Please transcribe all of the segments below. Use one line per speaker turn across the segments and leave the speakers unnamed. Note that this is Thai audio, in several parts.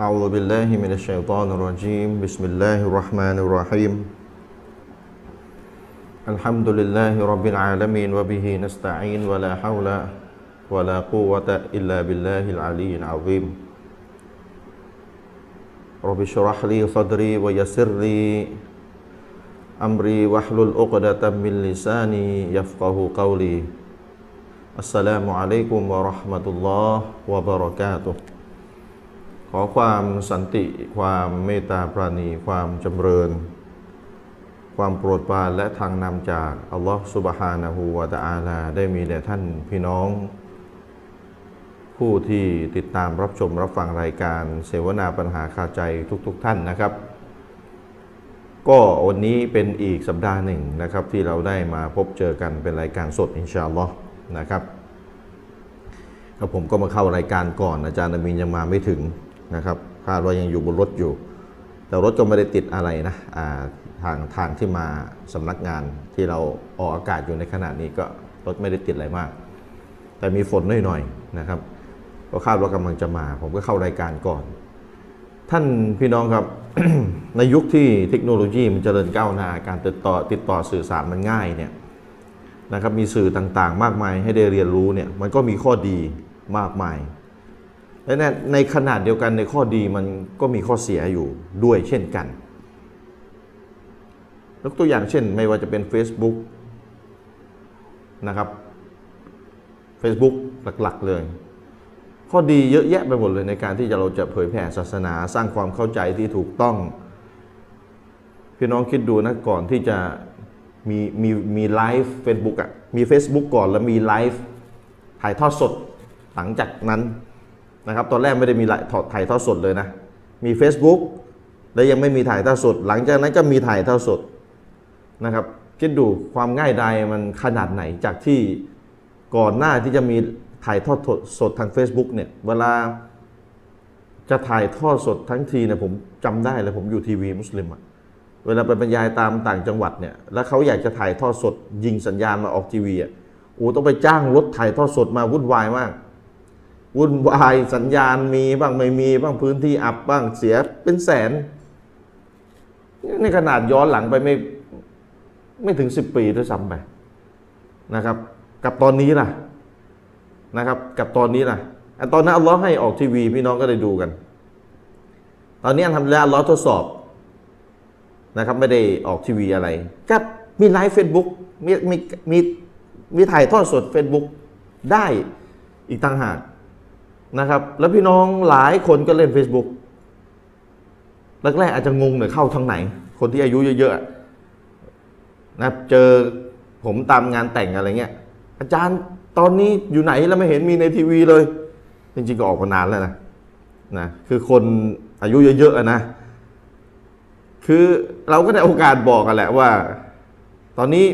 أعوذ بالله من الشيطان الرجيم بسم الله الرحمن الرحيم الحمد لله رب العالمين وبه نستعين ولا حول ولا قوة إلا بالله العلي العظيم رب اشرح لي صدري ويسر لي أمري واحلل عقدة من لساني يفقه قولي السلام عليكم ورحمة الله وبركاته ขอความสันติ ความเมตตาปราณี ความจำเริญ ความโปรดปรานและทางนำจาก อัลลอฮฺสุบฮานะฮูวะตะอาลา ได้มีแด่ท่านพี่น้อง ผู้ที่ติดตามรับชมรับฟังรายการ เสวนาปัญหาคาใจทุกๆทท่านนะครับ ก็วันนี้เป็นอีกสัปดาห์หนึ่งนะครับ ที่เราได้มาพบเจอกันเป็นรายการสดอินชาอัลลอฮ์นะครับ ครับผมก็มาเข้ารายการก่อนอาจารย์อามีนยังมาไม่ถึงนะครับคาดว่ายังอยู่บนรถอยู่ แต่รถก็ไม่ได้ติดอะไรนะอ่าทางทางที่มาสำนักงานที่เราออกอากาศอยู่ในขณะนี้ก็รถไม่ได้ติดอะไรมาก แต่มีฝนหน่อยๆนะครับ ก็คาดว่ากำลังจะมา ผมก็เข้ารายการก่อน ท่านพี่น้องครับ ในยุคที่เทคโนโลยีมันเจริญก้าวหน้าการติดต่อติดต่อสื่อสารมันง่ายเนี่ย นะครับมีสื่อต่างๆ มากมายให้ได้เรียนรู้เนี่ยมันก็มีข้อดีมากมายและในในขนาดเดียวกันในข้อดีมันก็มีข้อเสียอยู่ด้วยเช่นกันยกตัวอย่างเช่นไม่ว่าจะเป็น Facebook นะครับ Facebook หลักๆเลย ข้อดีเยอะแยะไปหมดเลยในการที่จะเราจะเผยแผ่ศาสนาสร้างความเข้าใจที่ถูกต้อง พี่น้องคิดดูนะก่อนที่จะมีมีมีไลฟ์เฟซบุ๊กอ่ะมี Facebook ก่อนแล้วมีไลฟ์ถ่ายทอดสดหลังจากนั้นนะครับตอนแรกไม่ได้มีไลฟ์ถอดถ่ายทอดสดเลยนะ มี Facebook แล้วยังไม่มีถ่ายทอดสด หลังจากนั้นก็มีถ่ายทอดสดนะครับคิดดูความง่ายดายมันขนาดไหนจากที่ก่อนหน้าที่จะมีถ่ายทอดสดทาง Facebook เนี่ยเวลาจะถ่ายทอดสดทั้งทีเนี่ยผมจำได้เลยผมอยู่ทีวีมุสลิมอะ เวลาไปบรรยายตามต่างจังหวัดเนี่ย แล้วเขาอยากจะถ่ายทอดสด ยิงสัญญาณมาออกทีวีอ่ะโอ้ต้องไปจ้างรถถ่ายทอดสดมาวุ่นวายมาก วุ่นวายสัญญาณมีบ้างไม่มีบ้างพื้นที่อับบ้างเสียเป็นแสนนี่ขนาดย้อนหลังไปไม่ไม่ถึงสิบปีด้วยซ้ำไปนะครับ กับตอนนี้ล่ะนะครับ กับตอนนี้ล่ะอ่ะตอนนั้นอัลเลอฮ์ให้ออกทีวี พี่น้องก็ได้ดูกัน ตอนนี้ทำแล้วอัลเลอฮ์ทดสอบ นะครับไม่ได้ออกทีวีอะไรก็มีไลฟ์เฟซบุ๊กมีมีมีมีถ่ายทอดสด Facebook ได้อีกต่างหากนะครับ แล้วพี่น้องหลายคนก็เล่น Facebook แรกๆอาจจะงงหน่อยเข้าทางไหน คนที่อายุเยอะๆนะเจอผมตามงานแต่งอะไรเงี้ยอาจารย์ตอนนี้อยู่ไหนแล้วไม่เห็นมีในทีวีเลย จริงๆก็ออกมานานแล้วนะนะคือคนอายุเยอะๆอะนะ คือเราก็ได้โอกาสบอกกันแหละว่า ตอนนี้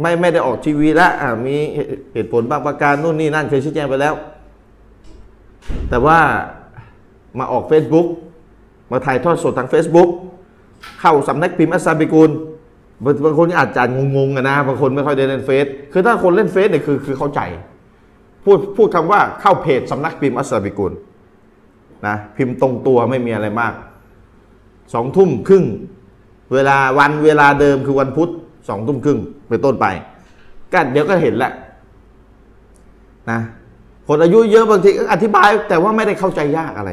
ไม่ไม่ได้ออกทีวีแล้วอ่ะมีเหตุผลบางประการนู่นนี่นั่นเคยชี้แจงไปแล้ว แต่ว่ามาออก Facebook มาถ่ายทอดสดทาง Facebook เข้าสำนักพิมพ์อัสซาบิกูลบางบางคนอาจจะงงๆอะนะบางคนไม่ค่อยได้เล่นเฟซคือถ้าคนเล่นเฟซเนี่ยคือคือเข้าใจ พูดพูดคำว่าเข้าเพจสำนักพิมพ์อัสซาบิกูลนะพิมพ์ตรงตัวไม่มีอะไรมาก สองทุ่มครึ่งเวลาวันเวลาเดิมคือวันพุธสองทุ่มครึ่งเป็นต้นไปก็เดี๋ยวก็เห็นแหละนะคนอายุเยอะบางทีก็อธิบายแต่ว่าไม่ได้เข้าใจยากอะไร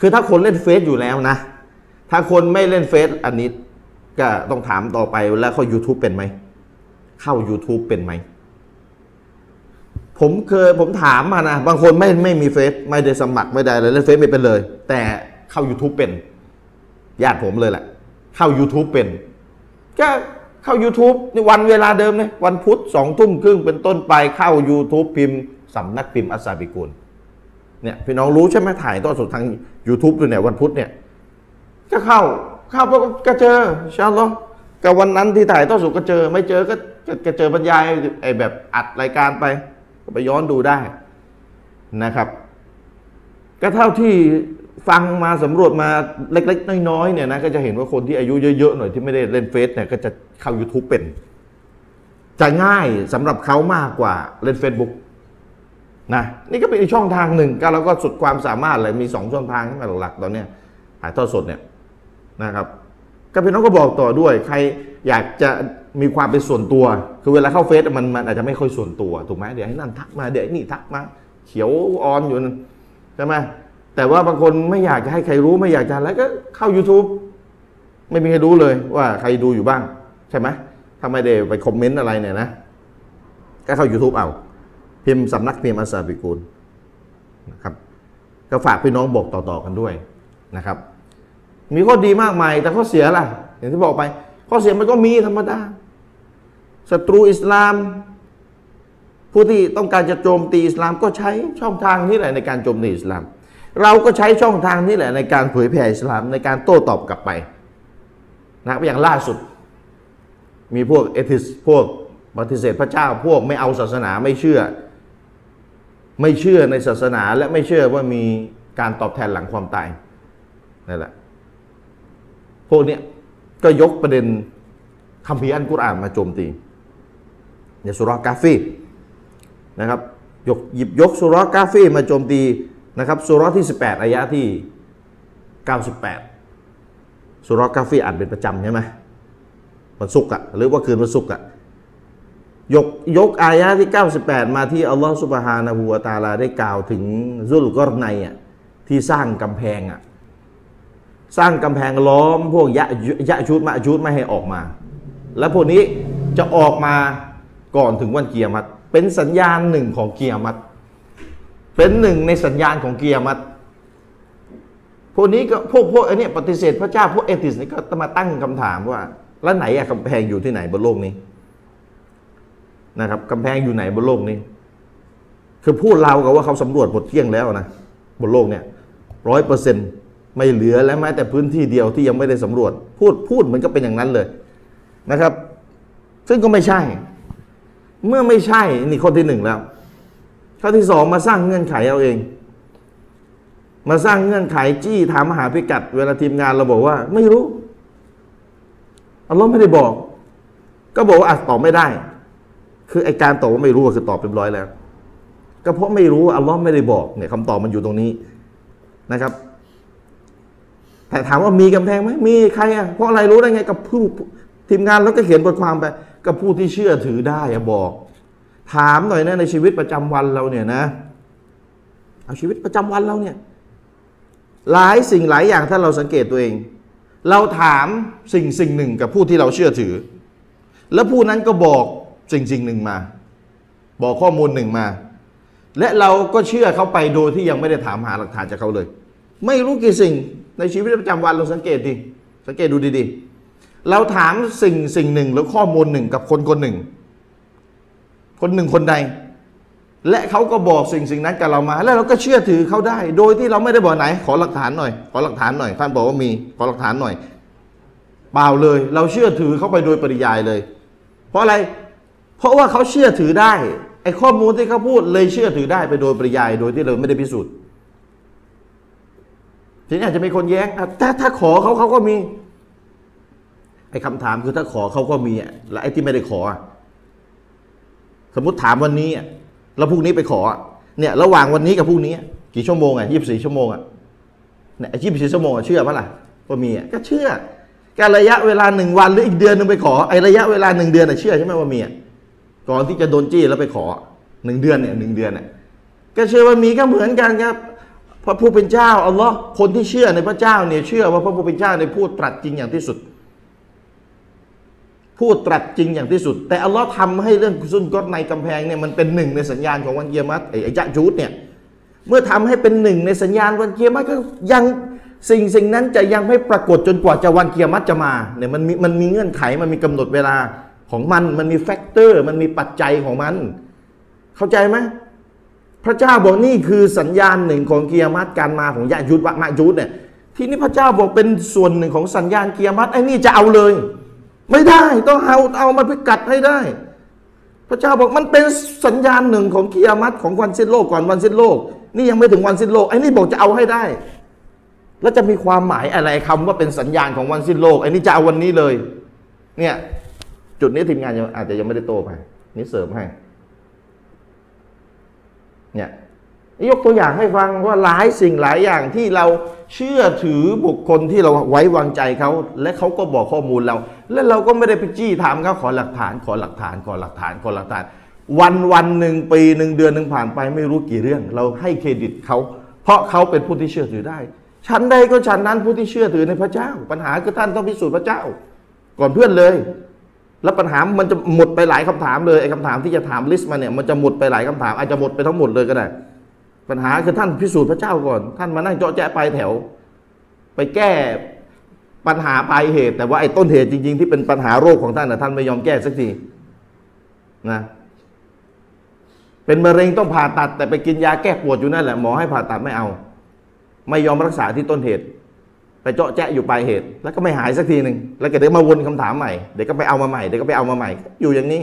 คือถ้าคนเล่นเฟซอยู่แล้วนะ ถ้าคนไม่เล่นเฟซอันนี้ก็ต้องถามต่อไปแล้วเขา YouTube เป็นไหม เข้า YouTube เป็นไหม ผมเคยผมถามมานะ บางคนไม่ไม่มีเฟซไม่ได้สมัครไม่ได้เลยเล่นเฟซไม่เป็นเลย แต่เข้า YouTube เป็น ญาติผมเลยแหละ เข้า YouTube เป็น ก็เข้า YouTube ในวันเวลาเดิมเลยวันพุธสองทุ่มครึ่งเป็นต้นไปเข้า YouTube พิมพ์สำนักพิมพ์อัสสาบิกุลเนี่ยพี่น้องรู้ใช่ไหมถ่ายตอดสดทาง YouTube ด้วยเนี่ยวันพุธเนี่ยก็เข้าเข้าก็ก็เจออินชาอัลลอฮ์กับวันนั้นที่ถ่ายตอดสดก็เจอ ไม่เจอก็ก็ก็เจอบรรยายไอ้แบบอัดรายการไป ก็ไปย้อนดูได้นะครับ ก็เท่าที่ฟังมาสำรวจมาเล็ก ๆ น้อยๆเนี่ยนะก็จะเห็นว่าคนที่อายุเยอะๆหน่อยที่ไม่ได้เล่นเฟซเนี่ยก็จะเข้า YouTube เป็น จะง่ายสำหรับเขามากกว่าเล่น Facebook นะนี่ก็เป็นอีกช่องทางหนึ่งก็เราก็สุดความสามารถเลยมีสองช่องทางที่หลักๆตอนเนี้ยถ่ายทอดสดเนี่ยนะครับ ก็พี่น้องก็บอกต่อด้วย ใครอยากจะมีความเป็นส่วนตัว คือเวลาเข้าเฟซมันมันอาจจะไม่ค่อยส่วนตัวถูกไหมเดี๋ยวให้นั่นทักมาเดี๋ยวไอ้นี่ทักมาเขียวออนอยู่นั่นใช่ไหมแต่ว่าบางคนไม่อยากจะให้ใครรู้ไม่อยากจะแล้วก็เข้า YouTube ไม่มีใครรู้เลยว่าใครดูอยู่บ้าง ใช่ไหมถ้าไม่ได้ไปคอมเมนต์อะไรเนี่ยนะ ก็เข้า YouTube เอา พิมพ์สำนักพิมพ์อาสาบิกูลนะครับ ก็ฝากพี่น้องบอกต่อๆกันด้วยนะครับ มีข้อดีมากมาย แต่ข้อเสียล่ะ อย่างที่บอกไป ข้อเสียมันก็มีธรรมดาศัตรูอิสลาม ผู้ที่ต้องการจะโจมตีอิสลามก็ใช้ช่องทางนี้แหละในการโจมตีอิสลาม เราก็ใช้ช่องทางนี้แหละในการเผยแผ่อิสลามในการโต้ตอบกลับไปนะครับอย่างล่าสุด มีพวกเอทิสพวกปฏิเสธพระเจ้า พวกไม่เอาศาสนาไม่เชื่อ ไม่เชื่อในศาสนาและไม่เชื่อว่ามีการตอบแทนหลังความตายนั่นแหละ พวกเนี้ยก็ยกประเด็นคัมภีร์อันกุรอานมาโจมตีในสุรากาฟีนะครับยกหยิบยกสุรากาฟีมาโจมตีนะครับสุราะห์ที่ 18อายะที่ 98สุรากาฟีอ่านเป็นประจำใช่ไหม วันศุกร์อะหรือว่าคืนวันศุกร์อะยกยกอายะที่ 98 มาที่อัลลอฮฺสุบฮานะฮูวะตะอาลาได้กล่าวถึงซุลกอรไนอะที่สร้างกำแพงอะสร้างกำแพงล้อมพวกยะยุยะชุดมะชุดไม่ให้ออกมา และพวกนี้จะออกมาก่อนถึงวันเกียรมัดเป็นสัญญาณหนึ่งของเกียรมัดเป็นหนึ่งในสัญญาณของเกียรมัดพวกนี้ก็พวกพวกไอันนี้ปฏิเสธพระเจ้าพวกเอติสนี่ก็มาตั้งคำถามว่า แล้วไหนอะกำแพงอยู่ที่ไหนบนโลกนี้นะครับกำแพงอยู่ไหนบนโลกนี้ คือพูดเราวกับว่าเขาสำรวจหมดเกลี้ยงแล้วนะบนโลกเนี่ยร้อยเปอร์เซ็นต์ไม่เหลือและแม้แต่พื้นที่เดียวที่ยังไม่ได้สำรวจ พูดพูดมันก็เป็นอย่างนั้นเลยนะครับ ซึ่งก็ไม่ใช่ เมื่อไม่ใช่นี่ข้อที่หนึ่งแล้วข้อที่สองมาสร้างเงื่อนไขเอาเอง มาสร้างเงื่อนไขจี้ถามหาพิกัด เวลาทีมงานเราบอกว่า ไม่รู้อัลลอฮ์ไม่ได้บอก ก็บอกว่าอ่ะตอบไม่ได้ คือไอการตอบว่าไม่รู้อะคือตอบเรียบร้อยแล้ว ก็เพราะไม่รู้อัลลอฮ์ไม่ได้บอกเนี่ยคำตอบมันอยู่ตรงนี้นะครับ แต่ถามว่ามีกำแพงไหมมีใครอ่ะเพราะอะไรรู้ได้ไงกับผู้ทีมงานแล้วก็เขียนบทความไปกับผู้ที่เชื่อถือได้อะบอก ถามหน่อยนะในชีวิตประจำวันเราเนี่ยนะ เอาชีวิตประจำวันเราเนี่ย หลายสิ่งหลายอย่างถ้าเราสังเกตตัวเอง เราถามสิ่งสิ่งหนึ่งกับผู้ที่เราเชื่อถือ แล้วผู้นั้นก็บอกสิ่งสิ่งหนึ่งมา บอกข้อมูลหนึ่งมา และเราก็เชื่อเขาไปโดยที่ยังไม่ได้ถามหาหลักฐานจากเขาเลย ไม่รู้กี่สิ่งในชีวิตประจำวันเราสังเกตดิสังเกตดูดีๆ เราถามสิ่งสิ่งหนึ่งหรือข้อมูลหนึ่งกับคนคนหนึ่ง คนหนึ่งคนใด และเขาก็บอกสิ่งสิ่งนั้นกับเรามา แล้วเราก็เชื่อถือเขาได้ โดยที่เราไม่ได้บอกไหน ขอหลักฐานหน่อย ขอหลักฐานหน่อยท่านบอกว่ามีขอหลักฐานหน่อยเปล่าเลย เราเชื่อถือเขาไปโดยปริยายเลย เพราะอะไร เพราะว่าเขาเชื่อถือได้ไอ้ข้อมูลที่เขาพูดเลยเชื่อถือได้ไปโดยปริยาย โดยที่เราไม่ได้พิสูจน์ทีนี้อาจจะมีคนแย้งอ่ะแต่ถ้าขอเขาเขาก็มีไอ้คำถามคือถ้าขอเขาก็มีอ่ะแล้วไอ้ที่ไม่ได้ขออ่ะ สมมติถามวันนี้อะแล้วพรุ่งนี้ไปขออะเนี่ยระหว่างวันนี้กับพรุ่งนี้อะกี่ชั่วโมงอ่ะยี่สิบสี่ชั่วโมงอ่ะเนี่ยยี่สิบสี่ชั่วโมงอะเชื่อปะล่ะว่ามีอ่ะก็เชื่อการระยะเวลาหนึ่งวันหรืออีกเดือนหนึงไปขอไอ้ระยะเวลาหนึ่งเดือนอ่ะเชื่อใช่ไหมว่ามีอ่ะก่อนที่จะโดนจี้แล้วไปขอหนึ่งเดือนเนี่ยหนึ่งเดือนเนี่ยก็เชื่อว่ามีก็เหมือนกันครับพระผู้เป็นเจ้าอัลลอฮ์คนที่เชื่อในพระเจ้าเนี่ยเชื่อว่าพระผู้เป็นเจ้าเนี่ยพูดตรัสจริงอย่างที่สุด พูดตรัสจริงอย่างที่สุด แต่อัลลอฮ์ทำให้เรื่องซุนกอตในกำแพงเนี่ยมันเป็นหนึ่งในสัญญาณของวันเกียรมัตไอ้ไอ้ยะจูดเนี่ยเมื่อทำให้เป็นหนึ่งในสัญญาณวันเกียรมัตก็ยังสิ่งสิ่งนั้นจะยังไม่ปรากฏจนกว่าจะวันเกียรมัตจะมาเนี่ยมันมีมันมีเงื่อนไขมันมีกำหนดเวลาของมันมันมีแฟกเตอร์ มันมีปัจจัยของมัน เข้าใจไหมพระเจ้าบอกนี่คือสัญญาณหนึ่งของเกียรมัตการมาของยะยุทธวะมายุทธเนี่ยที่นี่พระเจ้าบอกเป็นส่วนหนึ่งของสัญญาณเกียรมัตไอ้นี่จะเอาเลย ไม่ได้ต้องเอาเอามันไปกัดให้ได้ พระเจ้าบอกมันเป็นสัญญาณหนึ่งของเกียรมัตของวันสิ้นโลกก่อนวันสิ้นโลก นี่ยังไม่ถึงวันสิ้นโลกไอ้นี่บอกจะเอาให้ได้ แล้วจะมีความหมายอะไรคำว่าเป็นสัญญาณของวันสิ้นโลกไอ้นี่จะเอาวันนี้เลย เนี่ย จุดนี้ทีมงานยังอาจจะยังไม่ได้โตไปนี่เสริมให้ เนี่ยยกตัวอย่างให้ฟังว่าหลายสิ่งหลายอย่างที่เราเชื่อถือบุคคลที่เราไว้วางใจเขา และเขาก็บอกข้อมูลเรา และเราก็ไม่ได้ไปจี้ถามเขาขอหลักฐานขอหลักฐานขอหลักฐานขอหลักฐาน วันวันหนึ่งปีหนึ่งเดือนหนึ่งผ่านไปไม่รู้กี่เรื่อง เราให้เครดิตเขา เพราะเขาเป็นผู้ที่เชื่อถือได้ฉันใดก็ฉันนั้นผู้ที่เชื่อถือในพระเจ้า ปัญหาคือท่านต้องพิสูจน์พระเจ้า ก่อนเพื่อนเลย แล้วปัญหามันจะหมดไปหลายคำถามเลยไอ้คำถามที่จะถามลิสต์มาเนี่ยมันจะหมดไปหลายคำถามอาจจะหมดไปทั้งหมดเลยก็ได้ ปัญหาคือท่านพิสูจน์พระเจ้าก่อน ท่านมานั่งเจาะแจะปลายแถว ไปแก้ปัญหาปลายเหตุ แต่ว่าไอ้ต้นเหตุจริง ๆ ที่เป็นปัญหาโรคของท่านนะท่านไม่ยอมแก้สักทีนะเป็นมะเร็งต้องผ่าตัด แต่ไปกินยาแก้ปวดอยู่นั่นแหละหมอให้ผ่าตัดไม่เอา ไม่ยอมรักษาที่ต้นเหตุ ไปเจาะแจะอยู่ปลายเหตุ แล้วก็ไม่หายสักทีหนึ่งแล้วก็เดี๋ยวมาวนคำถามใหม่เดี๋ยวก็ไปเอามาใหม่เดี๋ยวก็ไปเอามาใหม่ อยู่อย่างนี้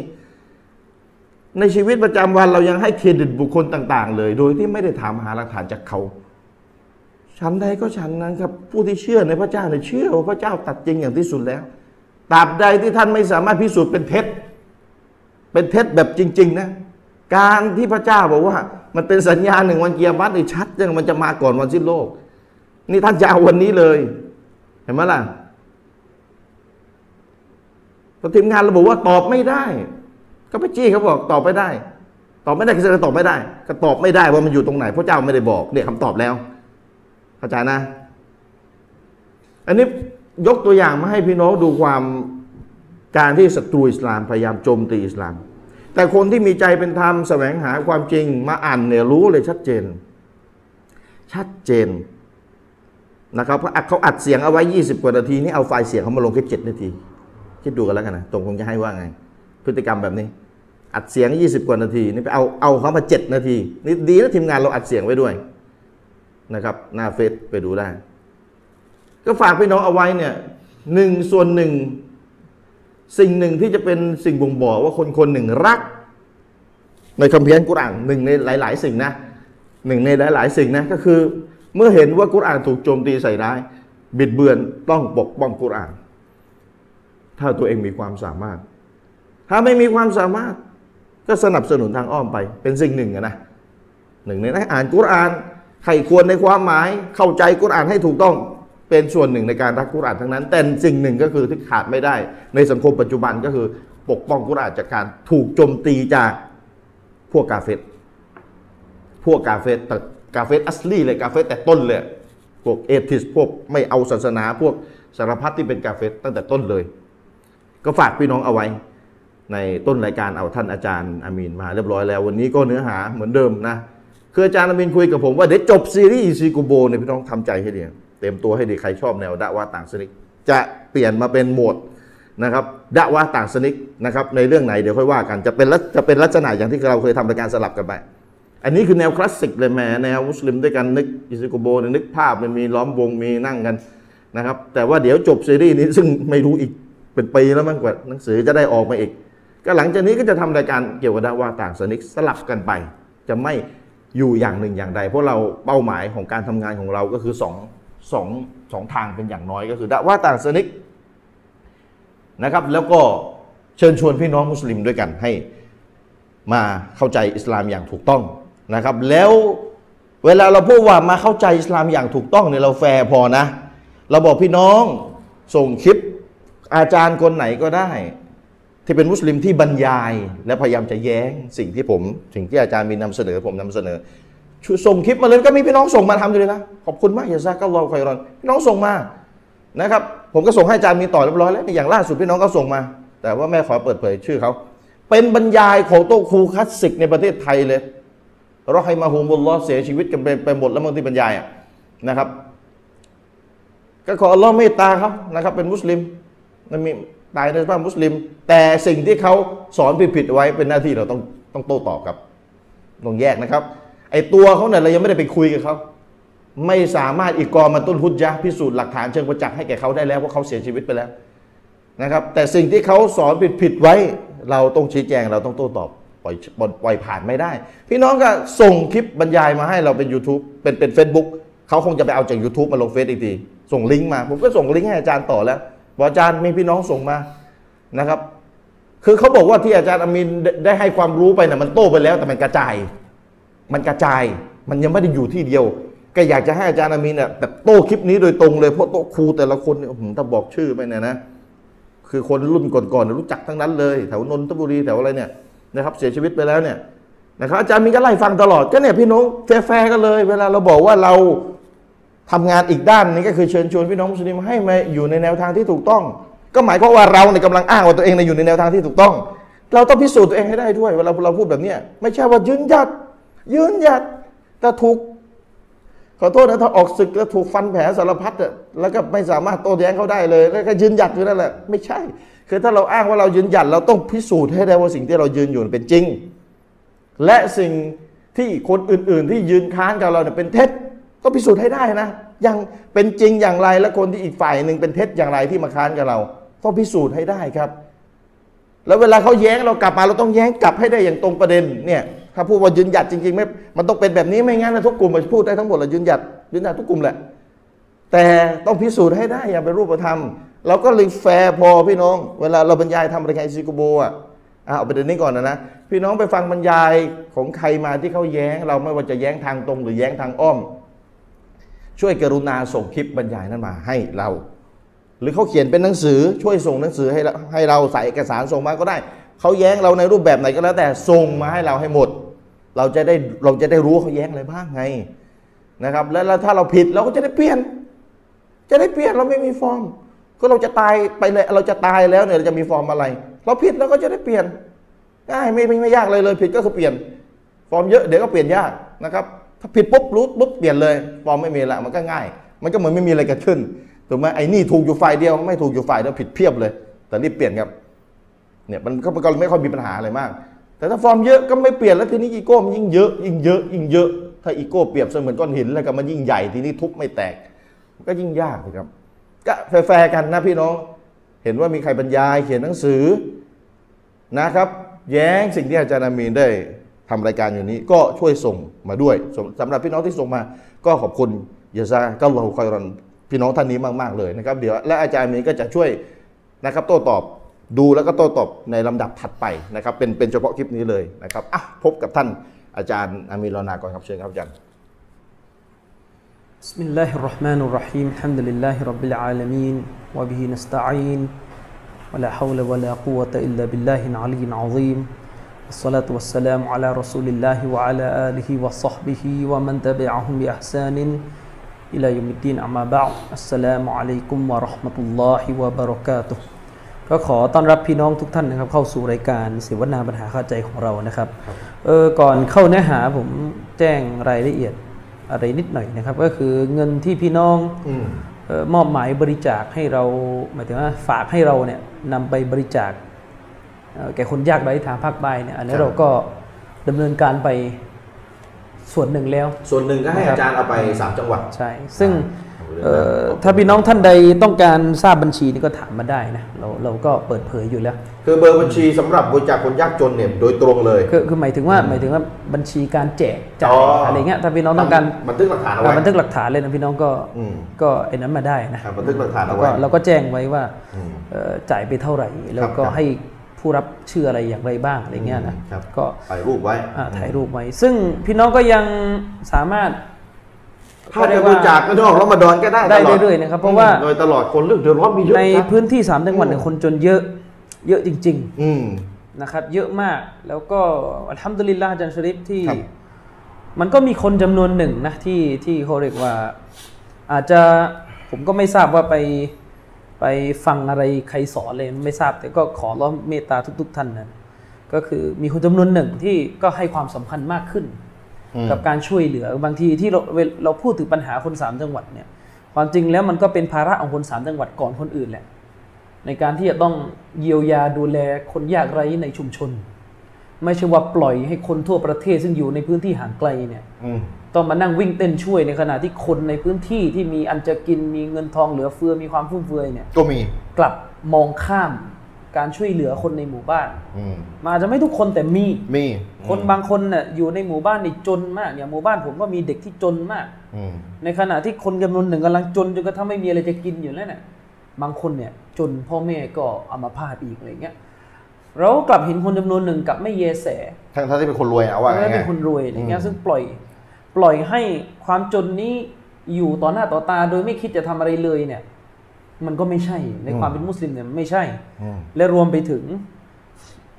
ในชีวิตประจำวันเรายังให้เครดิตบุคคลต่าง ๆ เลย โดยที่ไม่ได้ถามหาหลักฐานจากเขาฉันใดก็ฉันนั้นครับ ผู้ที่เชื่อในพระเจ้าเนี่ยเชื่อว่าพระเจ้าตัดจริงอย่างที่สุดแล้วตราบใดที่ท่านไม่สามารถพิสูจน์เป็นเท็จ เป็นเท็จแบบจริง ๆ นะ การที่พระเจ้าบอกว่า มันเป็นสัญญาหนึ่งวันเกียรตินี่ชัดยังมันจะมาก่อนวันสิ้นโลก นี่ท่านจะเอาวันนี้เลย เห็นไหมล่ะพอทีมงานเราบอกว่าตอบไม่ได้ ก็ไปจี้เขาบอกตอบไม่ได้ ตอบไม่ได้คือจะตอบไม่ได้ ก็ตอบไม่ได้ว่ามันอยู่ตรงไหนพระเจ้าไม่ได้บอกเนี่ยคำตอบแล้วเข้าใจนะ อันนี้ยกตัวอย่างมาให้พี่น้องดูความการที่ศัตรูอิสลามพยายามโจมตีอิสลาม แต่คนที่มีใจเป็นธรรมแสวงหาความจริงมาอ่านเนี่ยรู้เลยชัดเจน ชัดเจน นะครับเพราะอัดเขาอัดเสียงเอาไว้ 20 กว่านาทีนี่เอาไฟล์เสียงเขามาลงแค่7นาทีคิดดูกันแล้วกันนะตรงคงจะให้ว่าไง พฤติกรรมแบบนี้ อัดเสียง 20 กว่านาทีนี่ไปเอาเอาเขามา 7 นาทีนี่ดีนะทีมงานเราอัดเสียงไว้ด้วยนะครับ หน้าเฟซไปดูได้ ก็ฝากพี่น้องเอาไว้เนี่ยหนึ่งส่วนหนึ่ง สิ่งหนึ่งที่จะเป็นสิ่งบ่งบอกว่าคนคนหนึ่งรัก ในคัมภีร์อัลกุรอานหนึ่งในหลาย ๆ สิ่งนะหนึ่งในหลาย ๆ สิ่งนะก็คือ เมื่อเห็นว่ากุรอานถูกโจมตีใส่ร้าย บิดเบือนต้องปกป้องกุรอาน ถ้าตัวเองมีความสามารถ ถ้าไม่มีความสามารถ ก็สนับสนุนทางอ้อมไปเป็นสิ่งหนึ่งอะนะหนึ่งในนั้นอ่านกุรอานใครควรในความหมายเข้าใจกุรอานให้ถูกต้องเป็นส่วนหนึ่งในการรักกุรอานทั้งนั้น แต่สิ่งหนึ่งก็คือที่ขาดไม่ได้ ในสังคมปัจจุบันก็คือ ปกป้องกุรอานจากการถูกโจมตีจากพวกกาเฟต พวกกาเฟสแต่กาเฟสอัสลีเลยกาเฟสแต่ต้นเลย พวกเอทิสพวกไม่เอาศาสนา พวกสารพัดที่เป็นกาเฟสตั้งแต่ต้นเลย ก็ฝากพี่น้องเอาไว้ ในต้นรายการเอาท่านอาจารย์อามีนมาเรียบร้อยแล้ววันนี้ก็เนื้อหาเหมือนเดิมนะคืออาจารย์อามีนคุยกับผมว่าเดี๋ยวจบซีรีส์ซีกูโบเนี่ยพี่น้องทำใจให้ดีเต็มตัวให้ดีใครชอบแนวดะว่าต่างสนิกจะเปลี่ยนมาเป็นโหมดนะครับดะว่าต่างสนิกนะครับในเรื่องไหนเดี๋ยวค่อยว่ากันจะเป็นลักจะเป็นลักษณะอย่างที่เราเคยทำรายการสลับกันไป อันนี้คือแนวคลาสสิกเลยแหม่แนวมุสลิมด้วยกันนึกอิซิโกโบเนี่ยนึกภาพมันมีล้อมวงมีนั่งกันนะครับ แต่ว่าเดี๋ยวจบซีรีส์นี้ซึ่งไม่รู้อีกเป็นปีแล้วมั้งกว่าหนังสือจะได้ออกมาอีก ก็หลังจากนี้ก็จะทำรายการเกี่ยวกับดาว่าต่างสนิกสลับกันไป จะไม่อยู่อย่างหนึ่งอย่างใด เพราะเราเป้าหมายของการทำงานของเราก็คือสองสองสองทางเป็นอย่างน้อยก็คือดาว่าต่างสนิกนะครับ แล้วก็เชิญชวนพี่น้องมุสลิมด้วยกันให้ มาเข้าใจอิสลามอย่างถูกต้องนะครับ แล้วเวลาเราพูดว่ามาเข้าใจอิสลามอย่างถูกต้องเนี่ยเราแฟร์พอนะ เราบอกพี่น้องส่งคลิปอาจารย์คนไหนก็ได้ ที่เป็นมุสลิมที่บรรยาย และพยายามจะแย้งสิ่งที่ผมสิ่งที่อาจารย์มีนำเสนอผมนำเสนอช่วยส่งคลิปมาเลยก็มีพี่น้องส่งมาทำอยู่เลยนะขอบคุณมากยาซากัลลอฮ์คอยรอนพี่น้องส่งมานะครับ ผมก็ส่งให้อาจารย์มีนต่อเรียบร้อยแล้วนี่อย่างล่าสุดพี่น้องก็ส่งมา แต่ว่าแม่ขอเปิดเผยชื่อเขาเป็นบรรยายของโต๊ะครูคลาสสิกในประเทศไทยเลย เราให้มาฮูมุลลอฮ์เสียชีวิตกันไปไปหมดแล้วบางทีบรรยายอะนะครับ ก็ขออัลลอฮ์เมตตาเขานะครับ เป็นมุสลิมมันมีตายในสภาพมุสลิม แต่สิ่งที่เขาสอนผิดๆไว้เป็นหน้าที่เราต้องต้องโต้ตอบครับต้องแยกนะครับ ไอตัวเขาเนี่ยเรายังไม่ได้ไปคุยกับเขาไม่สามารถอีกกอมาต้นฮุจยะห์พิสูจน์หลักฐานเชิงประจักษ์ให้แก่เขาได้แล้วว่าเขาเสียชีวิตไปแล้วนะครับ แต่สิ่งที่เขาสอนผิดๆไว้ เราต้องชี้แจงเราต้องโต้ตอบปล่อยปล่อยปล่อยผ่านไม่ได้ พี่น้องก็ส่งคลิปบรรยายมาให้เราเป็น YouTube เป็นเป็น Facebook เขาคงจะไปเอาจาก YouTube มาลงเฟซอีกทีส่งลิงก์มา ผมก็ส่งลิงก์ให้อาจารย์ต่อแล้วบอกอาจารย์มีพี่น้องส่งมานะครับ คือเขาบอกว่าที่อาจารย์อามินได้ได้ให้ความรู้ไปนะ่ะมันโต้ไปแล้วแต่มันกระจาย มันกระจาย มันยังไม่ได้อยู่ที่เดียว ก็อยากจะให้อาจารย์อามีนเนี่ยแบบโต้คลิปนี้โดยตรงเลยเพราะโต้ครูแต่ละคนเนี่ยอื้อหือถ้าบอกชื่อไปเนี่ยนะ คือคนรุ่นก่อนๆเนี่ยรู้จักทั้งนั้นเลยแถวนนทบุรีแถวอะไรเนี่ยนะครับ เสียชีวิตไปแล้วเนี่ยนะครับอาจารย์มีก็ไล่ฟังตลอดก็เนี่ยพี่น้องแฟร์ๆกันเลย เวลาเราบอกว่าเราทำงานอีกด้านหนึงก็คือเชิญชวนพี่น้องมุสลิมให้มาอยู่ในแนวทางที่ถูกต้อง ก็หมายความว่าเราเนี่ยกำลังอ้างว่าตัวเองเนี่ยอยู่ในแนวทางที่ถูกต้อง เราต้องพิสูจน์ตัวเองให้ได้ด้วย เวลาเราพูดแบบเนี้ยไม่ใช่ว่ายืนหยัด ยืนหยัดแต่ถูก ขอโทษนะถ้าออกศึกแล้วถูกฟันแผลสารพัดอะแล้วก็ไม่สามารถโต้แย้งเขาได้เลย แล้วก็ยืนหยัดอยู่นั่นแหละไม่ใช่ คือถ้าเราอ้างว่าเรายืนหยัดเราต้องพิสูจน์ให้ได้ว่าสิ่งที่เรายืนอยู่เป็นจริง และสิ่งที่คนอื่น ๆ ที่ยืนค้านกับเราเนี่ยเป็นเท็จต้องพิสูจน์ให้ได้นะยังเป็นจริงอย่างไรและคนที่อีกฝ่ายหนึ่งเป็นเท็จอย่างไรที่มาค้านกับเราต้องพิสูจน์ให้ได้ครับ แล้วเวลาเขาแย้งเรากลับมาเราต้องแย้งกลับให้ได้อย่างตรงประเด็นเนี่ยถ้าพูดว่ายืนหยัดจริงๆไม่มันต้องเป็นแบบนี้ไม่งั้นนะทุกกลุ่มมันพูดได้ทั้งหมดแหละยืนหยัดยืนหยัดทุกกลุ่มแหละ แต่ต้องพิสูจน์ให้ได้อย่างเป็นรูปธรรม เราก็เลยแฟร์พอพี่น้อง เวลาเราบรรยายทำอะไรายการอิซิโกโบอ่ะอ่ะเอาประเด็นนี้ก่อนนะนะพี่น้องไปฟังบรรยายของใครมาที่เขาแย้ง เราไม่ว่าจะแย้งทางตรงหรือแย้งทางอ้อม ช่วยกรุณาส่งคลิปบรรยายนั้นมาให้เรา หรือเขาเขียนเป็นหนังสือช่วยส่งหนังสือให้เราให้เราใส่เอกสารส่งมาก็ได้ เขาแย้งเราในรูปแบบไหนก็แล้วแต่ส่งมาให้เราให้หมด เราจะได้เราจะได้รู้ว่าเขาแย้งอะไรบ้างไงนะครับแล้วแล้วถ้าเราผิดเราก็จะได้เปลี่ยน จะได้เปลี่ยนเราไม่มีฟอร์ม ก็เราจะตายไปเลยเราจะตายแล้วเนี่ยเราจะมีฟอร์มอะไร เราผิดเราก็จะได้เปลี่ยนง่ายไม่ไม่ไม่ยากเลยเลย ผิดก็คือเปลี่ยน ฟอร์มเยอะเดี๋ยวก็เปลี่ยนยากนะครับ ถ้าผิดปุ๊บรู้ปุ๊บเปลี่ยนเลย ฟอร์มไม่มีละมันก็ง่าย มันก็เหมือนไม่มีอะไรเกิดขึ้นถูกไหมไอ้นี่ถูกอยู่ฝ่ายเดียวไม่ถูกอยู่ฝ่ายเดียวผิดเพียบเลย แต่รีบเปลี่ยนครับเนี่ยมันก็มันก็ไม่ค่อยมีปัญหาอะไรมาก แต่ถ้าฟอร์มเยอะก็ไม่เปลี่ยนแล้วทีนี้อีโก้มันยิ่งเยอะยิ่งเยอะยิ่งเยอะถ้าอีโก้เปรียบเสมือนก้อนหินแล้วก็มันยิ่งใหญ่ทีนี้ทุบไม่แตก ก็ยิ่งยากนะครับ ก็แฟร์ๆกันนะพี่น้อง เห็นว่ามีใครบรรยายเขียนหนังสือนะครับ แย้งสิ่งที่อาจารย์อามีนได้ทำรายการอยู่นี้ ก็ช่วยส่งมาด้วยสำสำหรับพี่น้องที่ส่งมา ก็ขอบคุณยาซาก็เราคอยรอนพี่น้องท่านนี้มากๆเลยนะครับ เดี๋ยวและอาจารย์อามีนก็จะช่วยนะครับ โต้ตอบดูแล้วก็โต้ตอบในลำดับถัดไปนะครับ เป็นเป็นเฉพาะคลิปนี้เลยนะครับอ่ะพบกับท่านอาจารย์อามีนรอนาก่อนครับเชิญครับอาจารย์
بسم الله الرحمن الرحيم الحمد لله رب العالمين وبه نستعين ولا حول ولا قوة إلا بالله العلي العظيم الصلاة والسلام على رسول الله وعلى آله وصحبه ومن تبعهم بإحسان إلى يوم الدين أما بعد السلام عليكم ورحمة الله وبركاته ก็ขอต้อนรับพี่น้องทุกท่านนะครับเข้าสู่รายการเสวนาปัญหาเข้าใจของเรานะครับเออก่อนเข้าเนื้อหาผมแจ้งรายละเอียดอะไรนิดหน่อยนะครับ ก็คือเงินที่พี่น้องเออมอบหมายบริจาคให้เราหมายถึงว่าฝากให้เราเนี่ยนำไปบริจาคเอ่อแก่คนยากไร้ทางภาคใต้เนี่ยอันนี้
ครับ
เราก็ดำเนินการไปส่วนหนึ่งแล้ว
ส่วนหนึ่งก็ให้อาจารย์เอาไปสามจังหวัด
ใช่ ซึ่ง
อ่า
เอ่อ
เอาไปเลยนะ
ถ้าพี่น้องท่านใดต้องการทราบบัญชีนี่ก็ถามมาได้นะ เราเราก็เปิดเผยอยู่แล้ว
คือเบอร์บัญชีสำหรับบริจาคคนยากจนเนี่ยโดยตรงเลย
คือคือหมายถึงว่าหมายถึงว่าบัญชีการแจกจ่ายอะไรเงี้ย ถ้าพี่น้องต้องการ
บันทึกหลักฐานเอา
อ่า
ไว้
บันทึกหลักฐานเลยนะพี่น้องก็
อืม
ก็ไอ้นั้นมาได้นะ
อ่าบันทึกหลักฐาน
แล้
เอา
ว
ไว้
ก็เราก็แจ้งไว้ว่า
อืม
เอ่อจ่ายไปเท่าไหร่ แล้วก็
ครับ
ให้ผู้รับชื่ออะไรอย่างไรบ้างอะไรเงี้ยนะ
อืมครับ
ก็
ถ่ายรูปไว้
อ่าถ่ายรูปไว้ ซึ่งพี่น้องก็ยังสามารถ
ถ้าจะบริจาคไม่ต้องออกรอมฎอนก็ได้
ได้
ตลอ
เรื่อยๆนะครับเพราะว่า
โดยตลอดคนเรื่องเดือดร้อนมีเยอะ
ใน
ครับ
พื้นที่สามจังหวัดเนี่ย
อืม
คนจนเยอะเยอะจริง ๆ
อืม
นะครับเยอะมากแล้วก็อัลฮัมดุลิลลาฮ์อาจันชริปที่
ครับ
มันก็มีคนจำนวนหนึ่งนะที่ที่เขาเรียกว่า อาจจะผมก็ไม่ทราบว่าไปไปฟังอะไรใครสอนเลยไม่ทราบแต่ก็ขอร้องเมตตาทุก ๆ ท่านนะก็คือมีคนจำนวนหนึ่งที่ก็ให้ความสำคัญมากขึ้น
อืม
กับการช่วยเหลือบางทีที่เราเวลเราพูดถึงปัญหาคนสามจังหวัดเนี่ยความจริงแล้วมันก็เป็นภาระของคนสามจังหวัดก่อนคนอื่นแหละ ในการที่จะต้องเยียวยาดูแลคนยากไร้ในชุมชน ไม่ใช่ว่าปล่อยให้คนทั่วประเทศซึ่งอยู่ในพื้นที่ห่างไกลเนี่ย
อืม
ต้องมานั่งวิ่งเต้นช่วยในขณะที่คนในพื้นที่ที่มีอันจะกินมีเงินทองเหลือเฟือมีความฟุ่มเฟือยเนี่ย
ก็มี
กลับมองข้ามการช่วยเหลือคนในหมู่บ้าน
อืม
มาอาจจะไม่ทุกคนแต่มี
มี
คนบางคนน่ะอยู่ในหมู่บ้านนี่จนมากอย่างหมู่บ้านผมก็มีเด็กที่จนมาก
อืม
ในขณะที่คนจำนวนหนึ่งกำลังจนจนกระทั่งไม่มีอะไรจะกินอยู่แล้วเนี่ยบางคนเนี่ยจนพ่อแม่ก็อัมาพาตอีกอะไรเงี้ย เรากลับเห็นคนจำนวนหนึ่งกลับไม่เยแส
ทั้งทั้งที่เป็นคนรวยอะว่า
และ
ง่ายๆ
เป็นคนรวยอะไรเงี้ยซึ่งปล่อย ปล่อยให้ความจนนี้อยู่ต่อหน้าต่อตา โดยไม่คิดจะทำอะไรเลยเนี่ย มันก็ไม่ใช่ในความเป็นมุสลิมเนี่ยไม่ใช่
อืม
และรวมไปถึง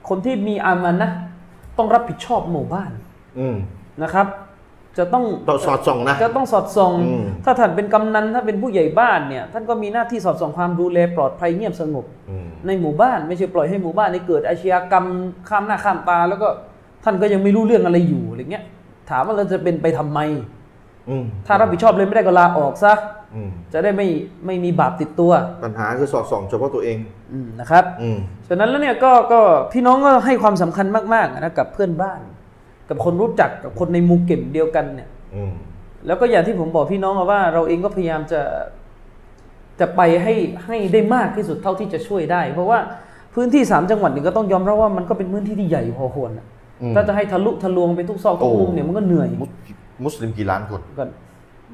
คนที่มีอามันนะต้องรับผิดชอบหมู่บ้าน
อืม
นะครับ จะต้อง
ต้องสอดส่องนะ
จะต้องสอดส่อง
อืม
ถ้าท่านเป็นกำนัน ถ้าเป็นผู้ใหญ่บ้านเนี่ย ท่านก็มีหน้าที่สอดส่องความดูแลปลอดภัยเงียบสงบ
อืม
ในหมู่บ้านไม่ใช่ปล่อยให้หมู่บ้านนี่เกิดอาชญากรรมข้ามหน้าข้ามตา แล้วก็ท่านก็ยังไม่รู้เรื่องอะไรอยู่อะไรเงี้ย ถามว่าเราจะเป็นไปทำไม
อืม
ถ้ารับผิดชอบเลยไม่ได้ก็ลาออกซะ
อืม
จะได้ไม่ไม่มีบาปติดตัว
ปัญหาคือสอดส่องเฉพาะตัวเอง
อืมนะครับ
อืม
ฉะนั้นแล้วเนี่ยก็ก็พี่น้องก็ให้ความสำคัญมากๆนะกับเพื่อนบ้าน กับคนรู้จักกับคนในหมูเก็มเดียวกันเนี่ย
อืม
แล้วก็อย่างที่ผมบอกพี่น้องอะว่าเราเองก็พยายามจะจะไปให้ให้ได้มากที่สุดเท่าที่จะช่วยได้ เพราะว่าพื้นที่สามจังหวัดนี่ก็ต้องยอมรับว่ามันก็เป็นพื้นที่ที่ใหญ่พอควรอะถ้าจะให้ทะลุทะลวงไปทุกซอกทุกมุมเนี่ยมันก็เหนื่อย
มุสมุสลิมกี่ล้านคน
ก็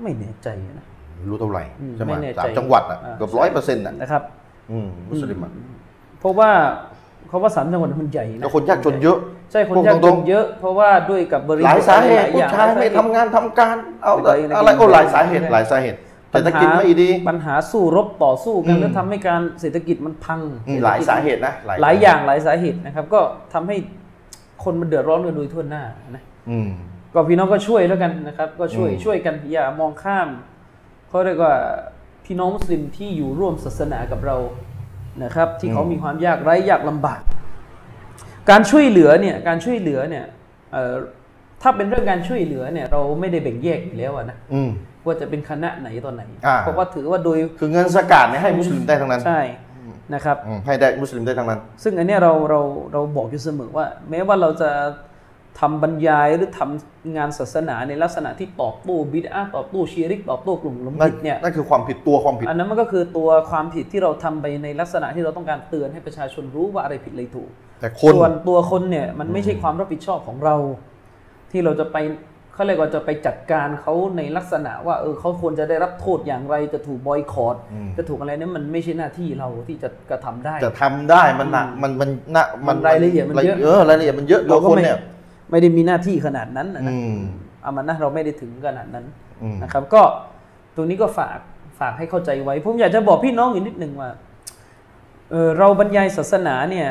ไม่แน่ใจนะ
รู้เท่าไหร่
อืม
ใช่ไหม
ไม่แน่ใจ
สามจังหวัดอ่ะ
อ่า
เกือบร้อยเปอร์เซ็นต์อ่ะ
นะครับ
อืมมุสลิมอ่ะ
เพราะว่าเขาว่าสามจังหวัดมันใหญ่
แล้ว
นะ
คนยากจนเยอะ
ใช่คน
พูด
ยากจ
ตร
น
ง
เยอะ เพราะว่าด้วยกับบริ
ๆหลายสาเหตุ
ลย
ผู้
อง
ชายไม่ทำงานทำการเอา
แล้วก็อีก
อะไร
หนึ่ง
โอ้หลายสาเหตุ
ใช่
หลายสาเหตุแต่ถ้ากินไม่ดี
ปัญหาสู้รบต่อสู้กันแล้วทำให้การเศรษฐกิจมันพัง
อืมหลายสาเหตุนะ
หลายอย่างหลายสาเหตุนะครับ ก็ทำให้คนมันเดือดร้อนกันโดยทั่วหน้านะ
อืม
ก็พี่น้องก็ช่วยแล้วกันนะครับ ก็ช่วย
อืม
ช่วยกันอย่ามองข้ามเขาเรียกว่าพี่น้องมุสลิมที่อยู่ร่วมศาสนากับเรานะครับ ที่เขามีความยากไร้ยากลำบาก การช่วยเหลือเนี่ยการช่วยเหลือเนี่ยเอ่อถ้าเป็นเรื่องการช่วยเหลือเนี่ยเราไม่ได้แบ่งแยกอยู่แล้วอะนะ
อืม
ว่าจะเป็นคณะไหนตอนไหน
อ่า
เพราะว่าถือว่าโดย
คือเงินสกัดเนี่ยให้มุสลิมได้ทั้งนั้น
ใช่นะครับ
อืมให้ได้มุสลิมได้ทั้งนั้น
ซึ่งอันเนี้ยเราเราเราบอกอยู่เสมอว่า แม้ว่าเราจะทำบรรยายหรือทำงานศาสนาในลักษณะที่ตอบโต้บิดอะห์ตอบโต้ชีริกตอบโต้กลุ่มหลง
นั่น
ผิดเนี่ย
นั่นคือความผิดตัวความผิด
อันนั้นมันก็คือตัวความผิดที่เราทำไปในลักษณะที่เราต้องการเตือนให้ประชาชนรู้ว่าอะไรผิดอะไรถูก
แต่คน
ส่วนตัวคนเนี่ยมันไม่ใช่ความรับผิดชอบของเรา ที่เราจะไปเขาเรียกว่าจะไปจัดการเขาในลักษณะว่าเออเขาควรจะได้รับโทษอย่างไรจะถูกบอยคอรจะถูกอะไรเนี่ยมันไม่ใช่หน้าที่เราที่จะกระทำได้
จะทำได้มันหนักมันมันหนัก
มันรายละเอียดมันเยอะ
เออรายละเอียดมันเยอะตัวคนเนี่ย
ไม่ได้มีหน้าที่ขนาดนั้นนะนะ
อืม
อามันนะเราไม่ได้ถึงขนาดนั้น
อืม
นะครับ ก็ตรงนี้ก็ฝากฝากให้เข้าใจไว้ ผมอยากจะบอกพี่น้องอีกนิดหนึ่งว่าเออเราบรรยายศาสนาเนี่ย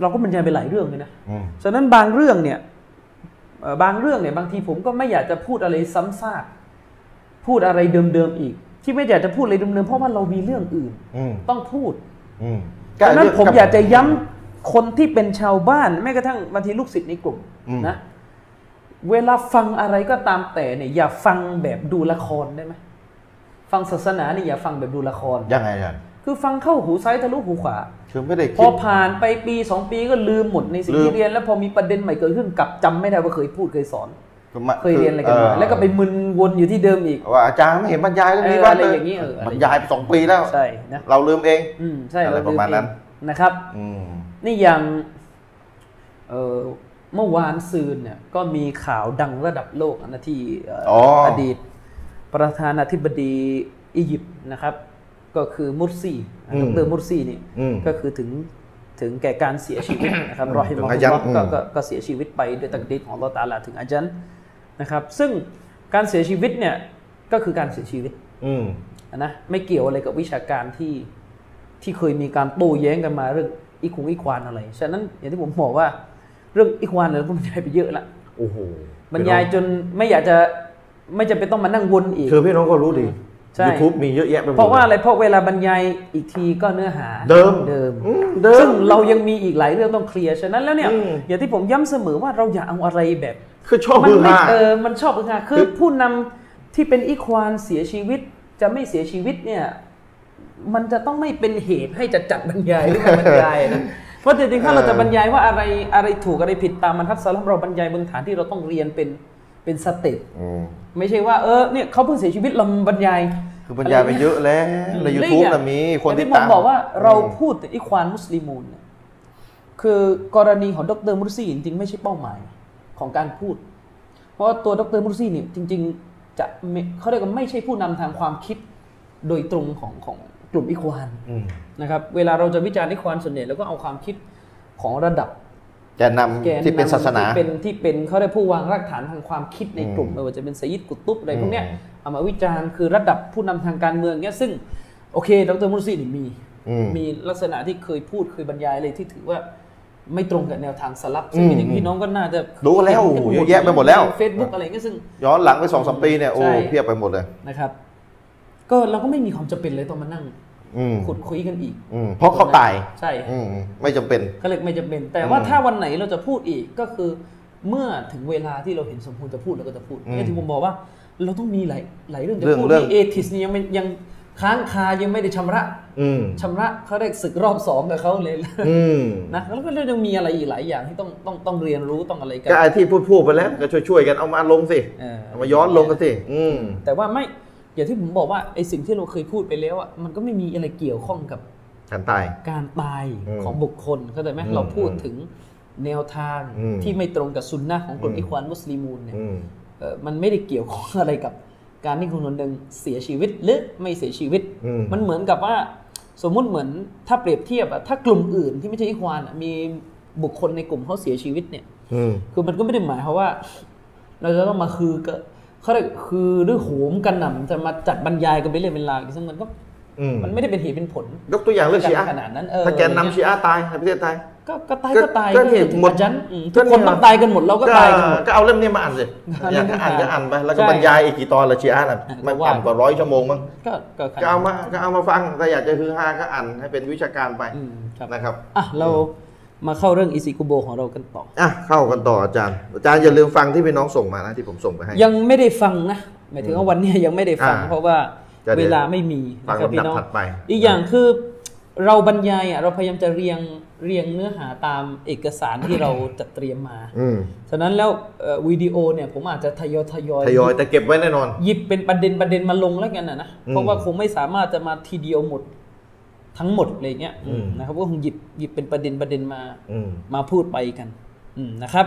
เราก็บรรยายไปหลายเรื่องเลยนะ
อืม
ฉะนั้นบางเรื่องเนี่ยเอ่อบางเรื่องเนี่ยบางทีผมก็ไม่อยากจะพูดอะไรซ้ำซากพูดอะไรเดิมๆอีก ที่ไม่อยากจะพูดอะไรเดิมๆเพราะว่าเรามีเรื่องอื่น
อืม
ต้องพูด
อืม
ดังนั้นผมอยากจะย้ำคนที่เป็นชาวบ้านแม้กระทั่งบางทีลูกศิษย์ในกลุ่มนะเวลาฟังอะไรก็ตามแต่เนี่ยอย่าฟังแบบดูละครได้ไหมฟังศาสนาเนี่ยอย่าฟังแบบดูละคร
ยังไงอาจารย์
คือฟังเข้าหูซ้ายทะลุหูขวา
คือไม่ได้
พ
คิ
อ
ด
ผ่านไปปีสองปีก็ลืมหมดในสิ่ง
ลืม
ที่เรียน แล้วพอมีประเด็นใหม่เกิดขึ้นกลับจำไม่ได้ว่าเคยพูดเคยสอน
คือมา
เคยเรียนอะไรกันมา
เ
แล้วก็ไปมึนวนอยู่ที่เดิมอีก
ว่าอาจารย์ไม่เห็นบรรยายเรื่องนี้
เออ
บ้าง
อะไร
เลย
อย่างนี้เอออะไร
บรรยายไปสองปีแล้ว
ใช่นะ
เราลืมเอง
อืมใช่
อะไร
เลื
ประมาณ
เอง
นั้น
นะครับ
อืม
นี่อย่างเอ่อเมื่อวานซืนเนี่ยก็มีข่าวดังระดับโลกอันะที่เอ่ออ
อ๋อ
อ
อ
ดีต ประธานาธิบดีอียิปต์นะครับ ก็คือมุรซีนะดรมุรซีนี่
อืม
ก็คือถึงถึงแก่การเสียชีวิต นะครับรอฮิม
ถึ
อง ฮ
อายัน
ลลอฮ์ก็
อืม
ก็ก็เสียชีวิตไปด้วยตักดีรของอัลลอฮ์ตะอาลาถึงอาจันนะครับ ซึ่งการเสียชีวิตเนี่ยก็คือการเสียชีวิต
อืม
นะไม่เกี่ยวอะไรกับวิชาการที่ที่เคยมีการโต้แย้งกันมาเรื่องอีคุงอีควานอะไรฉะนั้นอย่างที่ผมบอกว่าเรื่องอีควานเนี่ยผมบรรยายไปเยอะละ
โอ้โห
บรรยายจนไม่อยากจะไม่จำเป็นต้องมานั่งวนอีก
คือพี่น้องก็รู้ดี
ใช่
YouTube มีเยอะแยะไปหมด
เพราะว่าอะไรเพราะเวลาบรรยายอีกทีก็เนื้อหา
เดิม
เดิม
อืเดิ
ซึ่
ม
งเรายังมีอีกหลายเรื่องต้องเคลียร์ฉะนั้นแล้วเนี่ย
อืม
อย่างที่ผมย้ำเสมอว่าเราอย่าเอาอะไรแบบ
คือชอบ
มัน
คือ
ไม่
ฮา
เออ มันชอบงานคือผู้นำที่เป็นอีควานเสียชีวิต จะไม่เสียชีวิตเนี่ย มันจะต้องไม่เป็นเหตุให้จะจัดบรรยายหรือไม่บรรยาย นะ เพราะจริงๆถ้าเราจะบรรยายว่าอะไรอะไรถูกอะไรผิดตามมันทัศน์แล้วเราบรรยายบนฐานที่เราต้องเรียนเป็นเป็นสเต็ป
อืม
ไม่ใช่ว่าเออเนี่ยเขาเพิ่งเสียชีวิตเราบรรยาย
คือบรรยายไปเยอะแล้วในยูทูบ
และอีกอย่าง
นะมีคน
อย่ง
ติด
ที่ผม
ตาม
บอกว่าเราพูดถึงอีควานมุสลิมูนเนี่ยคือกรณีของดรมุรซีจริงๆไม่ใช่เป้าหมายของการพูด เพราะว่าตัวดรมุรซีเนี่ยจริง ๆ จะไม่เขาเรียกว่าไม่ใช่ผู้นำทางความคิดโดยตรงของของกลุ่มอีควาน
อืม
นะครับ เวลาเราจะวิจารณ์อีควานส่วนใหญ่เราก็เอาความคิด ของระดับ
แกนนำ
แกน
ที่เป็นศาสนา
ที่เป็นที่เป็นเขาได้ผู้วางรากฐานทางความคิดในกลุ่ม
อืม
ไม่ว่าจะเป็นสยิดกุตุบอะไรพวกเนี้ย
อืม
เอามาวิจารณ์คือระดับผู้นำทางการเมืองเนี้ยซึ่งโอเคดรมุสซีนี่มี
อืม
มีลักษณะที่เคยพูดเคยบรรยายเลยที่ถือว่าไม่ตรงกับแนวทางสลับซึ่ง
อืม
จริงๆพี่น้องก็น่าจะ
รู้แล้วโอ้โหเยอะแยะไปหมดแล้ว
เฟซบุ๊กอะไรเงี้ยซึ่ง
ย้อนหลังไปสองสามปีเนี่ยโอ้
ใช่
เพียบไปหมดเลย
นะครับ ก็เราก็ไม่มีความจำเป็นเลยต้องมานั่ง
อืม
ขุดคุยกันอีก
อืมเพราะเขาตาย
ใช่
อืมไม่จำเป็น
ก็เลยไม่จำเป็น แต่ว่า
อืม
ถ้าวันไหนเราจะพูดอีกก็คือ เมื่อถึงเวลาที่เราเห็นสมควรจะพูดเราก็จะพูด
อืม
นี่ที่ผมบอกว่า เราต้องมีหลายหลายเรื่องจะ
เรื่อง
พูด
เรื่อง
ที่เอทิสนี่ยังไม่ยังค้างคายังไม่ได้ชำระ
อืม
ชำระเขาได้ศึกรอบสองกับเขาเลย
อืม
นะแล้วก็ยังมีอะไรอีกหลายอย่างที่ต้องต้องต้องเรียนรู้ต้องอะไรกัน
ก็ไอ้ที่พูดพูดไปแล้วก็ช่วยๆกันเอามาลงสิ
เออ
เอามาย้อนลงกันสิอืม
แต่ว่าไม่อย่างที่ผมบอกว่าไอ้สิ่งที่เราเคยพูดไปแล้วอ่ะมันก็ไม่มีอะไรเกี่ยวข้องกับ
การตาย
การตาย
อืม
ของบุคคลเข้าใจไหม
อืม
เราพูดถึงแนวทาง
อืม
ที่ไม่ตรงกับซุนนะของกลุ่ม
อืม
อิควานมุสลิมูนเนี่ย
อืม
เอ่อมันไม่ได้เกี่ยวข้องอะไรกับการที่คนคนหนึ่งเสียชีวิตหรือไม่เสียชีวิต
อืม
มันเหมือนกับว่าสมมุติเหมือนถ้าเปรียบเทียบอะถ้ากลุ่มอื่นที่ไม่ใช่อิควานอะมีบุคคลในกลุ่มเขาเสียชีวิตเนี่ย
อืม
คือมันก็ไม่ได้หมายความว่า เราจะต้องมาคือก็เขาเรียกคือหรือโหมกันหน่ำจะมาจัดบรรยายกันไปนเรื่องเป็นราวอีกซึ่งมันก็
อืม
มันไม่ได้เป็นเหตุเป็นผล
ยกตัวอย่างเรื่องชีอะ
ขนาดนั้นเออ
ถ้าแกนนำชีอะตายในประเทศไทย
ก็ก็ตาย
ก็
ก็ตาย
ก็เนี่ย
ถึง
หมด
อาจารย์อืม
ก็
ทุกคน
เนี่ย
ต้องตายกันหมดเราก็ตายกันหมด
ก็เอาเล่มนี้มาอ่านสิ
เอา
อ
เล่
ยาก
ม
จะ
นี้มา
อ่านก็อ่านไป แล้วก็
ใช่
บรรยายอีกกี่ตอนละชีอะน่ะ
อ่ะ
ไม่
ว่า
ต่ำกว่าร้อยชั่วโมงมั้ง
ก็ก็
ก็เอามาก็เอามาฟังแต่อยากจะคือฮาก็อ่านให้เป็นวิชาการไป
อืมครับ
นะครับ
อ่ะเรามาเข้าเรื่องอิซิกุโบของเรากันต่อ
อ่ะเข้ากันต่ออาจารย์ อาจารย์อย่าลืมฟังที่พี่น้องส่งมานะที่ผมส่งไปให้
ยังไม่ได้ฟังนะหมายถึงว่าวันเนี้ย ยังไม่ได้ฟัง
อ่า
เพราะว่า
จะเดี๋ย
เว
ว
ลาไม่มี
ฟัง
นะครับ
ลำดับ
พี่น้อง
ถัดไป
อีกอย่างคือเราบรรยายอ่ะเราพยายามจะเรียงเรียงเนื้อหาตามเอกสารที่ เราจัดเตรียมมา
อืม
ฉะนั้นแล้วเอ่อวิดีโอเนี่ยผมอาจจะทยอยทยอย
ทยอยแต่เก็บไว้แน่นอน
หยิบเป็นประเด็นประเด็นมาลงแล้วกันนะนะ
อืม
เพราะว่าคงไม่สามารถจะมาทีเดียวหมดทั้งหมดเลยเงี้ยอืม
อืม
นะครับก็คงหยิบหยิบเป็นประเด็นประเด็นมา
อืม
มาพูดไปกันอืมนะครับ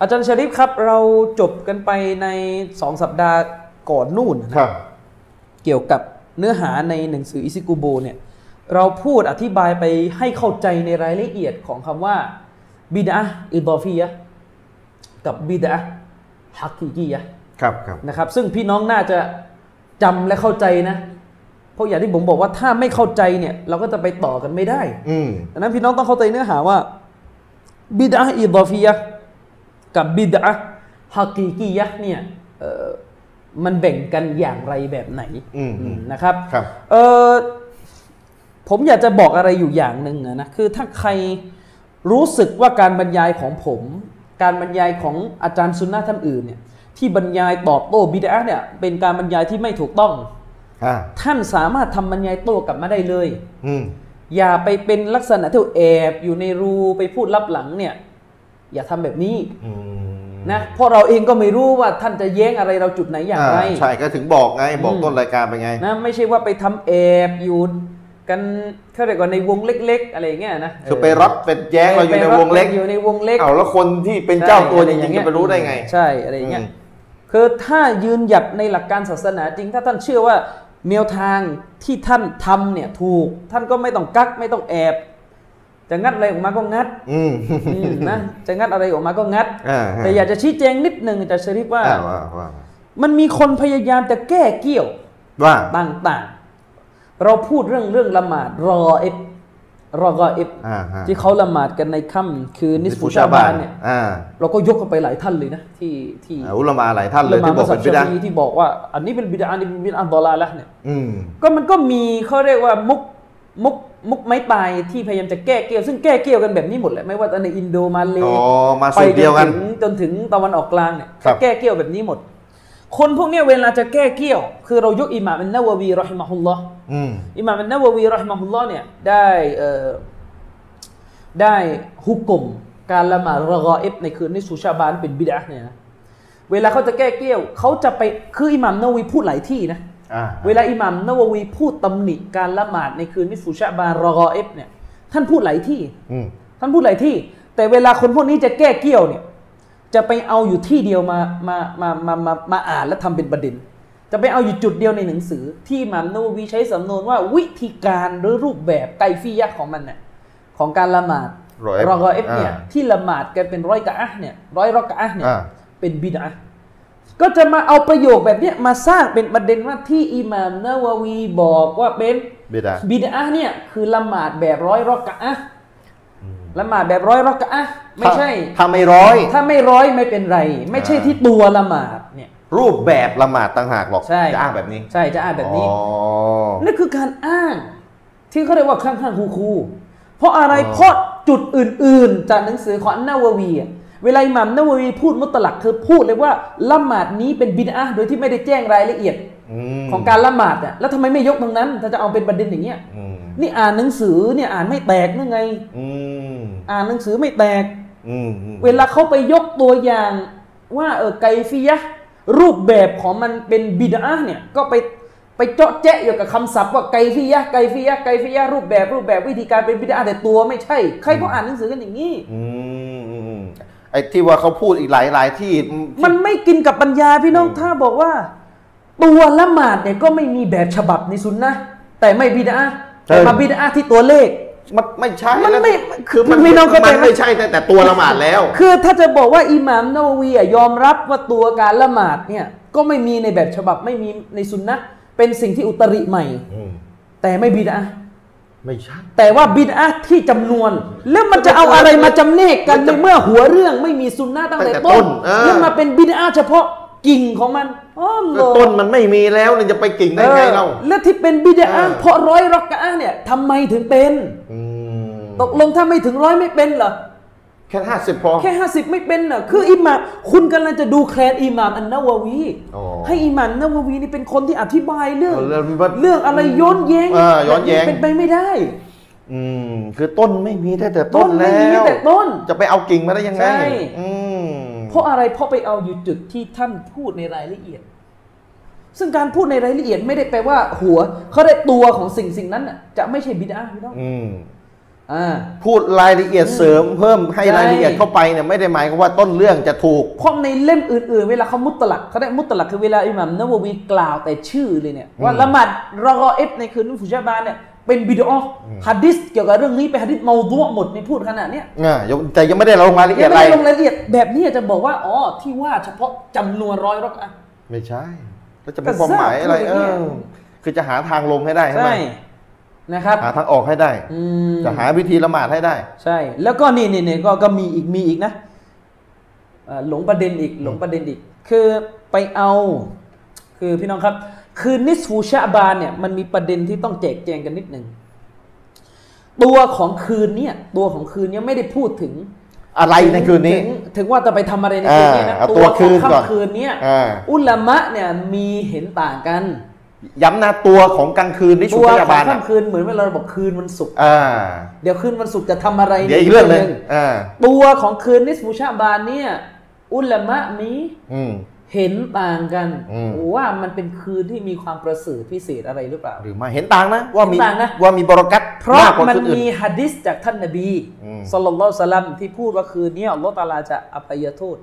อาจารย์ชริฟครับ เราจบกันไปใน 2 สัปดาห์ก่อนนู่นนะครับ เกี่ยวกับเนื้อหาในหนังสืออิซิกุโบเนี่ยเราพูดอธิบายไปให้เข้าใจในรายละเอียดของคำว่าบิดาอิดอฟียะห์กับบิดาฮักกีกียะห์
ครับครับ
นะครับซึ่งพี่น้องน่าจะจำและเข้าใจนะ เพราะอย่างที่ผมบอกว่าถ้าไม่เข้าใจเนี่ย เราก็จะไปต่อกันไม่ได้
อืม
ดังนั้นพี่น้องต้องเข้าใจเนื้อหาว่าบิดาอิดอฟียะห์กับบิดาฮักกีกียะห์เนี่ยเอ่อมันแบ่งกันอย่างไรแบบไหน
อืมอืม
นะครับ
ครับ
เออผมอยากจะบอกอะไรอยู่อย่างหนึ่งอะนะคือถ้าใครรู้สึกว่าการบรรยายของผม การบรรยายของอาจารย์ซุนนะห์ท่านอื่นเนี่ยที่บรรยายตอบโต้บิดาเนี่ยเป็นการบรรยายที่ไม่ถูกต้อง
อ่า
ท่านสามารถทำบรรยายโต้กลับมาได้เลย
อืม
อย่าไปเป็นลักษณะที่แอบอยู่ในรูไปพูดลับหลังเนี่ย อย่าทำแบบนี้
อืม
นะเพราะเราเองก็ไม่รู้ว่าท่านจะแย้งอะไรเราจุดไหนอย่างไร
ใช่ก็ถึงบอกไง บอก
อืม
ต้นรายการไปไง
นะไม่ใช่ว่าไปทำแอบอยู่กันเขาเรียกว่าในวงเล็ก ๆ อะไรอย่างเงี้ยนะ
คือไปรับเป็นแย้งเราอยู่ในวงเล็ก
ไปรับอยู่ในวงเล็ก
เอาแล้วคนที่เป็นเจ้าตัวจริงๆจะไปรู้ได้ไง
ใช่อะไรอย่างเงี้ย
อืม
คือถ้ายืนหยัดในหลักการศาสนาจริง ถ้าท่านเชื่อว่าแนวทางที่ท่านทำเนี่ยถูก ท่านก็ไม่ต้องกักไม่ต้องแอบ จะงัดอะไรออกมาก็งัด
อืม
อืมนะจะงัดอะไรออกมาก็งัด
อ่าฮะ
แต่อยากจะชี้แจงนิดหนึ่งอาจารย์ชริฟว่า
อ่าว่าว่า
มันมีคนพยายามจะแก้เกี่ยว
ว่า
ต่างๆ เราพูดเรื่องเรื่องละหมาดรออิบรอกออิบ
อ่าฮะ
ที่เขาละหมาดกันในค่ำคืนนิสฟุชาบานเนี่ย
อ่า
เราก็ยกกันไปหลายท่านเลยนะที่ที่
อ่าอุลามาหลายท่านเลย
ละหมาด
ที่บอก
มั
เป็
ส
น
ยิ
บิ
ด
ดา
ชาฟีที่บอกว่า อันนี้เป็นบิดาอันนี้เป็นบิดาอันดอลาละเนี่ย
อืม
ก็มันก็มีเขาเรียกว่ามุกมุกมุกไม้ตายที่พยายามจะแก้เกี่ยว ซึ่งแก้เกี่ยวกันแบบนี้หมดแหละไม่ว่าจะในอินโดมาเล
อ๋อมาสูตรเดียวกัน
ไปจถึงจนถึงตะวันออกกลางเนี่ย
ครับ
แก้เกี่ยวแบบนี้หมด คนพวกเนี้ยเวลาจะแก้เกี่ยว คือเรายกอิหม่ามอันนาวะวีรอฮิมะฮุลลอฮ์
อืม
อิหม่ามอันนาวะวีรอฮิมะฮุลลอฮ์เนี่ยได้เอ่อได้ฮุกกลมการละหมาดรอกออิบในคืนนิสุชาบานเป็นบิดาเนี่ยนะเวลาเขาจะแก้เกี่ยวเขาจะไปคืออิหม่ามนาวีพูดหลายที่นะ
อ่า
เวลาอิหมัมนาววีพูดตำหนิการละหมาดในคืนนิสฟูชะบานรอกอเอฟเนี่ยท่านพูดหลายที่
อืม
ท่านพูดหลายที่ แต่เวลาคนพวกนี้จะแก้เกี้ยวเนี่ยจะไปเอาอยู่ที่เดียวมามามามามามาอ่านและทำเป็นประเด็น จะไปเอาอยู่จุดเดียวในหนังสือ ที่อิหมัมนาววีใช้สำนวนว่าวิธีการหรือรูปแบบไกฟียะห์ของมันเนี่ยของการละหมาด
รอเอฟ
รอกอเอฟเนี่ยที่ละหมาดกันเป็นร้อยกะอะห์เนี่ยร้อยรอกะอะห์เนี่ย
อ่า
เป็นบิดอะห์ก็จะมาเอาประโยคแบบเนี้ยมาสร้างเป็นประเด็นว่าที่อิหม่ามนาวาวีบอกว่าเป็น
บิดา
บิดอะห์เนี่ยคือละหมาดแบบร้อยรอกะอะห์ละหมาดแบบร้อยรอกะอะห์ไม่ใช่
ถ้าไม่ร้อย
ถ้าไม่ร้อยไม่เป็นไร ไม่ใช่ที่ตัวละหมาดเนี่ย
รูปแบบละหมาดต่างหากหรอก
ใช่
จะอ้างแบบนี้
ใช่จะอ่านแบบนี้
อ๋อ
นั่นคือการอ้างที่เขาเรียกว่าข้างข้างคูคูเพราะอะไร
อ๋อ
เพราะจุดอื่น ๆ จากหนังสือของอันนาวาวีอะเวลาอิหมัมนาวาวีพูดมุตลักคือพูดเลยว่าละหมาดนี้เป็นบิดอะห์โดยที่ไม่ได้แจ้งรายละเอียด
ม
ของการละหมาดอ่ะแล้วทำไมไม่ยกตรงนั้น ถ้าจะเอาเป็นประเด็นอย่างเงี้ย
อืม
นี่อ่านหนังสือเนี่ยอ่านไม่แตกนี่ไง
อืม
อ่านหนังสือไม่แตก
อืมอืม
เวลาเขาไปยกตัวอย่างว่าเออไกฟิยะห์รูปแบบของมันเป็นบิดาเนี่ยก็ไปไปเจาะแจ๊ะอยู่กับคำศัพท์ว่าไกฟิยะห์ไกฟิยะห์ไกฟิยะห์รูปแบบรูปแบบวิธีการเป็นบิดาแต่ตัวไม่ใช่ ใครก็อ่านหนังสือกันอย่างนี้
อืมอืมอืมไอ้ที่ว่าเขาพูดอีกหลายหลายที่
มันไม่กินกับปัญญาพี่น้องถ้าบอกว่า ตัวละหมาดเนี่ยก็ไม่มีแบบฉบับในสุนนะแต่ไม่บิดาแต่มาบิดาที่ตัวเลข
มันไม่ใช่
มัน
แล้ว
ไม่
คือมัน
พี่น้องเข้าใจ
มั
ไหม
นไม่ใช่แต่แต่ตัวละหมาดแล้ว
คือถ้าจะบอกว่าอิหม่ามนาวีอะยอมรับว่าตัวการละหมาดเนี่ยก็ไม่มีในแบบฉบับไม่มีในสุนนะเป็นสิ่งที่อุตริใหม่
อืม
แต่ไม่บิดอะห์
ไม่ใช่
แต่ว่าบิดอะห์ที่จำนวน แล้วมันจะเอาอะไรมาจำเนกกันในเมื่อหัวเรื่องไม่มีสุนนะตั้งแต่ต้นแล้วมาเป็นบิดอะห์เฉพาะกิ่งของมันอ๋อเหรอ
ต้นมันไม่มีแล้วเนี่ยจะไปกิ่งได้ไงเรา
ออแล้วที่เป็นบิดอะห์
เออ
เพราะร้อยรักกะอะห์เนี่ยทำไมถึงเป็น
ม
ตกลงถ้าไม่ถึงร้อยไม่เป็นเหรอ
แค่ห้าสิบพอ
แค่ 50 ไม่เป็นน่ะคืออิหม่ามคุณกำลังจะดูแคลนอิหม่ามอันนาวาวี
อ๋อ
ให้อิหม่ามนาวาวีนี่เป็นคนที่อธิบายเรื่อง
เรื่องว่า
เรื่องอะไรย้อนแย้ง
เออย้อนแย้ง
เป็นไปไม่ได้
อืมคือต้นไม่มีแต่แต่
ต้
ต้
น
น
ไม่
แล้
มี
ว
แต่ต้น
จะไปเอากิ่งมาได้ยังไง
ใช่
อืม
เพราะอะไรเพราะไปเอาอยู่จุดที่ท่านพูดในรายละเอียด ซึ่งการพูดในรายละเอียดไม่ได้แปลว่าหัวเขาได้ตัวของสิ่งสิ่งนั้นน่ะจะไม่ใช่บิดาพี่น้อง
อืม
อ่า
พูดรายละเอียดเสริมเพิ่มให้
ใช่
รายละเอียดเข้าไปเนี่ยไม่ได้หมายความว่าต้นเรื่องจะถูก
เพราะในเล่มอื่นๆ เวลาเขามุตลักเขาได้มุตลักคือเวลาอิหมัมนาววีกล่าวแต่ชื่อเลยเนี่ยว่าละหมาดรอกอเอฟในคืนนุฟุชาบานเนี่ยเป็นบิดอฮัดดิสเกี่ยวกับเรื่องนี้เป็นฮัดดิสเมาดัวหมดในพูดขนาดเนี้ย
อ่ายังแต่ยังไม่ได้ลงรายละเอีย
ยั
ด
ง
อะไร
ไม่ได้ลงรายละเอียดแบบนี้จะบอกว่าอ๋อที่ว่าเฉพาะจำนวนร้อยรอกอะ
ไม่ใช่ แล้วจะ
แต่
เป็นความหมายอะไร
ท
เอ
ราบคืออย่าง
อ
เงี้ย
คือจะหาทางลงให้ได้ใช่ไหม
ใช่นะครับ
หาทางออกให้ได้
อืม
จะหาวิธีละหมาดให้ได้
ใช่ แล้วก็นี่นี่นี่ก็ก็มีอีกมีอีกนะเอ่อหลงประเด็นอีกหลงประเด็นอีก คือไปเอา คือพี่น้องครับ คือนิสฟูชะบานเนี่ยมันมีประเด็นที่ต้องแจกแจงกันนิดหนึ่งตัวของคืนเนี่ยตัวของคืนเนี่ยไม่ได้พูดถึง
อะไรในคืนนี้
ถึงถึงว่าจะไปทำอะไรในคืนนี้นะ
อ่าเอาตัวคืนก่อน
ค่ำคืนเนี่ย
อ่า
อุลามะเนี่ยมีเห็นต่างกัน
ย้ำนะตัวของกลางคืนที่ชุ
ตั
ดพ
วขอบ
ยาาง ลอ่ะ
ค่ำคืนเหมือนเวลาเราบอกคืนวันศุกร์
อ่า
เดี๋ยวคืนวันศุกร์จะทำอะไร
เดี๋ยวอีกเรื่องหนึ่ง
คืน
อ่า
ตัวของคืนนิสบูชาบานเนี่ยอุลามะมี
อืม
เห็นต่างกัน
อืม
ว่ามันเป็นคืนที่มีความประเสริฐพิเศษอะไรหรือเปล่า
หรือไมาเห็นต่างนะ ว่ามี
เห็นต่างนะ
ว่ามีบรกัต
เพราะ
มากกว่า
มัน
คืนอื่น
มีฮะดิษจากท่านนบี
อืม
สลลัลลอฮุอะลัยฮิวะซัลลัมที่พูดว่าคืนเนี้อัลลอฮฺตะอาลาจะอภัยโทษ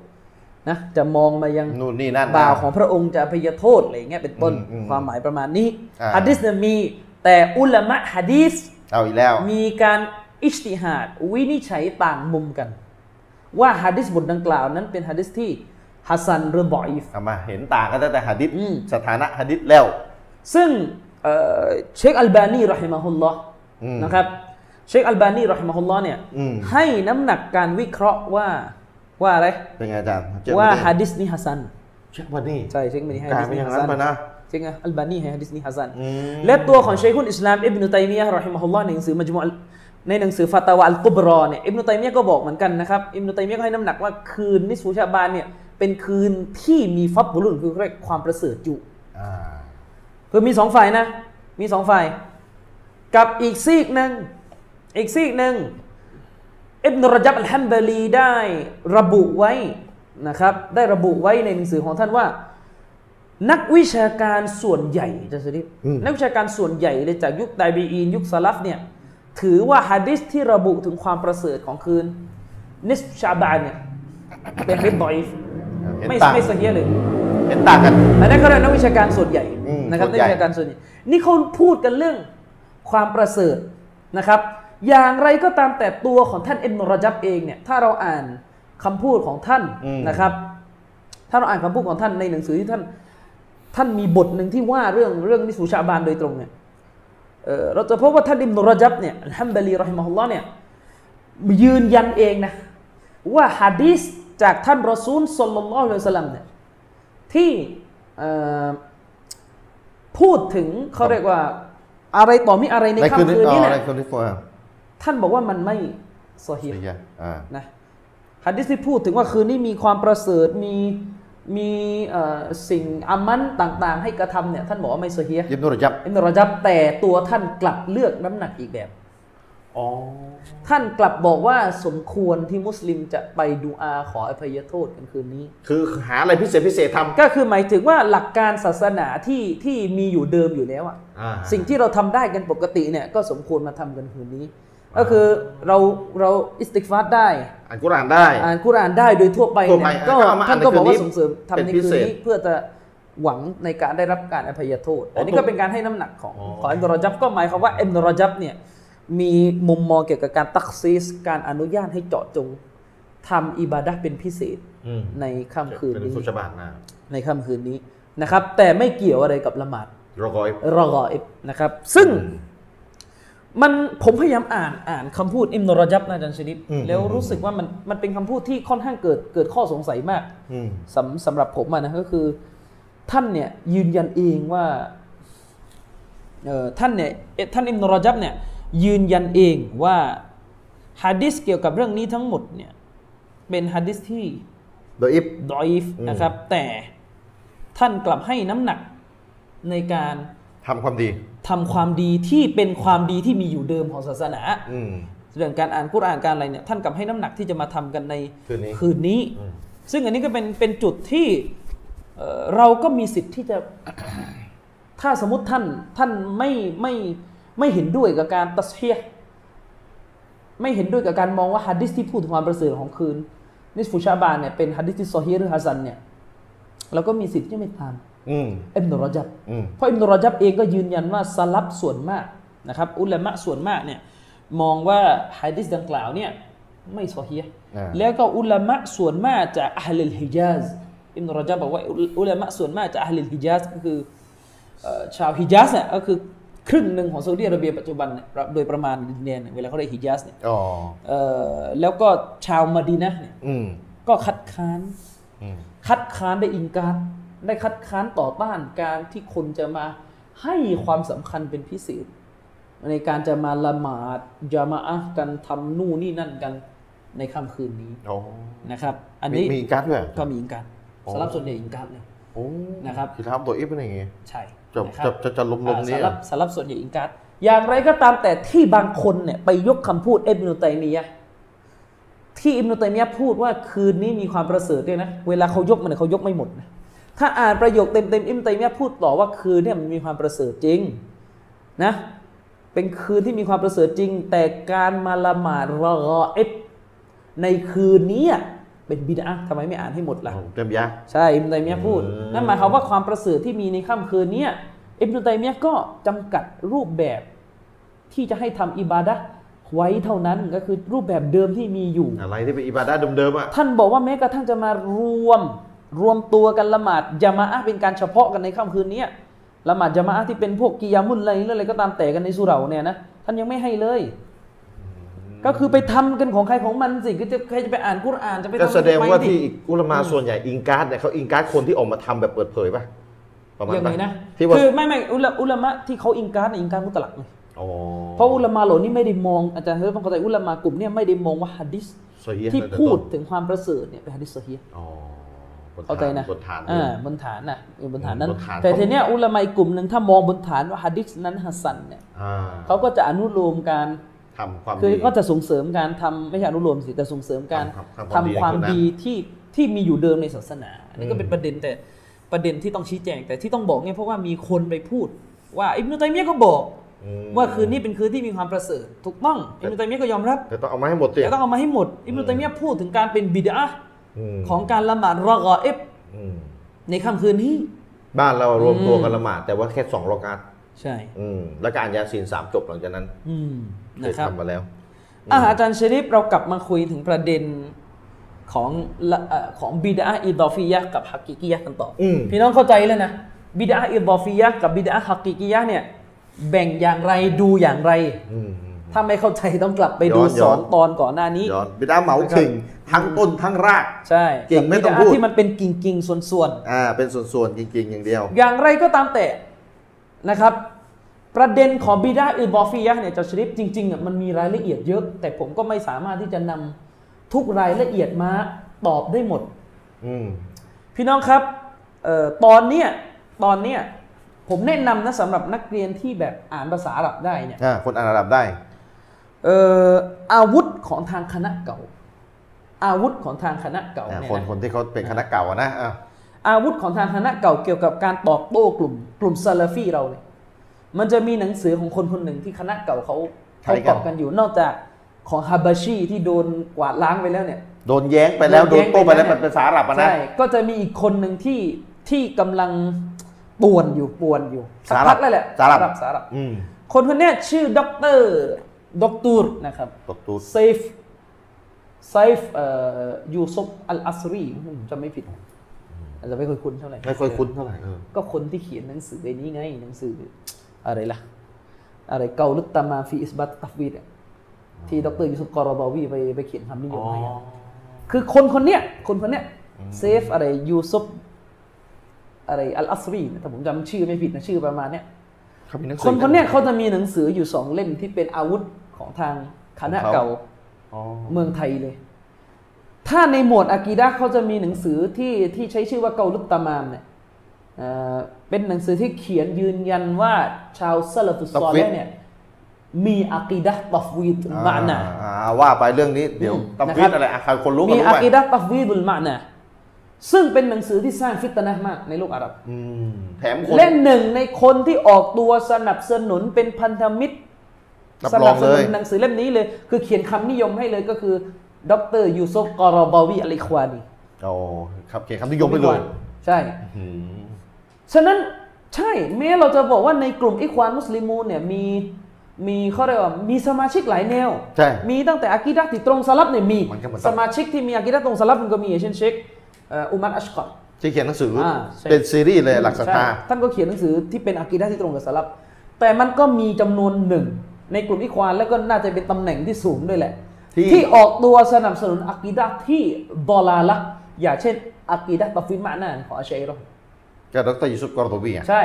นะจะมองมายัง
นู่นนี่นั่น
บ่าวของพระองค์จะอภัยโทษอะไรอย่างเงี้ยเป็นต้น
อืมอืม
ความหมายประมาณนี้
อ่า
ฮะดิษเนี่ยมี แต่อุลามะฮะดิษ
เอาอีกแล้ว
มีการอิจติฮาดวินิจฉัยต่างมุมกัน ว่าฮะดิษบทดังกล่าวนั้นเป็นฮะดิษที่ฮัสซันหรือบออีฟ
เอามาเห็นต่างกันตั้งแต่หะดิษ
อืม
สถานะหะดิษแล้ว
ซึ่งเอ่อเชคอัลบานีรอฮิมะฮุลลอฮ์
อืม
นะครับเชคอัลบานีรอฮิมะฮุลลอฮ์เนี่ย
อืม
ให้น้ำหนักการวิเคราะห์ว่าว่าอะไร
เป็นไงอาจารย์เจ็บ
ว่า
ไหม
ฮะดิษนี้ฮัสซัน
เชื่อว่านี่
ใช่เชคไม่ได้ให้
ก
ฮะ
ลาย
ดิษ
เป็นอ
นี้
ย่าง
ฮั
นั้น
สซัน
ไปนะ
เชคอัลบานีให้ฮะดิษนี้ฮัสซัน
อืม
และตัวของเชคุนอิสลามอิบนุตัยมียะห์รอฮิมะฮุลลอฮ์ในหนังสือมัจมุอัลในหนังสือฟาตาวาอัลกุบรอเนี่ยอิบนุตัยมียะห์ก็บอกเหมือนกันนะครับอิบนุตัยมียะห์ก็ให้น้ำหนักว่าคืนนิสฟูชาบานเนี่ยเป็นคืนที่มีฟับบุรุนคือเรียกความประเสริฐอยู่
อ่า
คือมีสองฝ่ายนะ มีสองฝ่าย กับอีกซีกหนึ่งอีกซีกหนึ่งอิบนุรจับอัลฮัมบาลีได้ระบุไว้นะครับ ได้ระบุไว้ในหนังสือของท่านว่า นักวิชาการส่วนใหญ่จะสริปนักวิชาการส่วนใหญ่เลยจากยุคไดบีอีน ยุคสลัฟเนี่ย ถือว่าฮะดิษที่ระบุถึงความประเสริฐของคืน นิสชาบานเนี่ยเป็นฮะดิษดอยฟ์
เห็น
ไม่
ต่าง
ไม่เสถียรเลย
เห็นต่างกัน
อันนั้นเขาเรียกนักวิชาการส่วนใหญ่
อืม
นะครับ
ส่
นั
วน
ก
ใหญ่
วิชาการส่วนใหญ่นี่เขาพูดกันเรื่องความประเสริฐนะครับ อย่างไรก็ตามแต่ตัวของท่านอิบนุรจับเองเนี่ยถ้าเราอ่านคำพูดของท่าน
อืม
นะครับ ถ้าเราอ่านคำพูดของท่านในหนังสือที่ท่าน ท่านมีบทหนึ่งที่ว่าเรื่องเรื่องนิสูชาบานโดยตรงเนี่ยเอ่อเราจะพบว่าท่านอิบนุรจับเนี่ยอัลฮัมดุลิลลาฮิรเราะฮิมะฮุลลอฮ์เนี่ยยืนยันเองนะ ว่าฮะดีษจากท่านรอซูลสัลลัลลอฮุอะลัยฮิวะสัลลัมเนี่ยที่เอ่อพูดถึงเขาเรียกว่าอะไรต่อมีอะไรใน
ในคืน
ค่ำ
นี้
คืน
อ๋
นี้
อ
เนี่ย
ในคืนนี้ก็
ท่านบอกว่ามันไม่สฮี
สี่
ห์
ยะอ่า
นะฮัดดิสที่พูดถึงว่าคืนนี้มีความประเสริฐมีมีเอ่อสิ่งอามันต่างๆ ให้กระทำเนี่ยท่านบอกว่าไม่สฮีห์
ยิบนุรจับ
อิมรอจับแต่ตัวท่านกลับเลือกน้ำหนักอีกแบบ
อ๋อ
ท่านกลับบอกว่าสมควรที่มุสลิมจะไปดูอาขออภัยโทษกันคืนนี้
คือหาอะไรพิเศษพิเศษทำ
ก็คือหมายถึงว่าหลักการศาสนาที่ที่มีอยู่เดิมอยู่แล้วอะ
อ่า
สิ่งที่เราทำได้กันปกติเนี่ยก็สมควรมาทำกันคืนนี้ ก็คือเราเราอิสติกฟาดได้
อ่านกุรอานได้
อ่านกุรอานได้โดยทั่วไป
ทั่วไป
เนี่ยก็
ก็เอามาอ่า
ท่าน น
ใน
ก็บอก
คืนนี้
ว่าส่งเสริมทำ
เป็น
ใน
พิ
คืน
เศษ
นี้เพื่อจะหวังในการได้รับการอภัยโทษ
อ๋อ
อันนี้
ถู
ก็
ก
เป็นการให้น้ำหนักของ
อ๋อ
ของอิมรอจับก็หมายความว่าอิมรอจับเนี่ยมีมุมมองเกี่ยวกับการตักซีสการอนุญาตให้เจาะจงทำอิบาดะห์เป็นพิเศษ
อืม
ในค่ำคืน
เป็น
นี้
สุชบาทนะ
ในค่ำคืนนี้นะครับ แต่ไม่เกี่ยวอะไรกับละหมาด
รอกอย
รอกออิบนะครับ ซึ่ง มันผมพยายามอ่านอ่านคำพูดอิมนุรจับนะอาจารย์ชริป
อืม
แล้วรู้สึกว่ามันมันเป็นคำพูดที่ค่อนข้างเกิดเกิดข้อสงสัยมาก
อืม
สำสำหรับผมอะนะก็คือ ท่านเนี่ยยืนยันเองว่าเอ่อท่านเนี่ยเอ่อท่านอิมนุรจับเนี่ยยืนยันเองว่าฮะดิษเกี่ยวกับเรื่องนี้ทั้งหมดเนี่ยเป็นฮะดิษที่
โดยอิบ
ดอยฟ
อืม
นะครับ แต่ท่านกลับให้น้ำหนักในการ
ทำความดี
ทำความดีที่เป็นความดีที่มีอยู่เดิมของศาสนา
อืม
เรื่องการอ่านกุรอานการอะไรเนี่ยท่านกลับให้น้ำหนักที่จะมาทำกันใน
คืนนี้
คืนนี้
อืม
ซึ่งอันนี้ก็เป็นเป็นจุดที่เอ่อเราก็มีสิทธิ์ที่จะ ถ้าสมมติท่านท่านไม่ไม่ไม่เห็นด้วยกับการตัสเฮียห์ไม่เห็นด้วยกับการมองว่าฮัดดิสที่พูดถึงความประเสริฐของคืนนิสฟูชาบานเนี่ยเป็นฮัดดิสที่ซอฮีหรือฮัสซันเนี่ยเราก็มีสิทธิ์ที่จะไม่ตาม
อืม
อิบนุรจับ
อืม
เพราะอิมนุรจับเองก็ยืนยันว่าสลับส่วนมากนะครับ อุลามะส่วนมากเนี่ยมองว่าฮะดิษดังกล่าวเนี่ยไม่ซอฮีฮ์
อ่า
แล้วก็อุลามะส่วนมากจากอัลลฮิญาซอิมนุรจับบอกว่าอุลอุลามะส่วนมากจากอัลลฮิญาซก็คือเอ่อชาวฮิญาซเนี่ยก็คือครึ่งหนึ่งของซาอุดิอาระเบียปัจจุบันเนี่ยโดยประมาณดินแดนเนี่ยเวลาเขาเรียกฮิญาซเนี่ย
อ๋อ
เอ่อแล้วก็ชาวมะดีนะห์เนี่ย
อืม
ก็คัดค้าน
อืม
คัดค้านได้อิงการดได้คัดค้านต่อต้านการที่คนจะมาให้ความสำคัญเป็นพิเศษ ในการจะมาละหมาดจะมาอะห์กันทำนู่นนี่นั่นกันในค่ำคืนนี้
อ๋อ
นะครับ อัน
มี
นี้
มีการ์ดด้วย
ก็มีอิงการด
อ๋อ
สำหรับส่วนใหญ่อิงการดเลย
โอ้
นะครับ
คือทำโดยอิบเป็นอย่างงี้
ใช่
จะ
นครับ
จะจะจะล้มลมๆ
อ่า
นี้
สำหรับสำหรับส่วนใหญ่อิงการดอย่างไรก็ตามแต่ที่บางคนเนี่ยไปยกคำพูดเอบนุตัยมียะห์ที่อิบนุตัยมียะห์พูดว่าคืนนี้มีความประเสริฐด้วยนะ เวลาเขายกมันเนยเขายกไม่หมดนะถ้าอ่านประโยคเต็มๆอิบนุตัยมียะห์พูดต่อว่าคืนเนี่ยมันมีความประเสริฐจริงนะ เป็นคืนที่มีความประเสริฐจริง แต่การมาละหมาดรออิบในคืนนี้อะเป็นบิดาทำไมไม่อ่านให้หมดล่ะ
เต็มยะ
ใช่อิมนุตัยมียะห์พูด
อืม
นั่นหมายความว่าความประเสริฐที่มีในค่ำคืนเนี้ยอิมนุตัยมียะห์ก็จำกัดรูปแบบที่จะให้ทำอิบาดะห์ไว้เท่านั้นก็คือรูปแบบเดิมที่มีอยู่
อะไรที่เป็นอิบาดะห์เดิมๆอ่ะ
ท่านบอกว่าแม้กระทั่งจะมารวม รวมตัวกันละหมาดยามาอะห์เป็นการเฉพาะกันในค่ำคืนเนี้ยละหมาดยามาอะห์ที่เป็นพวกกิยามุลไลหรืออะไรก็ตามแต่กันในสุเหราเนี่ยนะท่านยังไม่ให้เลย ก็คือไปทำกันของใครของมันสิก็จะใครจะไปอ่านกุรอานจะไปทำ
ก็แสดง
ไป
ว่า
สิ
ที่อุลามาส่วนใหญ่อิงการ์ดเนี่ยเขาอิงการ์ดคนที่ออกมาทำแบบเปิดเผยป่ะประมาณ
ยังไงนะ
ที่ว่า
คือไม่ไม่อุลาอุลามะที่เขาอิงการ์ดเนี่ยอิงการ์ดมุตลักเลย
อ๋อ
เพราะอุลามะเหล่านี้ไม่ได้มองอาจารย์เฮ้ยบางคนใจอุลามะกลุ่มเนี่ยไม่ได้มองว่าฮัดดิส
ซอฮีฮ์
ที่
ตั้งแต่
พูด
ต้น
ถึงความประเสริฐเนี่ยเป็นฮัดดิสเฮีย
อ๋อบน
เข้าใจนะ
บนฐาน
อ่า
เลย
บนฐานนะเออบนฐานนั้น
บนฐาน
แต่ทีเนี้ยอุลามะอีกกลุ่มหนึ่งถ้ามองบนฐานว่าฮัดดิสนั้นฮัสซันเนี่ย
อ่า
เขาก็จะอนุโลมการ
ทำความ
คือ
ดี
ก็จะส่งเสริมการทำไม่ใช่อนุโลมสิแต่ส่งเสริมการ
ทำ
ทำ
ทำ
ค
คาว
วาม ม
ดี
ดีที่ที่มีอยู่เดิมในศาสนาอันนี้
อื
ก็
ม
เป็นประเด็นแต่ประเด็นที่ต้องชี้แจง แต่ที่ต้องบอกเนี่ยเพราะว่ามีคนไปพูด ว่าอิบนุตัยมียะห์ก็บอก
อืม
ว่าคืนนี้เป็นคืนที่มีความประเสริฐถูกต้องอิบนุตัยมียะห์ก็ยอมรับ
แต่ต้องเอามาให้หมดสิ
แต่ต้องเอามาให้หมดอิบนุตัยมียะห์พูดถึงการเป็นบิดา
อืม
ของการละหมาดรอกอเอฟ
อืม
ในค่ำคืนนี้
บ้านเรารวมตัวกันละหมาดแต่ว่าแค่สองรอกาต
ใช่
อืมและการยาซีนสามจบหลังจากนั้น
อืม
เค
นะ
ย
ครับ
ทำมาแล้ว
อาอาจารย์ชริปเรากลับมาคุยถึงประเด็นของละเอ่อของบิดาอิดอฟิยะห์กับฮักกิกิยะห์กันต่ออ
ม
พี่น้องเข้าใจแล้วนะบิดาอิดอฟิยะห์กับบิดาฮักกิกิยะห์เนี่ยแบ่งอย่างไรดูอย่างไร
อืม
ถ้าไม่เข้าใจต้องกลับไปดู
ย้อน
ส
ย้
อ
อน น
ตอนก่อนหน้านี้
ย้อนบิดาเหมาเข่งทั้งต้นทั้งราก
ใช่
กิ่งไม่ต้อง
กับ
พู
บิดา
ด
ที่มันเป็นกิ่งกิ่งๆส่วน
อ่าเป็นส่วนๆจริงๆ อย่างเดียว
ๆ อย่างไรก็ตามแต่นะครับ ประเด็นของบิดาอิดอฟิยะห์เนี่ยอาจารย์ชริปจริงๆอ่ะมันมีรายละเอียดเยอะ แต่ผมก็ไม่สามารถที่จะนำทุกรายละเอียดมาตอบได้หมด
อืม
พี่น้องครับเออตอนเนี้ยตอนเนี้ยผมแนะนำนะสำหรับนักเรียนที่แบบอ่านภาษาอาหรับได้เนี่ย
อ่าคนอ่านอาหรับได้
เอออาวุธของทางคณะเก่า อาวุธของทางคณะเก่า
อ่า
เนี่ย
คน
นะ
คนที่เขาเป็นคณะเก่าอะนะอ่า
อาวุธของทางคณะเก่าเกี่ยวกับการตอบโต้กลุ่ม กลุ่มซาลาฟีเราเนี่ยมันจะมีหนังสือของคนคนหนึ่งที่คณะเก่าเขาเขาตอบกันอยู่นอกจากของฮาบาชีที่โดนกวาดล้างไปแล้วเนี่ย
โดนแย้งไปแล้ว โดนโต้ไปแล้วมันเป็นภาษาอาหรับอะนะ
ใช่ ก็จะมีอีกคนหนึ่งที่ที่กำลังป่วนอยู่ป่วนอยู่สัก
สารับ
พักแล้วแหละ
สารับ
บสารับ
อืม
คนคนเนี้ยชื่อด็อกเตอร์ด็อกตูรนะครับ
ตบตูด
ไซฟไซฟเอ่อยูซุฟอัลอัสรีผมจะไม่ผิดอาจจะไม่ค่อยคุ้นเท่าไหร่
ไม่ค่อยคุ้นเท่าไหร่เออ
ก็คนที่เขียนหนังสือไอ้นี้ไงหนังสืออะไรล่ะ อะไรเกาลุตตามาฟีอิสบัตตัฟวีดอะที่ด็อกเตอร์ยูซุฟกอรอบาวีไปไปเขียนคำนิย
อ๋
ม
อ
ให้อะ คือคนคนเนี้ยคนคนเนี้ยเซฟอะไรยูซุปอะไรอัลอัสรีเนี่ยถ้าผมจำชื่อไม่ผิดนะชื่อประมาณเนี้ย
เขามีหนังสื
คนคนเนี้ยเขาจะมีหนังสืออยู่สองเล่มที่เป็นอาวุธของทางคณะเก่า
อ๋อ
เมืองไทยเลย ถ้าในหมวดอากีดะห์เขาจะมีหนังสือที่ที่ใช้ชื่อว่าเกาลุตตามามเนี่ยเอ่อเป็นหนังสือที่เขียนยืนยันว่าชาวซาลาฟุสซอลห์เนี่ยมีอากีดะห์ตัฟวีดอุลมานะ
อ่าว่าไปเรื่องนี้เดี๋ยว
อืม
ตับ
นะครับ
วิทย์อะไรอ่ะใครคนรู้ก็
มี
รู้
อา
ไป
กีดะห์ตัฟวีดุลมานะซึ่งเป็นหนังสือที่สร้างฟิตนะห์มากในโลกอาหรับ
อืมแถมคน
และหนึ่งในคนที่ออกตัวสนับสนุนเป็นพันธมิตร
รับ
ส
ร
นั
อง
ส
เล
นุ
ย
นหนังสือเล่มนี้เลย คือเขียนคำนิยมให้เลยก็คือ ดรยูซุฟกอรอบาวีอัลอิควานี
โอ้ครับเขียนคำนิยมไปเลย
ใช่
อืม
ฉะนั้นใช่แม้เราจะบอกว่าในกลุ่มอิควานมุสลิมูนเนี่ยมีมีเขาเรียกว่ามีสมาชิกหลายแนว
ใช่
มีตั้งแต่อากิดะห์ที่ตรงสลับเนี่ยมี
มันก็เหมือนกัน
สมาชิกที่มีอากิดะห์ตรงสลับมันก็มีอย่างเช่นเชคเอ่ออุมัรอัชกอร
ที่เขียนหนังสืออา
ใช่
เป็นซีรีส์เลยหลักศรัทธา
ใช่ท่านก็เขียนหนังสือที่เป็นอากีดะห์ที่ตรงกับสลับ แต่มันก็มีจำนวนหนึ่ง ในกลุ่มอิควานแล้วก็น่าจะเป็นตำแหน่งที่สูงด้วยแหละ
ที่
ที่ออกตัวสนับสนุนอากีดะห์ที่บอลาละอย่างเช่นอากีดะห์ตัฟวิมะนานของอาชัยรอห์
ก็ดรยูซุฟกอร์ตบีอ่ะ
ใช่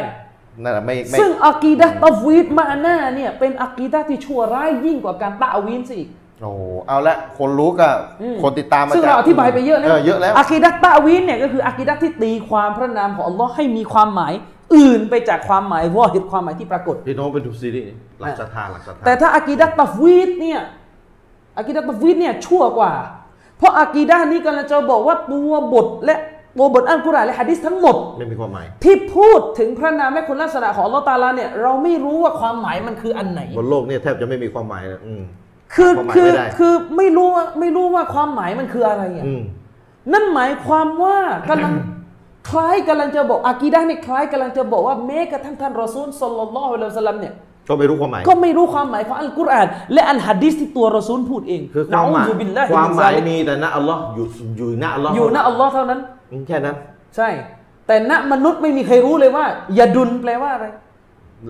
นั่นแหละไม่ไม่
ซึ่งอากีดะห์ตัฟวิมะนาเนี่ยเป็นอากีดะห์ที่ชั่วร้ายยิ่งกว่าการตะอาวีนซะอีก
โอ้โหเอาละคนรู้กับ
อืม
คนติดตามมา
ซึ่ง
จก
เราอธิบายไปเยอะแล้ว
เยอะแล้ว
อากีดัตตะอาวีนเนี่ยก็คืออากีดัตที่ตีความพระนามของอัลลอฮ์ให้มีความหมายอื่นไปจากความหมายวอฮิดความหมายที่ปรากฏ
พี่น้องไปดูซีรีส์หลักศรัทธาหลักศรัทธา
แต่ถ้าอากีดะห์ตัฟวีดเนี่ยอากีดะห์ตัฟวีดเนี่ยชั่วกว่า เพราะอากีดะห์นี้กำลังจะบอกว่าตัวบทและตัวบทอัลกุรอานและฮะดิษทั้งหมด
ไม่มีความหมาย
ที่พูดถึงพระนามและคุณลักษณะของอัลลอฮ์ตะอาลาเนี่ยเราไม่รู้ว่าความหมายมันคืออันไหน
บนโลกเนี่ยแทบจะไม่มีความหมายเลยอืม
คือ
ความหมาย
คือ
ไม่ได้
คือไม่รู้ว่าไม่รู้ว่าความหมายมันคืออะไรอ่ะ
อืม
นั่นหมายความว่ากำลัง คล้ายกำลังจะบอกอากีดะห์เนี่ยคล้ายกำลังจะบอกว่าแม้กระทั่งท่านรอซูลสลลัลลอฮุอะลัยฮิวะสัลลัมเนี่ย
ก็ไม่รู้ความหมาย
ก็ไม่รู้ความหมายของอัลกุรอานและอันฮัดดิสที่ตัวเราะซูลพูดเอง
คือความหมาย
นะอูซุบิลลฮิ
ความหมาย
นซลิก
มีแต่ณอัลลอฮ์อยู่อยู่ณอัลลอฮ์
อยู่ณอัลลอฮ์เท่านั้น
อืมแค่นั้น
ใช่ แต่ณมนุษย์ไม่มีใครรู้เลยว่ายาดุลแปลว่าอะไร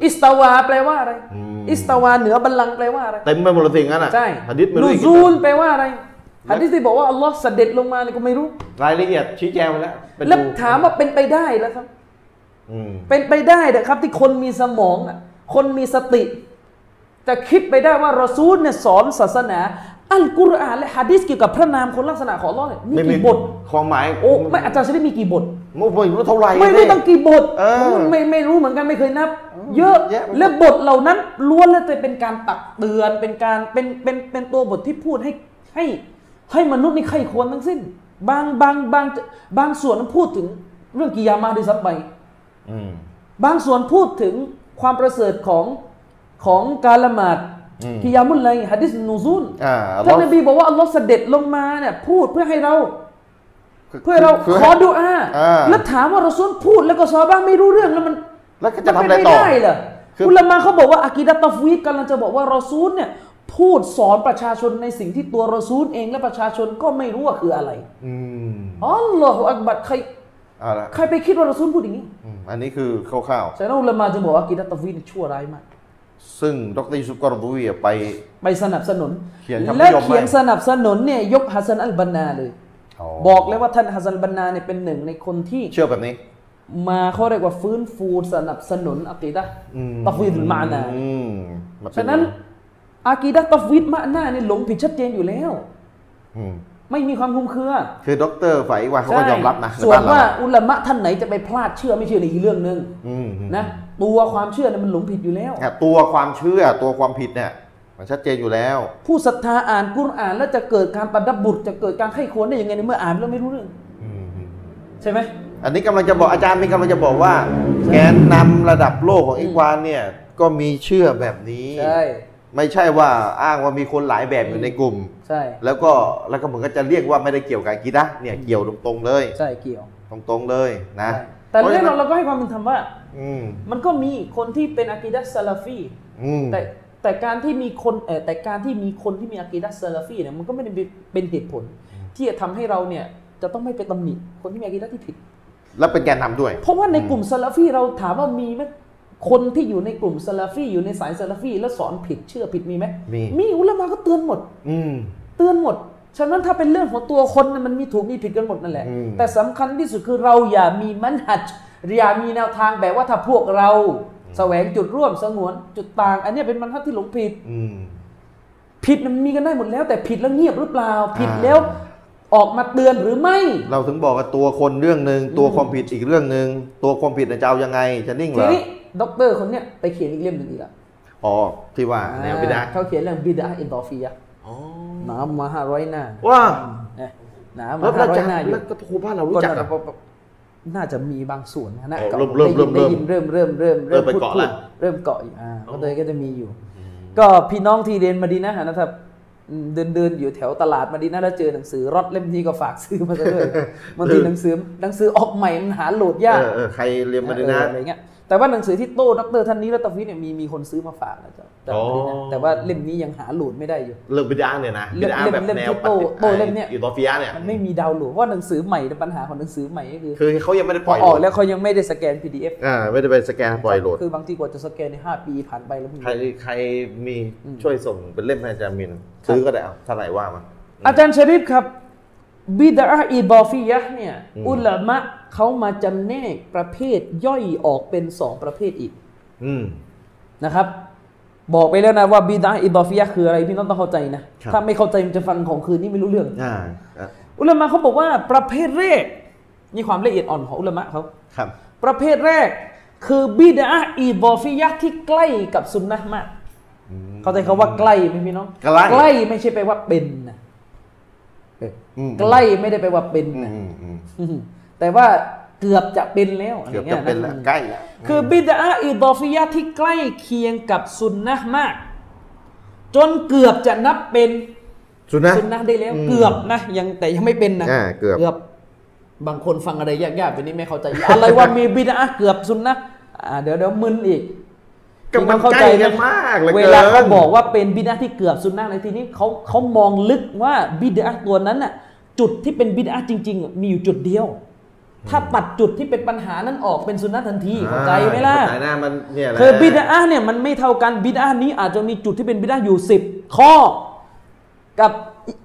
อิสตาวาแปลว่าอะไร
อืม
อิสตาวาเหนือบัลลังก์แปลว่าอะไร
เต็มไปหมดเลยสิ่งนั้นอ่ะ
ใช่
หะดิษไม่รู้
นู
อีก
ซูลแปลว่าอะไรฮัดดิสที่บอกว่าอัลลอฮ์เสด็จลงมาเนี่ยก็ไม่รู้
รายละเอียดชี้แจงไปแล้วไป
แล้ว
ดู
ถามว่าเป็นไปได้แล้วครับ
อืม
เป็นไปได้นะครับ ที่คนมีสมองอะคนมีสติ จะคิดไปได้ว่ารอซูลเนี่ยสอนศาสนา อัลกุรอานและฮะดิษเกี่ยวกับพระนามคนลักษณะของอัลลอฮ์เนี่ยมีกี่บท
ความหมาย
โอ้ไม่อาจารย์ชลิดมีกี่บท
ไม่รู้เท่าไหร่
ไม่รู้
เนี่ย
ตั้งกี่บท
เออ
ผมไม่ไม่รู้เหมือนกันไม่เคยนับ เยอะ
เยอะไปหมด
และบทเหล่านั้นล้วนแล้วแต่เป็นการตักเตือนเป็นการเป็นเป็นเป็นตัวบทที่พูดให้ให้ให้มนุษย์นี่ใครควรทั้งสิ้น บางบางบางบางส่วนพูดถึงเรื่องกิยามาด้วยซ้ำไป
อืม
บางส่วนพูดถึงความประเสริฐของของการละหมาด
อืม
กิยามุลไลฮะดิษนูซูล
อ่าอัลลอ
ท่า
ฮ์
นนบีบอกว่าอัลลอฮ์เสด็จลงมาเนี่ยพูดเพื่อให้เรา เพื่อเราขอดุอา
อ่า
แล้วถามว่าเราซูลพูดแล้วก็ซอฮาบ้างไม่รู้เรื่องแล้วมัน
แล้วก็จะทำอะไร
มันเป็น
ต่อ
ได้เหรอ
คืออุ
อุลามะเขาบอกว่าอากีดะตะฟวีดกำลังจะบอกว่ารอซูลเนี่ยพูดสอนประชาชนในสิ่งที่ตัวรอซูลเองและประชาชนก็ไม่รู้ว่าคืออะไร
อืม
อ๋อเหรออักบัดใคร
เอ่าละ
ใครไปคิดว่ารอซูลพูดอย่างนี้
อืมอันนี้คือคร่าว
ฉะนั้นอุลามะจึงบอกว่าอากีดะตะฟวีดชั่วร้ายมาก
ๆ ซึ่งดรยูซุฟกอรดุวีอะไป
ไปสนับสนุน
เขียนคำนิยมไว้
และเขียนสนับสนุนเนี่ยยกฮัสซันอัลบานาเลย บอกเลยว่าท่านฮัสซันอัลบานาเนี่ยเป็นหนึ่งในคนที่
เชื่อแบบนี้
มาเขาเรียกว่าฟื้นฟูสนับสนุนอากีดะห์
อืม
ตะฟวีดมานา
อืมมัเป็
ฉะนั้นอากีดะห์ตะฟวีดมะนาเนี่ยหลงผิดชัดเจนอยู่แล้ว
อืม
ไม่มีความคลุมเครือ
คือดรฝ่ายว่าเขาก็ยอมรับนะใน
ส่วน
บ้นเร
ว่า
อะ
อุลามะท่านไหนจะไปพลาดเชื่อไม่เชื่อในอีกเรื่องหนึ่ง
อืมอืม
นะตัวความเชื่อเนี่ยมันหลงผิดอยู่แล้ว
อ่ะตัวความเชื่อตัวความผิดเนี่ยมันชัดเจนอยู่แล้ว
ผู้ศรัทธาอ่านกุรอานแล้วจะเกิดการประดับบุตรจะเกิดการไข้ควรได้ยังไงในเมื่ออ่านแล้วไม่รู้เรื่อง
อืมอืม
ใช่ไหม
อันนี้กำลังจะบอกอาจารย์มีกำลังจะบอกว่า แกนนำระดับโลกของอีควานเนี่ยก็มีเชื่อแบบนี้
ใช่
ไม่ใช่ว่าอ้างว่ามีคนหลายแบบอยู่ในกลุ่ม
ใช่
แล้วก็แล้วก็เหมือนก็จะเรียกว่าไม่ได้เกี่ยวกับกีตาร์เนี่ยเกี่ยวตรงๆเลย
ใช่เกี่ยว
ตรงๆเลยนะ
ใช่แต่แน่นอนเราก็ให้ความเป็นธรรมว่า
อืม
มันก็มีคนที่เป็นอากีดัสซาลาฟี
อืม
แต่แต่การที่มีคนเออแต่การที่มีคนที่มีอากีดัสซาลาฟีเนี่ยมันก็ไม่ได้เป็นเป็นเหตุผล ที่จะทำให้เราเนี่ยจะต้องไม่ไปตำหนิคนที่มีอากีดัสที่ผิด
แล้วเป็นแกนนำด้วย
เพราะว่าในกลุ่มซาลาฟีเราถามว่ามีไหมคนที่อยู่ในกลุ่มซาลาฟีอยู่ในสายซาลาฟีแล้วสอนผิดเชื่อผิดมีไหม
มี
มีอุลามะก็เตือนหมด
อืม
เตือนหมด ฉะนั้นถ้าเป็นเรื่องของตัวคนน่ะมันมีถูกมีผิดกันหมดนั่นแหละ
อืม
แต่สำคัญที่สุดคือเราอย่ามีมันหัดอย่ามีแนวทางแบบว่าถ้าพวกเราแสวงจุดร่วมสงวนจุดต่าง อันเนี้ยเป็นมันหัดที่หลงผิด
อืม
ผิดน่ะมันมีกันได้หมดแล้ว แต่ผิดแล้วเงียบหรือเปล่า ผิด
อ่า
แล้วออกมาเตือนหรือไม่
เราถึงบอกว่าตัวคนเรื่องหนึ่งตัวความผิดอีกเรื่องหนึ่งตัวความผิดนะจะเอายังไงจะนิ่งเหร
ที
อ
นี้ด็อกเตอร์คนเนี้ยไปเขียนอีกเล่มหนึ่งอีกอะ
อ๋อที่ว่าแนวบิดา
เขาเขียนเรื่องบิดาอินดอฟียะห์หนามาห้าร้อยหน้า
ว่า
นะหนามา
แล้ว
ห้าร้อ
จะ
ยหน้าอยู่
แล้วก็ครูบ้านเรารู้จักอะ
น่าจะมีบางส่วนนะนะ
อ๋อ
ก็
เริ่มเริ่ม
ได้ยิน
เริ่
ได้
ม
ยินเริ่มเริ่มเริ่ม
เริ่มไปเกาะ
พูด
ละ
เริ่มเกาะอยู่อ่าก็เลยก็จะมีอยู่ ก็พี่น้องที่เรียนมาดีนะฮะนะครับอืมเดินเดินอยู่แถวตลาดมาดีนะแล้วเจอหนังสือรอดเล่มนี้ก็ฝากซื้อมาซะด้วยบางทีหนังสือหนังสือออกใหม่มันหาโหลดยาก
เออเออใครเรียนมาดี
เอ
นะ
ออะไรเงี้ยแต่ว่าหนังสือที่โต้ดอกเตอรท่านนี้และตะวิทเนี่ยมีมีคนซื้อมาฝากนะจ๊ะแต่มาดีนะ
อ๋อ
แต่ว่าเล่มนี้ยังหาโหลดไม่ได้อยู่
เรื่องบิดาเนี่ยนะ
เล่
บิ
ม
ดาแบบ
เล่ม
แน
ที่
ว
โตโตเล่มเนี่ย
อิดอฟิยาเนี่ย
มันไม่มีดาวน์โหลดเพราะว่าหนังสือใหม่เนี่ยปัญหาของหนังสือใหม่ก็คือ
คือเขายังไม่ได้
พ
ป
อ
ล่อย
ออกแล้วเขายังไม่ได้สแกน PDF
อ่าไม่ได้ไปสแกนปล่อยโหลด
คือบางทีกว่าจะสแกนใน 5 ปีผ่านไปแล้วมึง
ใครใครมีช่วยส่งเป็นเล่มให้อาจารย์มิน ซื้อก็ได้เอาเท่าไหร่ว่ามา
อาจารย์ชริฟครับ บิดาอิบอฟียะห์เนี่ย อุลามะเขามาจำแนกประเภทย่อยออกเป็น 2 ประเภทอีก
อืม
นะครับ บอกไปแล้วนะว่าบิดาอิบอฟียะห์คืออะไรพี่น้องต้องเข้าใจนะ
ครับ
ถ้าไม่เข้าใจมันจะฟังของคืนนี้ไม่รู้เรื่อง
อ่าอ่ะ
อุลามะเขาบอกว่าประเภทแรกนี่ความละเอียดอ่อนของอุลามะเขา
ครับ
ประเภทแรกคือบิดาอิบอฟียะห์ที่ใกล้กับสุนนะห์มาก เข้าใจคำว่าใกล้ไหมพี่น้อง
ใกล้
ไม่ใช่แปลว่าเป็นนะเออ
อืม
ใกล้ไม่ได้แปลว่าเป็น
อืม
นะ
อืมอืม
อืม แต่ว่าเกือบจะเป็นแล้ว
เกือบ
ไรงี้
จะ
ย
เป็นแล้วใกล้แล้ว
คือบิดาอิดอฟิยะห์ที่ใกล้เคียงกับสุนนะห์มาก จนเกือบจะนับเป็น
สุดนะ
สุนนะห์ได้แล้ว
อืม
เกือบนะยังแต่ยังไม่เป็นนะ
อ่าเกือบ
บางคนฟังอะไรยากๆแบบนี้ไม่เข้าใจ อะไรว่ามีบิดาเกือบสุนนะห์อ่าเดี๋ยวเดี๋ยวมึนอีก
ก็มันใกล้กันมากหอ
เว
กิน
ลาเขาบอกว่าเป็นบิดาที่เกือบสุนนะในที่นี้เขาเขามองลึกว่าบิดาตัวนั้นน่ะจุดที่เป็นบิดาจริงๆอ่ะมีอยู่จุดเดียว ถ้าตัดจุดที่เป็นปัญหานั้นออกเป็นสุนนะทันทีเข้าใจไหมล่ะ
อ่าสายหน้ามันเนี่ยแหละ
คือบิดาเนี่ยมันไม่เท่ากันบิดานี้อาจจะมีจุดที่เป็นบิดาอยู่สิบข้อ กับ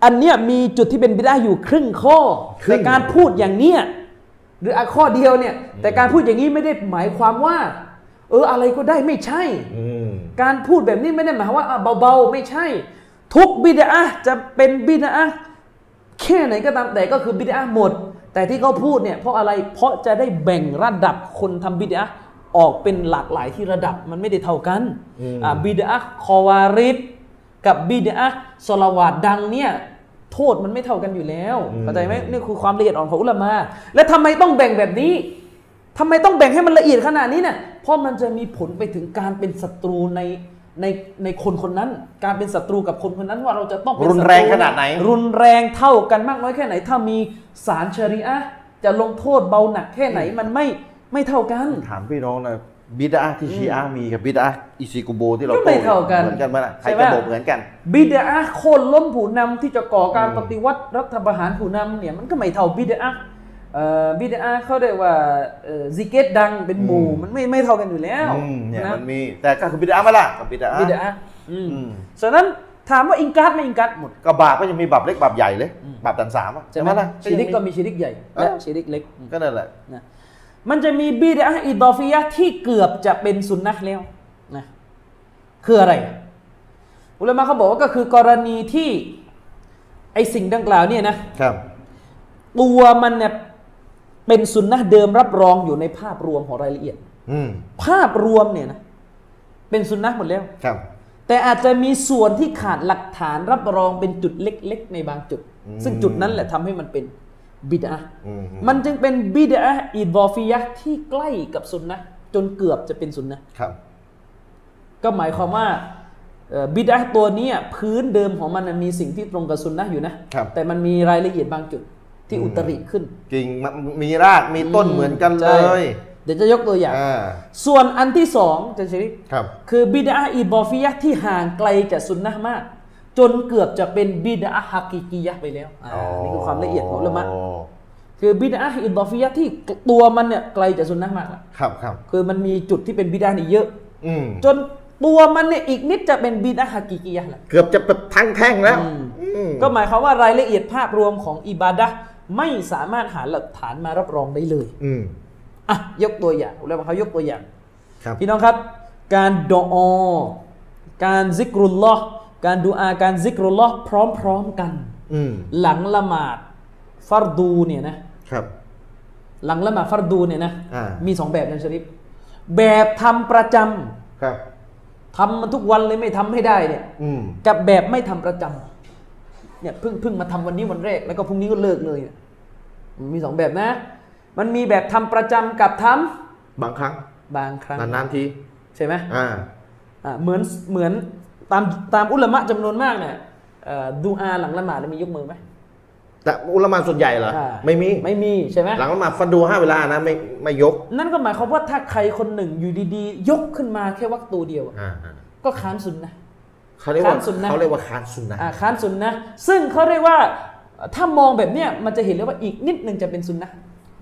อันเนี้ยมีจุดที่เป็นบิดาอยู่ครึ่งข้อแต่การพูดอย่างเนี้ยหรืออ่ะข้อเดียวเนี่ยแต่การพูดอย่างนี้ไม่ได้หมายความว่า เอออะไรก็ได้ไม่ใช่
อืม
การพูดแบบนี้ไม่ได้หมายความว่าอ่ะเบาๆ ไม่ใช่ ทุกบิดาจะเป็นบิดาแค่ไหนก็ตามแต่ก็คือบิดาหมด แต่ที่เขาพูดเนี่ยเพราะอะไรเพราะจะได้แบ่งระดับคนทำบิดาออกเป็นหลากหลายที่ระดับมันไม่ได้เท่ากันอ่ะบิดาคอวาริดกับบิดาสลาวาดดังเนี่ยโทษมันไม่เท่ากันอยู่แล้วเข้าใจไหมนี่คือความละเอียดอ่อนของอุลามะและทำไมต้องแบ่งแบบนี้ ทำไมต้องแบ่งให้มันละเอียดขนาดนี้เนี่ย เพราะมันจะมีผลไปถึงการเป็นศัตรูในในในคนคนนั้น การเป็นศัตรูกับคนคนนั้นว่าเราจะต้องเป็น
รุน
ศัต
แรงขนาดไหน
รุนแรงเท่ากันมากน้อยแค่ไหน ถ้ามีสารชะริอะห์จะลงโทษเบาหนักแค่ไหนมันไม่ไม่เท่ากัน
ถามพี่น้องนะ บิดาที่ชีอะห์มีกับบิดาอิซิกุโบที่เรา
ก็ไม่เท่ากัน
เหมือนกันไหมล่ะใคร
ใช่ไหม
จะบอกเหมือนกัน
บิดาโคนล้มผู้นำที่จะก่อการปฏิวัติรัฐประหารผู้นำเนี่ยมันก็ไม่เท่าบิดาเอ่อบิดาเขาเรียกว่าเอ่อซิกเกตดังเป็นหมู่
อืม
มันไม่ไม่เท่ากันอยู่แล้ว
อืมเนี่ย
นะ
มันมีแต่ก็คือบิดาไหมาล่ะกับบิดา
บิดาอืม
อืม
ฉะนั้นถามว่าอิงกัดไม่อิงกัดหมด
กับบาปก็ยังมีบาปเล็กบาปใหญ่เลยบาปตันสามอะ
ใช่
ใช่
ไห
ไห
ม
มล่ะ
ชีริกก็มีชีริกใหญ่และชีริกเล็กอืม
ก็นั่นแหละ
นะมันจะมีบิดาอิดอฟิยะห์ที่เกือบจะเป็นสุนนะห์แล้วนะคืออะไร อุลามะเขาบอกว่าก็คือกรณีที่ไอสิ่งดังกล่าวเนี่ยนะ
ครับ
ตัวมันเนี่ยเป็นสุนนะห์เดิมรับรองอยู่ในภาพรวมของรายละเอียด
อืม
ภาพรวมเนี่ยนะเป็นสุนนะห์หมดแล้ว
ครับ
แต่อาจจะมีส่วนที่ขาดหลักฐานรับรองเป็นจุดเล็กๆ ในบางจุด
อืม
ซึ่งจุดนั้นแหละทำให้มันเป็นบิดา
อืม
มันจึงเป็นบิดาอิดอฟิยะห์ที่ใกล้กับสุนนะห์จนเกือบจะเป็นสุนนะห์
ครับ
ก็หมายความว่าเอ่อบิดาตัวเนี้ยพื้นเดิมของมันน่ะมีสิ่งที่ตรงกับซุนนะห์อยู่นะ
ครับ
แต่มันมีรายละเอียดบางจุดที่
อืม
อุตริขึ้น
จริงมันมีรากมีต้นเหมือนกันเล
ใช่
ย
เดี๋ยวจะยกตัวอย่าง
อ่า
ส่วนอันที่สองจะชริฟ
ครับ
คือบิดาอิบอฟิยะห์ที่ห่างไกลจากซุนนะห์มาก จนเกือบจะเป็นบิดาฮักกิกิยะห์ไปแล้วอ่านี่คือความละเอียดของอุละมะคือบิดาอิบอฟิยะห์ที่ตัวมันเนี่ยไกลจากซุนนะห์มากแล้ว
ครับครับ
คือมันมีจุดที่เป็นบิดานี่เยอะ
อืม
จนตัวมันเนี่ยอีกนิดจะเป็นบิดาฮักกิกิยะห์แล้ว
เกือบจะแบบทั้งแท่งแล้วอืม
ก็หมายความว่ารายละเอียดภาพรวมของอิบาดะห์ไม่สามารถหาหลักฐานมารับรองได้เลย
อืม
อ่ะยกตัวอย่างแล้วเขายกตัวอย่าง
ครับ
พี่น้องครับ การดออการซิกรุลลอฮ์การดูอาการซิกรุลลอฮ์พร้อมๆกัน
อืม
หลังละหมาดฟัรดูเนี่ยนะครับ หลังละหมาดฟัรดูเนี่ยนะ
อ่ามี
มีสองแบบนะชริปแบบทำประจำ
ครับ
ทำมันทุกวันเลยไม่ทำให้ได้เนี่ย
อืม
กับแบบไม่ทำประจำเนี่ยเพิ่งเพิ่งมาทำวันนี้วันแรกแล้วก็พรุ่งนี้ก็เลิกเลยเนี่ย มันมีสองแบบนะ มันมีแบบทำประจำกับทำ
บางครั้ง
บางครั้ง
นานๆที
ใช่ไหม
อ่า
อ่าเหมือนเหมือนตามตามอุลามะจำนวนมากเนี่ยเอ่อดูอาหลังละหมาดเนี่ยมียกมือไหม
แต่อุลามาส่วนใหญ่เหรอ
อ่า
ไม่มี
ไม่มีใช่ไหม
หลังละหมาดฟันดูห้าเวลานะ ไม่ไม่ยก
นั่นก็หมายความว่าถ้าใครคนหนึ่งอยู่ดีๆ ยกขึ้นมาแค่วักตัวเดียวอะ
อ่าอ่า
ก็ค้านสุนนะ
เขาเรียกว่า
คานสุนนะ
เขาเรียกว่าคานสุนนะ
อ่าค้านสุนนะซึ่งเขาเรียกว่าถ้ามองแบบเนี้ยมันจะเห็นเลยว่าอีกนิดหนึ่งจะเป็นสุนนะ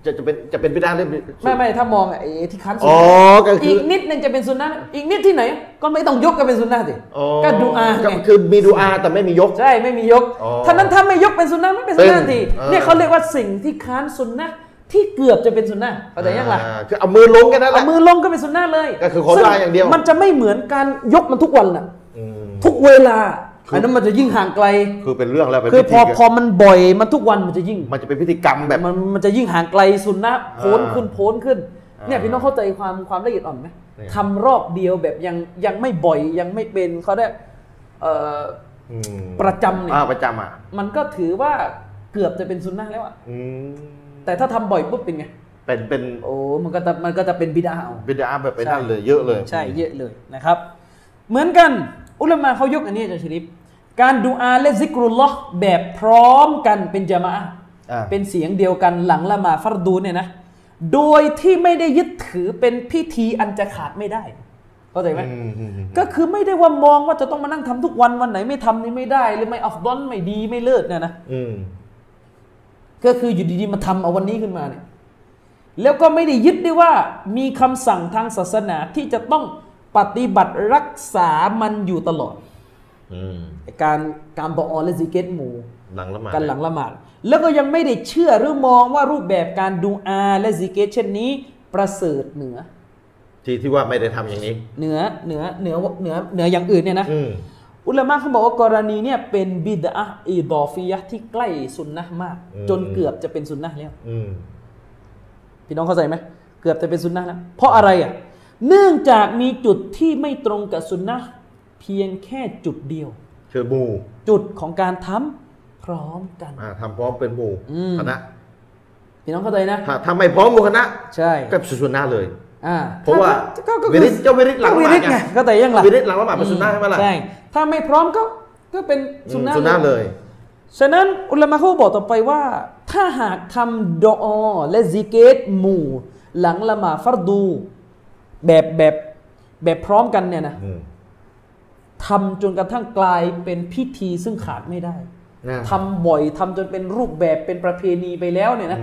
จะจะเป็นจะเป็นไปได้หรือ
ไม่ไม่ถ้ามองอะไอ้ที่ค้านสุน
อ๋อ
นะ
ก็คื
อี
อก
นิดหนึ่งจะเป็นสุนนะอีกนิดที่ไหน ก็ไม่ต้องยกก็เป็นสุนนะสิ
อ๋อ
ก็ดูอาไง
ก็คือมีดูอาแต่ไม่มียก
ใช่ ไม่มียก
อ๋อ
ท่านั้นถ้าไม่ยกเป็นสุนนะไม่เป็นสุนนะ
เป็น
ที
เออ
เนี่ยเขาเรียกว่าสิ่งที่ค้านสุนนะที่เกือบจะเป็นสุนนะเข้าใจยังล่ะ
อ่าคือเอามือลงกันนั่นแห
เอา
ละ
มือลงก็เป็นสุนนะเลย
ก็คือขอ
ซึ่
ได้อย่างเดียว
มันจะไม่เหมือนการยกมันทุกวันน่ะ
อืม
ทุกเวลา
คือ
อันนั้นมันจะยิ่งห่างไกล
คือเป็นเรื่องแล้วเป็น
คือ
พิ
พ
ธี
อ
กัน
พอมันบ่อยมันทุกวันมันจะยิ่ง
มันจะเป็นพิธีกรรมแบบ
มันมันจะยิ่งห่างไกลสุนนะโพ้น
อ่า
ขึ้นโพ้นขึ้นเนี่ย
อ่า
พี่น้องเข้าใจความความละเอียดอ่อนไหม
นี่
ทำรอบเดียวแบบยังยังไม่บ่อยยังไม่เป็นเขาได้เอ่อ
อืม
ประจำเนี่ย
อ่าประจำอ่ะ
มันก็ถือว่าเกือบจะเป็นซุนนะห์แล้วอะ
อืม
แต่ถ้าทำบ่อยปุ๊บเป็นไง
เป็นเป็น
โอ้มันก็จะมันก็จะเป็นบิดาเอา
บิดาแบบไป
ใช่
นั่นเลยเยอะเลย
ใช่เยอะเลยนะครับ เหมือนกันอุลามะเขายกอันนี้อาจารย์ชริปการดูอาและซิกรุลลอฮ์แบบพร้อมกันเป็นจามะอะห์
อ่า
เป็นเสียงเดียวกันหลังละหมาดฟัรดูเนี่ยนะ โดยที่ไม่ได้ยึดถือเป็นพิธีอันจะขาดไม่ได้เข้าใจไหม
อืมอืมอืม
ก็คือไม่ได้ว่ามองว่าจะต้องมานั่งทำทุกวันวันไหนไม่ทำนี่ไม่ได้หรือไม่อัฟดอนไม่ดีไม่เลิศเนี่ยนะ
อืม
ก็คืออยู่ดีๆมาทำเอาวันนี้ขึ้นมาเนี่ยแล้วก็ไม่ได้ยึดได้ว่ามีคำสั่งทางศาสนาที่จะต้องปฏิบัติรักษามันอยู่ตลอด
อืม
ไอ้การการบออและซิกเกตหมู่
หลังละหมาด
กันหลังละหมาดแล้วก็ยังไม่ได้เชื่อหรือมองว่ารูปแบบการดูอาและซิกเกตเช่นนี้ ประเสริฐเหนือ
ที่ที่ว่าไม่ได้ทำอย่างนี้
เหนือเหนือเหนือเหนือเหนืออย่างอื่นเนี่ยนะ
อืม
อุลามะเขาบอกว่ากรณีเนี่ยเป็นบิดอะห์อิดอฟิยะห์ที่ใกล้สุนนะห์มาก จนเกือบจะเป็นสุนนะห์แล้ว
อืม
พี่น้องเข้าใจไหมเกือบจะเป็นสุนนะห์แล้วเพราะอะไรอ่ะเนื่องจากมีจุดที่ไม่ตรงกับสุนนะห์เพียงแค่จุดเดียว
คือหมู่
จุดของการทำพร้อมกัน
อ่าทำพร้อมเป็นหมู่
อืม
คณะ
พี่น้องเข้าใจนะ
ถ้าถ้าไม่พร้อมหมู่คณะ
ใช่
ก็สุนนะเลย
อ่า
เพราะว่า
ถ้ก็ก็
วิริตเจ้าวิริตหลัง
ก็วิริตไง
ละหมาดไง
ก็แต่ยังหลัง
วิริตหลังละหมาดเป็นสุนนะใช่ไหมล่ะ
ใช่ถ้าไม่พร้อมก็ก็เป็น
อืม
สุนนะ
สุนนะเลย
ฉะนั้นอุลามะเขาบอกต่อไปว่า ถ้าหากทำดออและซิกเกตหมู่ หลังละหมาดฟัรดู แบบแบบแบบพร้อมกันเนี่ยนะ
อืม
ทำจนกระทั่งกลายเป็นพิธีซึ่งขาดไม่ได้
นะ
ทำบ่อยทำจนเป็นรูปแบบเป็นประเพณีไปแล้วเนี่ยนะ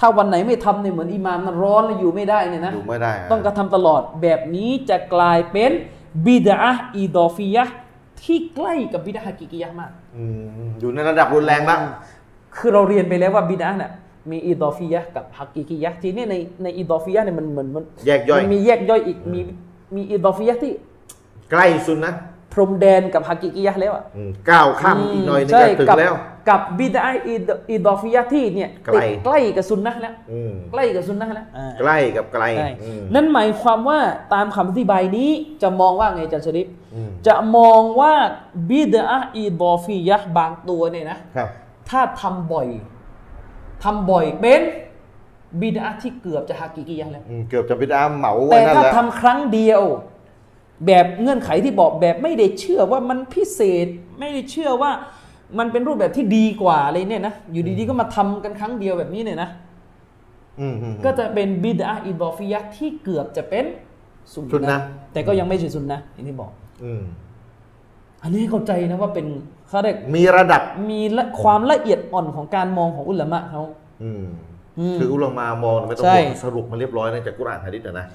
ถ้าวันไหนไม่ทำเนี่ยเหมือนอิหมามนั้นร้อนแล้วอยู่ไม่ได้เนี่ยนะ
ดูไม่ได้ะ
ต้องกระทำตลอดแบบนี้จะกลายเป็นบิดาอีดอฟียะห์ที่ใกล้กับบิดาฮากิกิยะห์มาก
อืมอยู่ในระดับรุนแรงแล้ว
คือเราเรียนไปแล้วว่าบิดาเนี่ยมีอีดอฟียะห์กับฮากิกิยะห์ทีนี้ในในอีดอฟียะห์เนี่ยมันเหมือนมัน
แยกย่อย
มันมีแยกย่อยอีกมีมีอีดอฟียะห์ที่
ใกล้สุดนะ
พรมแดนกับฮากิกิยะห์แล้วอะ
อืมก้าวข้ามอีกหน่อยนึง
ใช่
จะถึง
กับ
แล้ว
กับบิดาอีดออีดอฟียะห์ที่เนี่ย
ไกล
ติดใกล้กับซุนนะห์แล้ว
อืม
ใกล้กับซุนนะห์แล้วอ่า
ใกล้กับไกล
ใช่
อืม
นั่นหมายความว่าตามคำอธิบายนี้จะมองว่าไงอาจันชริป
อืม
จะมองว่าบิดาอีดอฟียะห์บางตัวเนี่ยนะ
ครับ
ถ้าทำบ่อยทำบ่อยเป็นบิดาที่เกือบจะฮากิกิยะห์แล้ว
อืมเกือบจะบิดอาเหมาไว้
แต่
นั่น
ถ้า
แหละ
ทำครั้งเดียว แบบเงื่อนไขที่บอกแบบไม่ได้เชื่อว่ามันพิเศษไม่ได้เชื่อว่ามันเป็นรูปแบบที่ดีกว่าอะไรเนี่ยนะอยู่ดีๆก็มาทำกันครั้งเดียวแบบนี้เนี่ยนะ
อืมอืมอืม
ก็จะเป็นบิดาอิดอฟิยะห์ที่เกือบจะเป็นสุน
สุนนะ
นะแต่ก็ยังไม่ใช่สุนนะอย่างที่บอก
อืม
อันนี้ให้เข้าใจนะว่าเป็นเขาเรียก
มีระดับ
มีละความละเอียดอ่อนของการมองของอุลามะเขา
อืม
อืม
คืออุลามามองไม่ต้อง
ใช่
ห่วงสรุปมาเรียบร้อยนะจากกุรอานฮะดิษนะนะ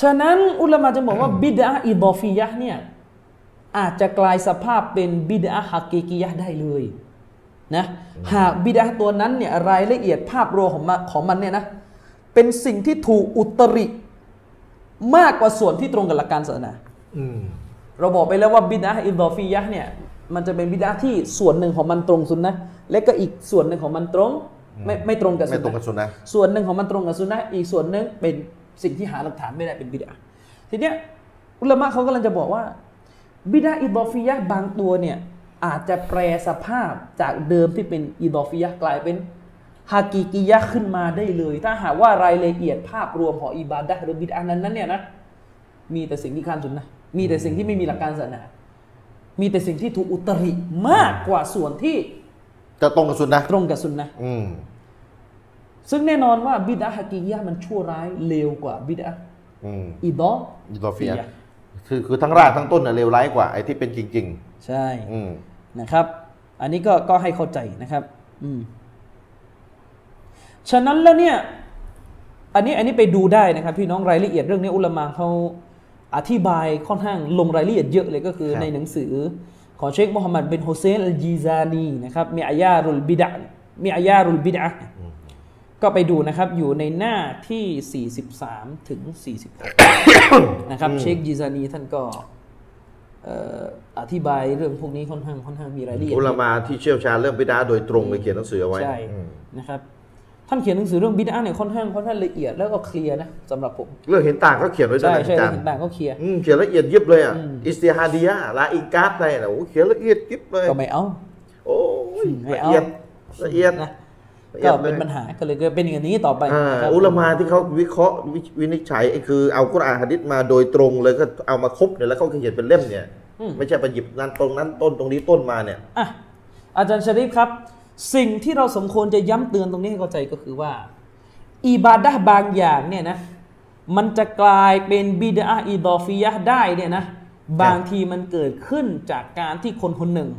ฉะนั้นอุลามะจะบอกว่าบิดาอิดอฟิยะห์เนี่ยอาจจะกลายสภาพเป็นบิดาฮักกิกิยะห์ได้เลยนะหากบิดาตัวนั้นเนี่ยรายละเอียดภาพรวมของมันของมันเนี่ยนะเป็นสิ่งที่ถูกอุตริมากกว่าส่วนที่ตรงกับหลักการศาสนา
อืม
เราบอกไปแล้วว่าบิดาอิดอฟียะห์เนี่ยมันจะเป็นบิดาที่ส่วนหนึ่งของมันตรงสุนนะห์และก็อีกส่วนหนึ่งของมันตรง ไม่ไม่ตรงกับสุ
ไม่
น
ตรงกับ
นะห์
สุนนะ
ส่วนหนึ่งของมันตรงกับสุนนะห์อีกส่วนหนึ่งเป็นสิ่งที่หาหลักฐานไม่ได้เป็นบิดาทีเนี้ยอุลามะเขากำลังจะบอกว่าบิดาอิดอฟียะห์บางตัวเนี่ยอาจจะแปรสภาพจากเดิมที่เป็นอิดอฟียะห์กลายเป็นฮากีกียะห์ขึ้นมาได้เลย ถ้าหากว่ารายละเอียดภาพรวมของอิบาดะห์หรือบิดานั้นๆเนี่ยนะ มีแต่สิ่งที่ข้ามสุนนะมีแต่สิ่งที่ไม่มีหลักการศาสนา มีแต่สิ่งที่ถูกอุตริมากกว่าส่วนที่
จะตรงกับสุนนะ
ตรงกับสุนนะ
อืม
ซึ่งแน่นอนว่าบิดาฮากิยะห์มันชั่วร้ายเลวกว่าบิดา
อืม
อิดอฟ
อิดอฟียะ
ฟียะ
คือคือทั้งรากทั้งต้นน่ะเลวร้ายกว่าไอ้ที่เป็นจริง
ใช่
ๆ อืม
นะครับ อันนี้ก็ก็ให้เข้าใจนะครับ อืม ฉะนั้นแล้วเนี่ย อันนี้อันนี้ไปดูได้นะครับ พี่น้องรายละเอียดเรื่องนี้อุลามะเขาอธิบายค่อนข้างลงรายละเอียดเยอะเลยก็คือ
ครับ
ในหนังสือของเชคมูฮัมหมัดบินโฮเซนอัลจีซานีนะครับมีอายารุลบิดะห์มีอายารุลบิดะห์ก็ไปดูนะครับอยู่ในหน้าที่ 43 ถึง 46 นะครับเชคจีซานีท่านก็เอ่ออธิบายเรื่องพวกนี้ค่อนข้างค่อนข้างมีรายละเอียด
อุลามาที่เชี่ยวชาญเรื่องบิดาโดยตรงเลยเขียนหนังสือเอาไว้
ใช่
อืม
นะครับ ท่านเขียนหนังสือเรื่องบิดาเนี่ยค่อนข้างค่อนข้างละเอียดแล้วก็เคลียร์นะสำหรับผม
เรื่องเห็นต่างก็เขียนไว้ด้วย
ใช่
นะ
ใช่
อาจารย์
ต่างๆก็เคลียร์
อืมเขียนละเอียดยิบเลยอ่ะอิสติฮาดียะห์ลาอิกาตอะไรน่ะโอ้โหเขียนละเอียดยิบเลย
ก็ไม่เอา
โอ้ย
ไม่
ละ
เอา
เอียดละเอียด
นะ
ละ
ก็
อียดล
เป็น
ย
ปัญหาก็เลยก็เป็นอย่างนี้ต่อไป
อ่า
นะครับ
อุลามาที่เขาวิเคราะห์วิวินิจฉัยไอ้คือเอากุรอานหะดิษมาโดยตรงเลยก็เอามาครบเนี่ยแล้วเขาเขียนเป็นเล่มเนี่ย ไม่ใช่ไปหยิบนั้นตรงนั้นต้นตรงนี้ต้นมาเนี่ย
อ่ะอาจารย์ชริฟครับ สิ่งที่เราสมควรจะย้ำเตือนตรงนี้ให้เข้าใจก็คือว่า อิบาดะห์บางอย่างเนี่ยนะ มันจะกลายเป็นบิดาอิดอฟิยะห์ได้เนี่ยนะ บางทีมันเกิดขึ้นจากการที่คนคนหนึ่ง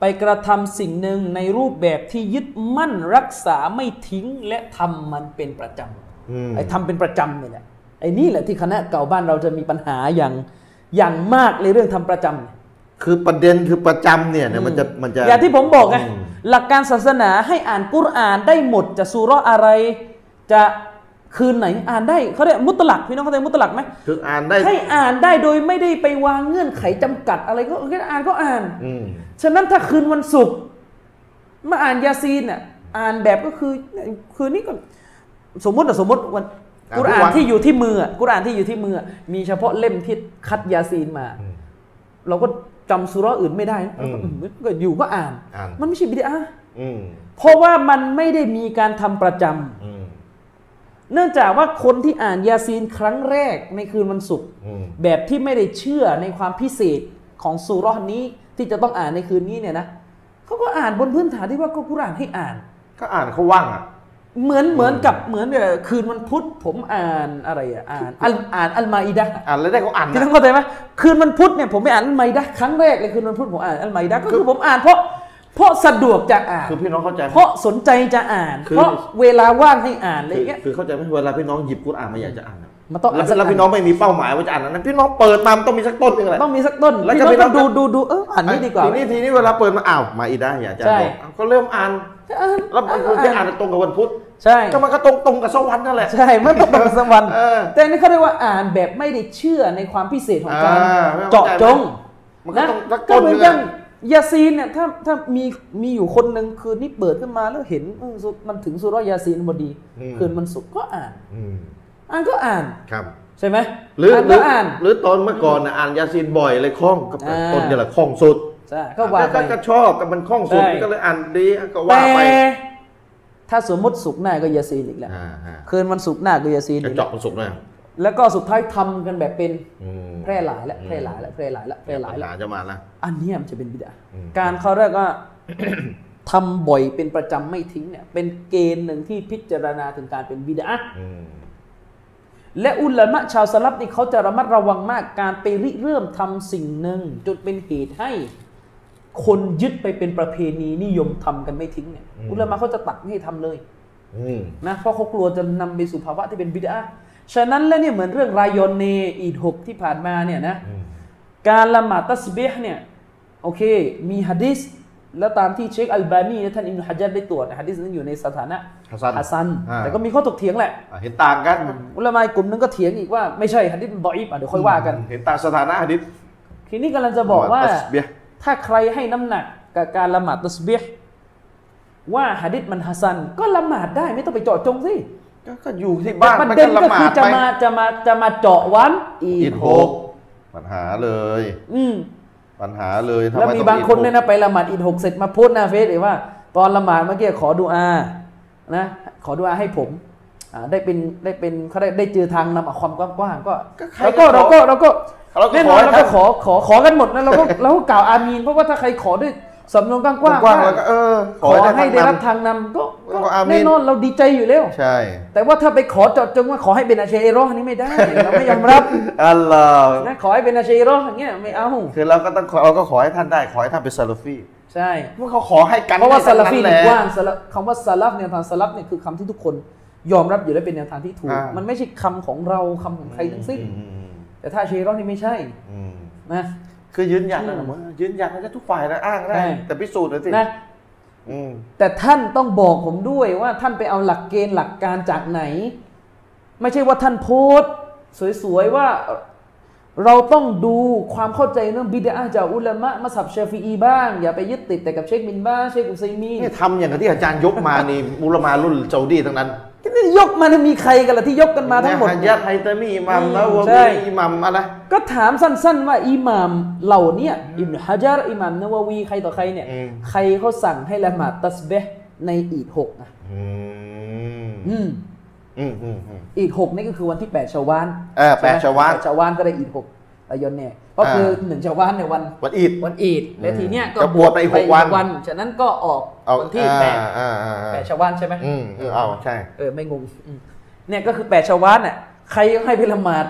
ไปกระทำสิ่งหนึ่งในรูปแบบที่ยึดมั่นรักษาไม่ทิ้งและทำมันเป็นประจำ
อืม
ไอ้ทำเป็นประจำเนี่ยแหละไอ้นี่แหละที่คณะเก่าบ้านเราจะมีปัญหาอย่างอย่างมากในเรื่องทำประจำ
คือประเด็นคือประจำเนี่ยเนี่ยมันจะมันจะ
อย่างที่ผมบอกไงหลักการศาสนาให้อ่านกุรอานได้หมดจะซูเราะห์อะไร จะคืนไหนอ่านได้เขาเรียกมุตลักพี่น้องเข้าใจมุตลักไหม
คืออ่านได้
ให้อ่านได้โดยไม่ได้ไปวางเงื่อนไขจำกัดอะไรก็ก็อ่านก็อ่าน
อืม
ฉะนั้นถ้าคืนวันศุกร์มาอ่านยาซีนอ่ะอ่านแบบก็คือคืนนี้ก็สมมติอะสมมติวันกุรอานที่อยู่ที่มืออะกุรอานที่อยู่ที่มืออะมีเฉพาะเล่มที่คัดยาซีนมา เราก็จำสุราะห์อื่นไม่ได้นะเราก็อืมก็อยู่ก็อ่าน
อ่าน
มันไม่ใช่บิดา
อืม
เพราะว่ามันไม่ได้มีการทำประจำ
อืม
เนื่องจากว่าคนที่อ่านยาซีนครั้งแรกในคืนวันศุกร์
อืม
แบบที่ไม่ได้เชื่อในความพิเศษของสุราะห์นี้ที่จะต้องอ่านในคืนนี้เนี่ยนะเขาก็อ่านบนพื้นฐานที่ว่าก็กุรอานให้อ่าน
ก็อ่านเขาว่างอ่ะ
เหมือนเหมือนกับเหมือนกับคืนวันพุธผมอ่านอะไรอะอ่านอัลอ่านอัลมาอิดะห์
อ่านแล้วได้เขาอ่าน
พี่
นะ
ต้องเข้าใจไหมคืนวันพุธเนี่ยผมไปอ่านอัลไมดะห์ครั้งแรกเลยคืนวันพุธผมอ่านอัลไมดะห์ก็คือผมอ่านเพราะเพราะสะดวกจะอ่าน
คือพี่น้องเข้าใจไหม
เพราะสนใจจะอ่าน
คือ
เพราะเวลาว่างให้อ่านอะไร
คือ
เงี้ย
คือเข้าใจไหมเวลาพี่น้องหยิบกุรอานมาอยากจะอ่านนะ
มันต้อง
แล้
อ่า
วน
สัก
แล้วพี่น้องไม่มีเป้าหมายว่าจะอ่านอันนั้นพี่น้องเปิดมามันต้องมีสักต้นหนึงแหละ
ต้องมีสักต้น
แล้ว
พี่
ก็ไป
น้องก็
นั่
ดู
ง
ดูดูเอออ่านนี่ดีกว่า
ทีนี้ทีนี้เวลาเปิดมาอ้าวมาอีกได้อยากจะ
ใช่
อ่านบอกอ้าวก็เริ่มอ่านแล้วคุณจะอ่านตรงกับวันพุธ
ใช่
ก็มันก็ตรงตรงกับสวรรค์นั่นแหละ
ใช่ไม่ต้องเป็นสักวัน
เออ
แต่นี่เขาเรียกว่าอ่านแบบไม่ได้เชื่อในความพิเศษของการ
อ่าไม่เข้าใจ
เจาะจง
มันก็ต้องสักต้
ก็
น
เหมือน
หนึ่ง
กัน
อะ
ยาซีนเนี่ยถ้าถ้ามีมีอยู่คนหนึ่งคืนนี้เปิดขึ้นมาแล้วเห็นเออสุมันถึงสุรอยาซีนพอดี คืนวันศุกร์ก็อ่าน
อืม
อ่านก็อ่าน
ครับ
ใช่ไหม
หรือ
อ่าน
หรื
ก็
อ
อ่าน
หรือตอนเมื่อก่อนน่ะอ่านยาซีนบ่อยเลยคล่องก็เป็น
อ่า
ต้นนี่แหละคล่องสุด
ใช่ก็วางไป
ก็ก็ชอบกับมันคล่องสุด
ใช่
ก็เลยอ่านดีก็ว่า
แต่
ไป
ถ้าสมมติสุกร์หน้าก็ยาซีนอีกแล้ว
อ่าฮะ
คืนวันศุกร์หน้าก็ยาซีน
กระ
อีก
เจ
แล้
อก
ว
มันสุกหน่อย
แล้วก็สุดท้ายทำกันแบบเป็น
อืม
แพร่หลายและแพร่หลายและแพร่หลายและแพร่หลาย
ปัญ
และ
หาจะมาละ
อันเนี้ยมันจะเป็นบิดา
อืม
การเขาเรียกว่า ทำบ่อยเป็นประจำไม่ทิ้งเนี่ย เป็นเกณฑ์หนึ่งที่พิจารณาถึงการเป็นบิดา
อืม
และอุลามะชาวสลับนี่เขาจะระมัดระวังมากการไปริเริ่มทำสิ่งหนึ่งจนเป็นเหตุให้ คนยึดไปเป็นประเพณีนิยมทำกันไม่ทิ้งเนี่ยอุลามะเขาจะตัดไม่ให้ทำเลย
อืม
นะเพราะเขากลัวจะนำไปสู่ภาวะที่เป็นบิดาฉะนั้นแล้วเนี่ยเหมือนเรื่องรายอนเนอีดหกที่ผ่านมาเนี่ยนะ
อืม
การละหมาดตัสเบห์เนี่ยโอเค มีฮะดิษและตามที่เชคอัลบานีและท่านอิมนุฮะจัดได้ตรวจฮะดิษนั้นอยู่ในสถานะ
ฮัสซัน
ฮัสซัน
อ่า
แต่ก็มีข้อถกเถียงแหละ
อ่ะเห็นต่างกัน
อุลามากลุ่มนึงก็เถียงอีกว่าไม่ใช่ฮะดิษมันดออีฟอ่ะเดี๋ยวค่อยว่ากัน
เห็นตามสถานะหะดิษ
ทีนี้กำลังจะบอกว่า
ตัสเบียห์
ถ้าใครให้น้ำหนักกับการละหมาดตัสเบห์ว่าฮะดิษมันฮัสซัน ก็ละหมาดได้ไม่ต้องไปเจาะจงสิ
ก็ก็อยู่ที่บ้าน
แต่ประ
มัน
เด็
ก็
น
ละ
ก็
หมา
คือ
ด
จะ
ไป
มาจะมาจะมาเจาะวันอี
อี
ก
กหกปัญหาเลย
อืม
ปัญหาเลยทำไม
แล้ว
ต้อบ
มีาง
อีก
คน
หก
เนี่ยนะไปละหมาดอีกหกเสร็จมาโพสต์หน้าเฟซเลยว่า ตอนละหมาดเมื่อกี้ขอดูอานะขอดูอาให้ผมอ่าได้เป็นได้เป็นเขาได้ได้เจอทางนำเอาความกว้างๆก็แล้วก็เราก็เราก็
เราก็
แน่
ข
น
อ
อน
ให้
เรา
ท่า
ก็
น
ขอขอขอกันหมดนะเราก็ เราก็กล่าวอามีนเพราะว่าถ้าใครขอด้วยสำนวนกว้างๆ
กว้าง
ว่า
ๆแล้วก็เออ
ขอให้ได้รับ
ท่านน
ทางนำก็
แล้วก็
ก็
อามีน
แน่นอนเราดีใจอยู่แล้ว
ใช่
แต่ว่าถ้าไปขอเจาะจงว่าขอให้เป็นอาเชเอโรห์อันนี้ไม่ได้เราไม่ยอม รับ
อัลลอฮ์
นะขอให้เป็นอาชีโรอย่างเงี้ยไม่เอา
คือเราก็ต้องขอเราก็ขอให้ท่านได้ขอให้ท่านเป็นซาลาฟี
ใช่
เมื่อเขาขอให้กัน
เพราะว่า
ได้
ซาลาฟี
ทั้ง
นี่
นั้น
ก
แหละ
ว้างซาลาคำว่าซาลาฟแนวทางซาลาฟเนี่ยคือคำที่ทุกคนยอมรับอยู่และเป็นแนวทางที่ถูก
อ่ามั
มันไม่ใช่คำของเราคำของใครทั้งสิ้น
อืม
แต่ถ้าอาเชโรนี่ไม่ใช่
อืม
นะ
คือยืนยันนะผมว่ายืนยันได้ทุกฝ่ายนะอ้างได้
ใช่
แต่พิสูจน์หนะสิ
นะ
อืม
แต่ท่านต้องบอกผมด้วยว่าท่านไปเอาหลักเกณฑ์หลักการจากไหน ไม่ใช่ว่าท่านโพสต์สวยๆว่าเราต้องดูความเข้าใจเรื่องบิดาจากอุลามะมาสับเชฟีอีบ้าง อย่าไปยึดติดแต่กับเชคบินบ้าเชคอุซัยมีน
นี่ทำอย่างกับที่อาจารย์ยกมานี่ มุลามารุ่นซาอุดีทั้งนั้น
นี่ยกมาเนี่ยมีใครกันล่ะที่ยกกันมาทั้งหมด
นะฮะญาติไฮตามีอิหมัมนะวะ
ใช่
มีอิหมัมอะไร
ก็ถามสั้น ๆ ว่าอิหม่ามเหล่าเนี้ยอิมฮะจารอิหม่ามนาวาวีใครต่อใครเนี่ย ใครเขาสั่งให้ละหมาดตัสเบห์ในอีดหกนะ
อืม
อืม
อืมอืมอืม
อีดหกนี่ก็คือวันที่แปดชาวาน
เออแปด
ใไหม
ชาวาล
แปดชาวานก็ได้อีดหกอายอนเนี่ยก็คือหนึ่งชาวานในยวัน
วันอีด
วันอีดและทีเนี้ยก็
ก็บวชไปอีกหกวัน
ฉะนั้นก็ออก
เอา
วันที่แปด
อ่าอ่า
แป
อ่า
ดชาวานใช่ไหม
อืมเออเอาใช่
เออไม่งงอืมเนี่ยก็คือแปดชาวาลน่ะใครให้ไปละหมาด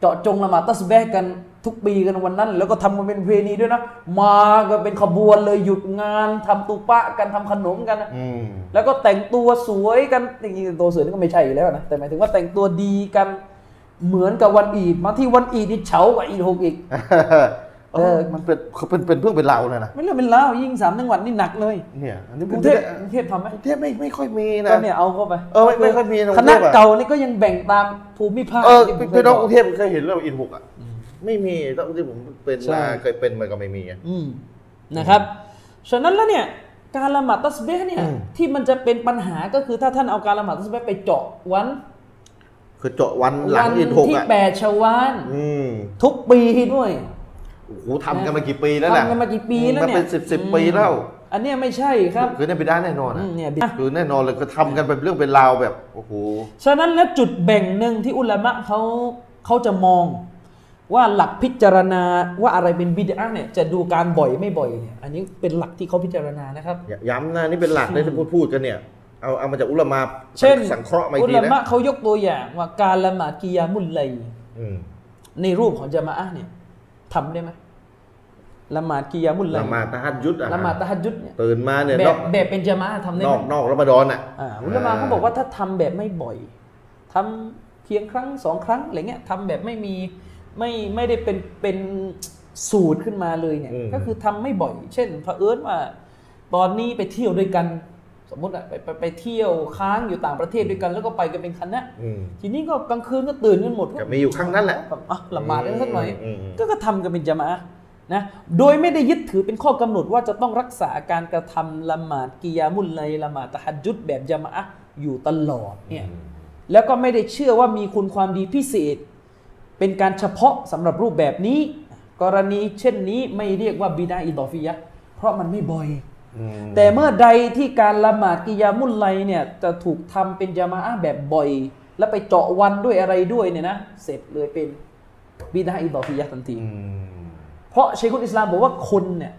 เจาะจงละหมาดตัสเบห์กันทุกปีกันวันนั้น แล้วก็ทำมันเป็นเพณีด้วยนะ มากันเป็นขบวนเลยหยุดงานทำตุปะกันทำขนมกันนะ
อืม
แล้วก็แต่งตัวสวยกันจริงๆตัวสวยนี่ก็ไม่ใช่อยู่แล้วนะแต่หมายถึงว่าแต่งตัวดีกันเหมือนกับวันอีดมาที่วันอีดนี่เฉากว่าอีดหกอีก
เออมันเป็นเป็นเป็นเพื่องเป็นเราเลยนะ
ไม่เล่าเป็นแล้วยิ่งสามจังหวัดนี่หนักเลย
เนี่ยอันนี้
กรุงเทพกรุงเทพทำไหม
กรุงเทพไม่ไม่ค่อยมีนะ
ก็เนี่ยเอาเข้าไป
เออไม่ไม่ค่อยมีนะ
คณะ
กรุงเทพอะ
เก่านี่ก็ยังแบ่งตามภูมิภาค
เออ
ที่ผมเคย
พี่น้อง
บ
ก
ก
รุงเทพเคยเห็นเรื่องอินหกอ่ะไม่มีตอนที่ผมเป็น
ใช่
มาเคยเป็นมันก็ไม่มีอ่ะ
อืมนะครับ ฉะนั้นแล้วเนี่ยการละหมาดตัสเบห์เนี่ยที่มันจะเป็นปัญหาก็คือถ้าท่านเอาการละหมาดตัสเบห์ไปเจาะวัน
คือเจาะวันหลั
วั
ง
น
อินหก
ที่
อ่ะ
แปดชาวาน
อืม
ทุกปีด้วย
โอ้โหทำกันมากี่ปีแล้วนะ
ทำกันมากี่ปีแล้ว
มัน
เนี่ย
เป็นสิบสิบปีแล้ว
อันเนี้ยไม่ใช่ครับ
คือเนี่ยไปได้แน่นอน
อื
นะ
มเนี่ยบิด
คือแน่นอนเลยก็ทำกันเป็นเรื่องเป็นราวแบบโอ้โห
ฉะนั้นแล้วจุดแบ่งหนึ่งที่อุลามะเขาเขาจะมอง ว่าหลักพิจารณาว่าอะไรเป็นบิดาเนี่ยจะดูการบ่อยไม่บ่อยเนี่ยอันนี้เป็นหลักที่เขาพิจารณานะครับ
ย้ำนะนี่เป็นหลักเลยที่พูดพูดกันเนี่ย เอาเอามาจากอุลามา
เช่น
สังเคราะห์มาอี
อุ
กที
ลา
นะ
มะเขายกตัวอย่างว่าการละหมาดกิยามุลไลย
อืม
ในรูปของจะมาอะห์เนี่ยทำได้ไหมละหมาดกิยามุลไลย
ละหมาดตะฮัดยุดอ่ะ
ละหมาดตะฮัจญุดเนี่ย
ตื่นมาเนี่ย
แบ
นอบ ก
แบบเป็นจะมาอะห์ทำได้
น
ไห
อ
ม
กนอกละมาดอนอ่ะ
อ่าอุลามะเขาบอกว่าถ้าทำแบบไม่บ่อยทำเพียงครั้งสองครั้งอะไรเงี้ยทำแบบไม่มีไม่ไม่ได้เป็นเป็นสูตรขึ้นมาเลยเนี่ยก็คือทำไม่บ่อย เช่นเผอิญว่า ตอนนี้ไปเที่ยวด้วยกัน สมมติอะไปไปไปเที่ยวค้างอยู่ต่างประเทศด้วยกัน แล้วก็ไปกันเป็นคณะ
อืม
ทีนี้ก็กลางคืนก็ตื่นกันหมด
ก็มีอยู่ครั้งนั้นแหละ
แบบอ่ะละหมาดกันสักหน่อย
อืมอืมอืม
ก็ก็ทำกันเป็นจะมาอะห์นะ โดยไม่ได้ยึดถือเป็นข้อกำหนดว่าจะต้องรักษาการกระทำละหมาดกิยามุลไลละหมาดตะฮัดจุดแบบจะมาอะห์อยู่ตลอดเนี่ย แล้วก็ไม่ได้เชื่อว่ามีคุณความดีพิเศษ เป็นการเฉพาะสำหรับรูปแบบนี้ กรณีเช่นนี้ไม่เรียกว่าบิดาอิดอฟิยะห์เพราะมันไม่บ่อย
อืม
แต่เมื่อใดที่การละหมาดกิยามุลไลเนี่ยจะถูกทำเป็นยามาอะห์แบบบ่อย แล้วไปเจาะวันด้วยอะไรด้วยเนี่ยนะเสร็จเลยเป็นบิดาอิดอฟิยะห์ทันที เพราะเชคุลอิสลามบอกว่าคนเนี่ย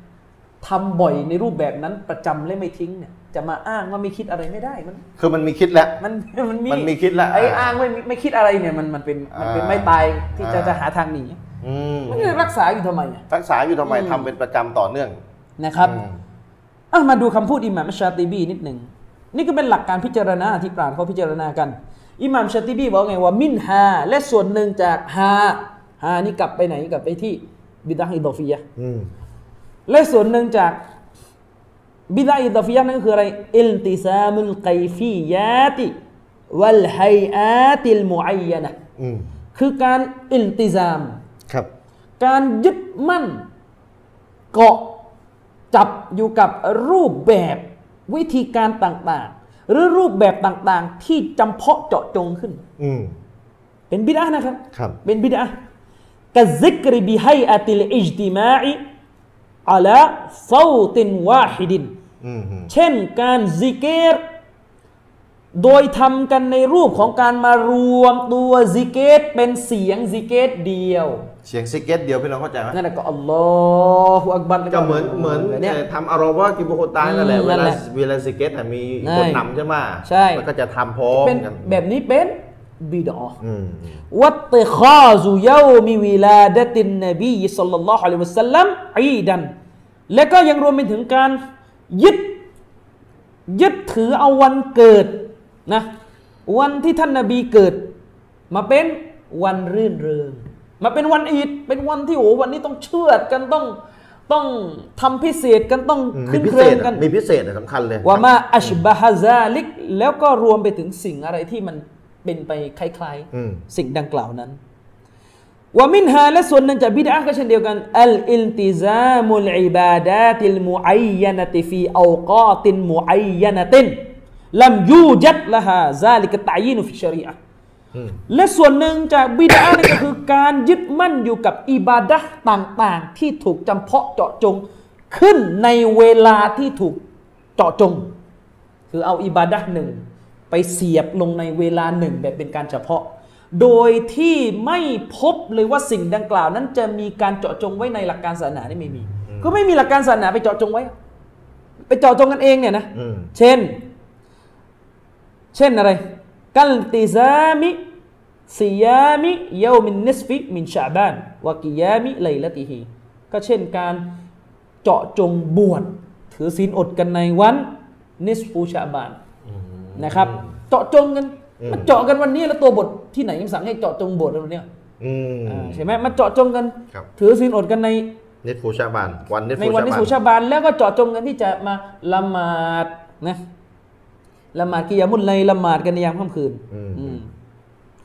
ทำบ่อยในรูปแบบนั้นประจำและไม่ทิ้งเนี่ยจะมาอ้างว่าไม่คิดอะไรไม่ได้มัน
คือมันมีคิดแล้ว
มันมันมี
มันมีคิดละ
ไอ้อ้างไม่ไม่คิดอะไรเนี่ยมันมันเป็นมันเป็น
อ่า
ไม่ตายที่จะ
อ่า
จะหาทางหนี
อืม
มันจะรักษาอยู่ทำไมอะ
รักษาอยู่ทำไมทำเป็นประจำต่อเนื่อง
นะครับ
อืม
อ่ะมาดูคำพูดอิหม่ามชาติบีนิดหนึ่ง นี่ก็เป็นหลักการพิจารณาที่ปราชญ์เขาพิจารณากัน อิหม่ามชาติบีบอกไงว่ามินฮา และส่วนหนึ่งจากฮาฮานี่กลับไปไหนกลับไปที่บิดาอิดอฟียะห์
อืม
และส่วนหนึ่งจากบิดาอิดอฟียะห์นั่นก็คืออะไรอิลติซามุลไกฟียาติวัลไฮอาติลมุอัยยะนะห์
อืม
คือการอิลติซาม
ครับ
การยึดมั่นเกาะจับอยู่กับรูปแบบวิธีการต่างๆ หรือรูปแบบต่างๆ ที่จำเพาะเจาะจงขึ้น
อืม
เป็นบิดานะครับ
ครับ
เป็นบิดากะซิกริบิไฮอาติลอิจติมาอิอัลาซาวตินวาฮิดิน
อืมอืม
เช่นการซิกเกตโดยทำกันในรูปของการมารวมตัวซิกเกตเป็นเสียงซิกเกตเดียว
เสียงซิกเก็ตเดียวพี่น้องเข้าใจไหม
นั่นแหละก็อัลลอฮฺอักบัรแล้ว
ก็เหมือนเหมือน
เนี่
เนี่ย ยทำอารมณ์ว่ากิบุโคตายนั่นแหละ
อืม
เว
นั่
ลาน
แหละ
เวลาซิกเก็ตน่ะมี
ใช่
คนนำใช่ไหม
ใช่
แล้วก็จะทำพร้อม
เป็น
กัน
แบบนี้เป็นบิดอ
อืมอืม
วัตติคาซุเยามิวิลาดตินนบีสัลลัลลอฮุอะลัยฮิวะสัลลัมอีดัน และก็ยังรวมไปถึงการยึดยึดถือเอาวันเกิดนะวันที่ท่านนบีเกิด มาเป็นวันรื่นเริง มาเป็นวันอีดเป็นวันที่โอ้วันนี้ต้องเชือดกันต้องต้องทำพิเศษกันต้อง
อืม
ขึ้
มี
น
พิ
เคร
เศ
ง
ษ
กั
อะ
น
มีพิเศษอะสำคัญเลย
ว่ามาอัชบะฮะซาลิก แล้วก็รวมไปถึงสิ่งอะไรที่มันเป็นไปคล้าย
อืม
ๆ สิ่งดังกล่าวนั้นว่ามินฮาและส่วนหนึ่งจากบิดาก็เช่นเดียวกันอัลอิลติซามุลอิบาดาติลมุอัยยะนะติฟีอวกาตินมุอัยยะนะตินลัมยูจัดละฮาซาลิกะตะยีนุฟิชรีอะห์
อืม
และส่วนหนึ่งจากบิดานั่นก็คือการยึดมั่นอยู่กับอิบาดะห์ต่างๆ ที่ถูกจำเพาะเจาะจงขึ้นในเวลาที่ถูกเจาะจง คือเอาอิบาดะห์หนึ่งไปเสียบลงในเวลาหนึ่งแบบเป็นการเฉพาะ โดยที่ไม่พบเลยว่าสิ่งดังกล่าวนั้นจะมีการเจาะจงไว้ในหลักการศาสนานี่ไม่มี ก็ไม่มีหลักการศาสนาไปเจาะจงไว้ ไปเจาะจงกันเองเนี่ยนะ
อืม
เช่น เช่นอะไร กัลติซามิซิยามิเยามินนิสฟิมินชาบานวะกิยามิไลละติฮีก็เช่นการเจาะจงบวชถือศีลอดกันในวันนิสฟูชาบานนะครับ เจาะจงกันมันเจาะกันวันนี้แล้วตัวบทที่ไหนยังสั่งให้เจาะจงบวชวันเนี้ย
อืม
อ่าใช่ไหมมันเจาะจงกัน
ครับ
ถือศีลอดกันใน
เนตฟูชาบานวันเนต
ใน
ฟู
วัน
ชา
ที่
บา
สุ
น
ชาบานแล้วก็เจาะจงกันที่จะมาละหมาดนะละหมาดกิยามุลไลละหมาดกันในยามค่ำคืน
อืม
อืม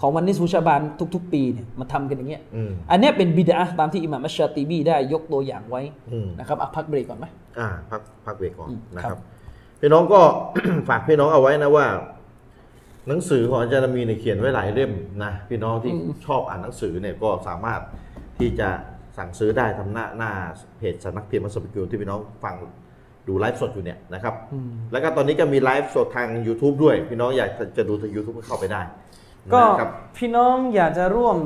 ของวันนิสุชาบานทุก ๆ ปีเนี่ยมาทำกันอย่างเงี้ย
อืม
อันเนี้ยเป็นบิดาตามที่อิหม่ามอัชชาติบีได้ยกตัวอย่างไว้
อืม
นะครับอ่ะพักเบรกก่อนไหม
อ่าพักพักเบรกก่อน
อืม
นะ
ค
ค
รั
รับ บ พี่น้องก็ ฝากพี่น้องเอาไว้นะว่า หนังสือของอาจารย์มีเนี่ยเขียนไว้หลายเล่มนะพี่น้องที่ชอบอ่านหนังสือเนี่ยก็สามารถที่จะสั่งซื้อได้ทำหน้าหน้าเพจสำนักพิมพ์มัสยิดกิวที่พี่น้องฟังดูไลฟ์สดอยู่เนี่ยนะครับ แล้วก็ตอนนี้ก็มีไลฟ์สดทาง YouTube ด้วย พี่น้องอยากจะดูทาง YouTube ก็เข้าไปได้
ก็
นะครับ
พี่น้องอยากจะร่วม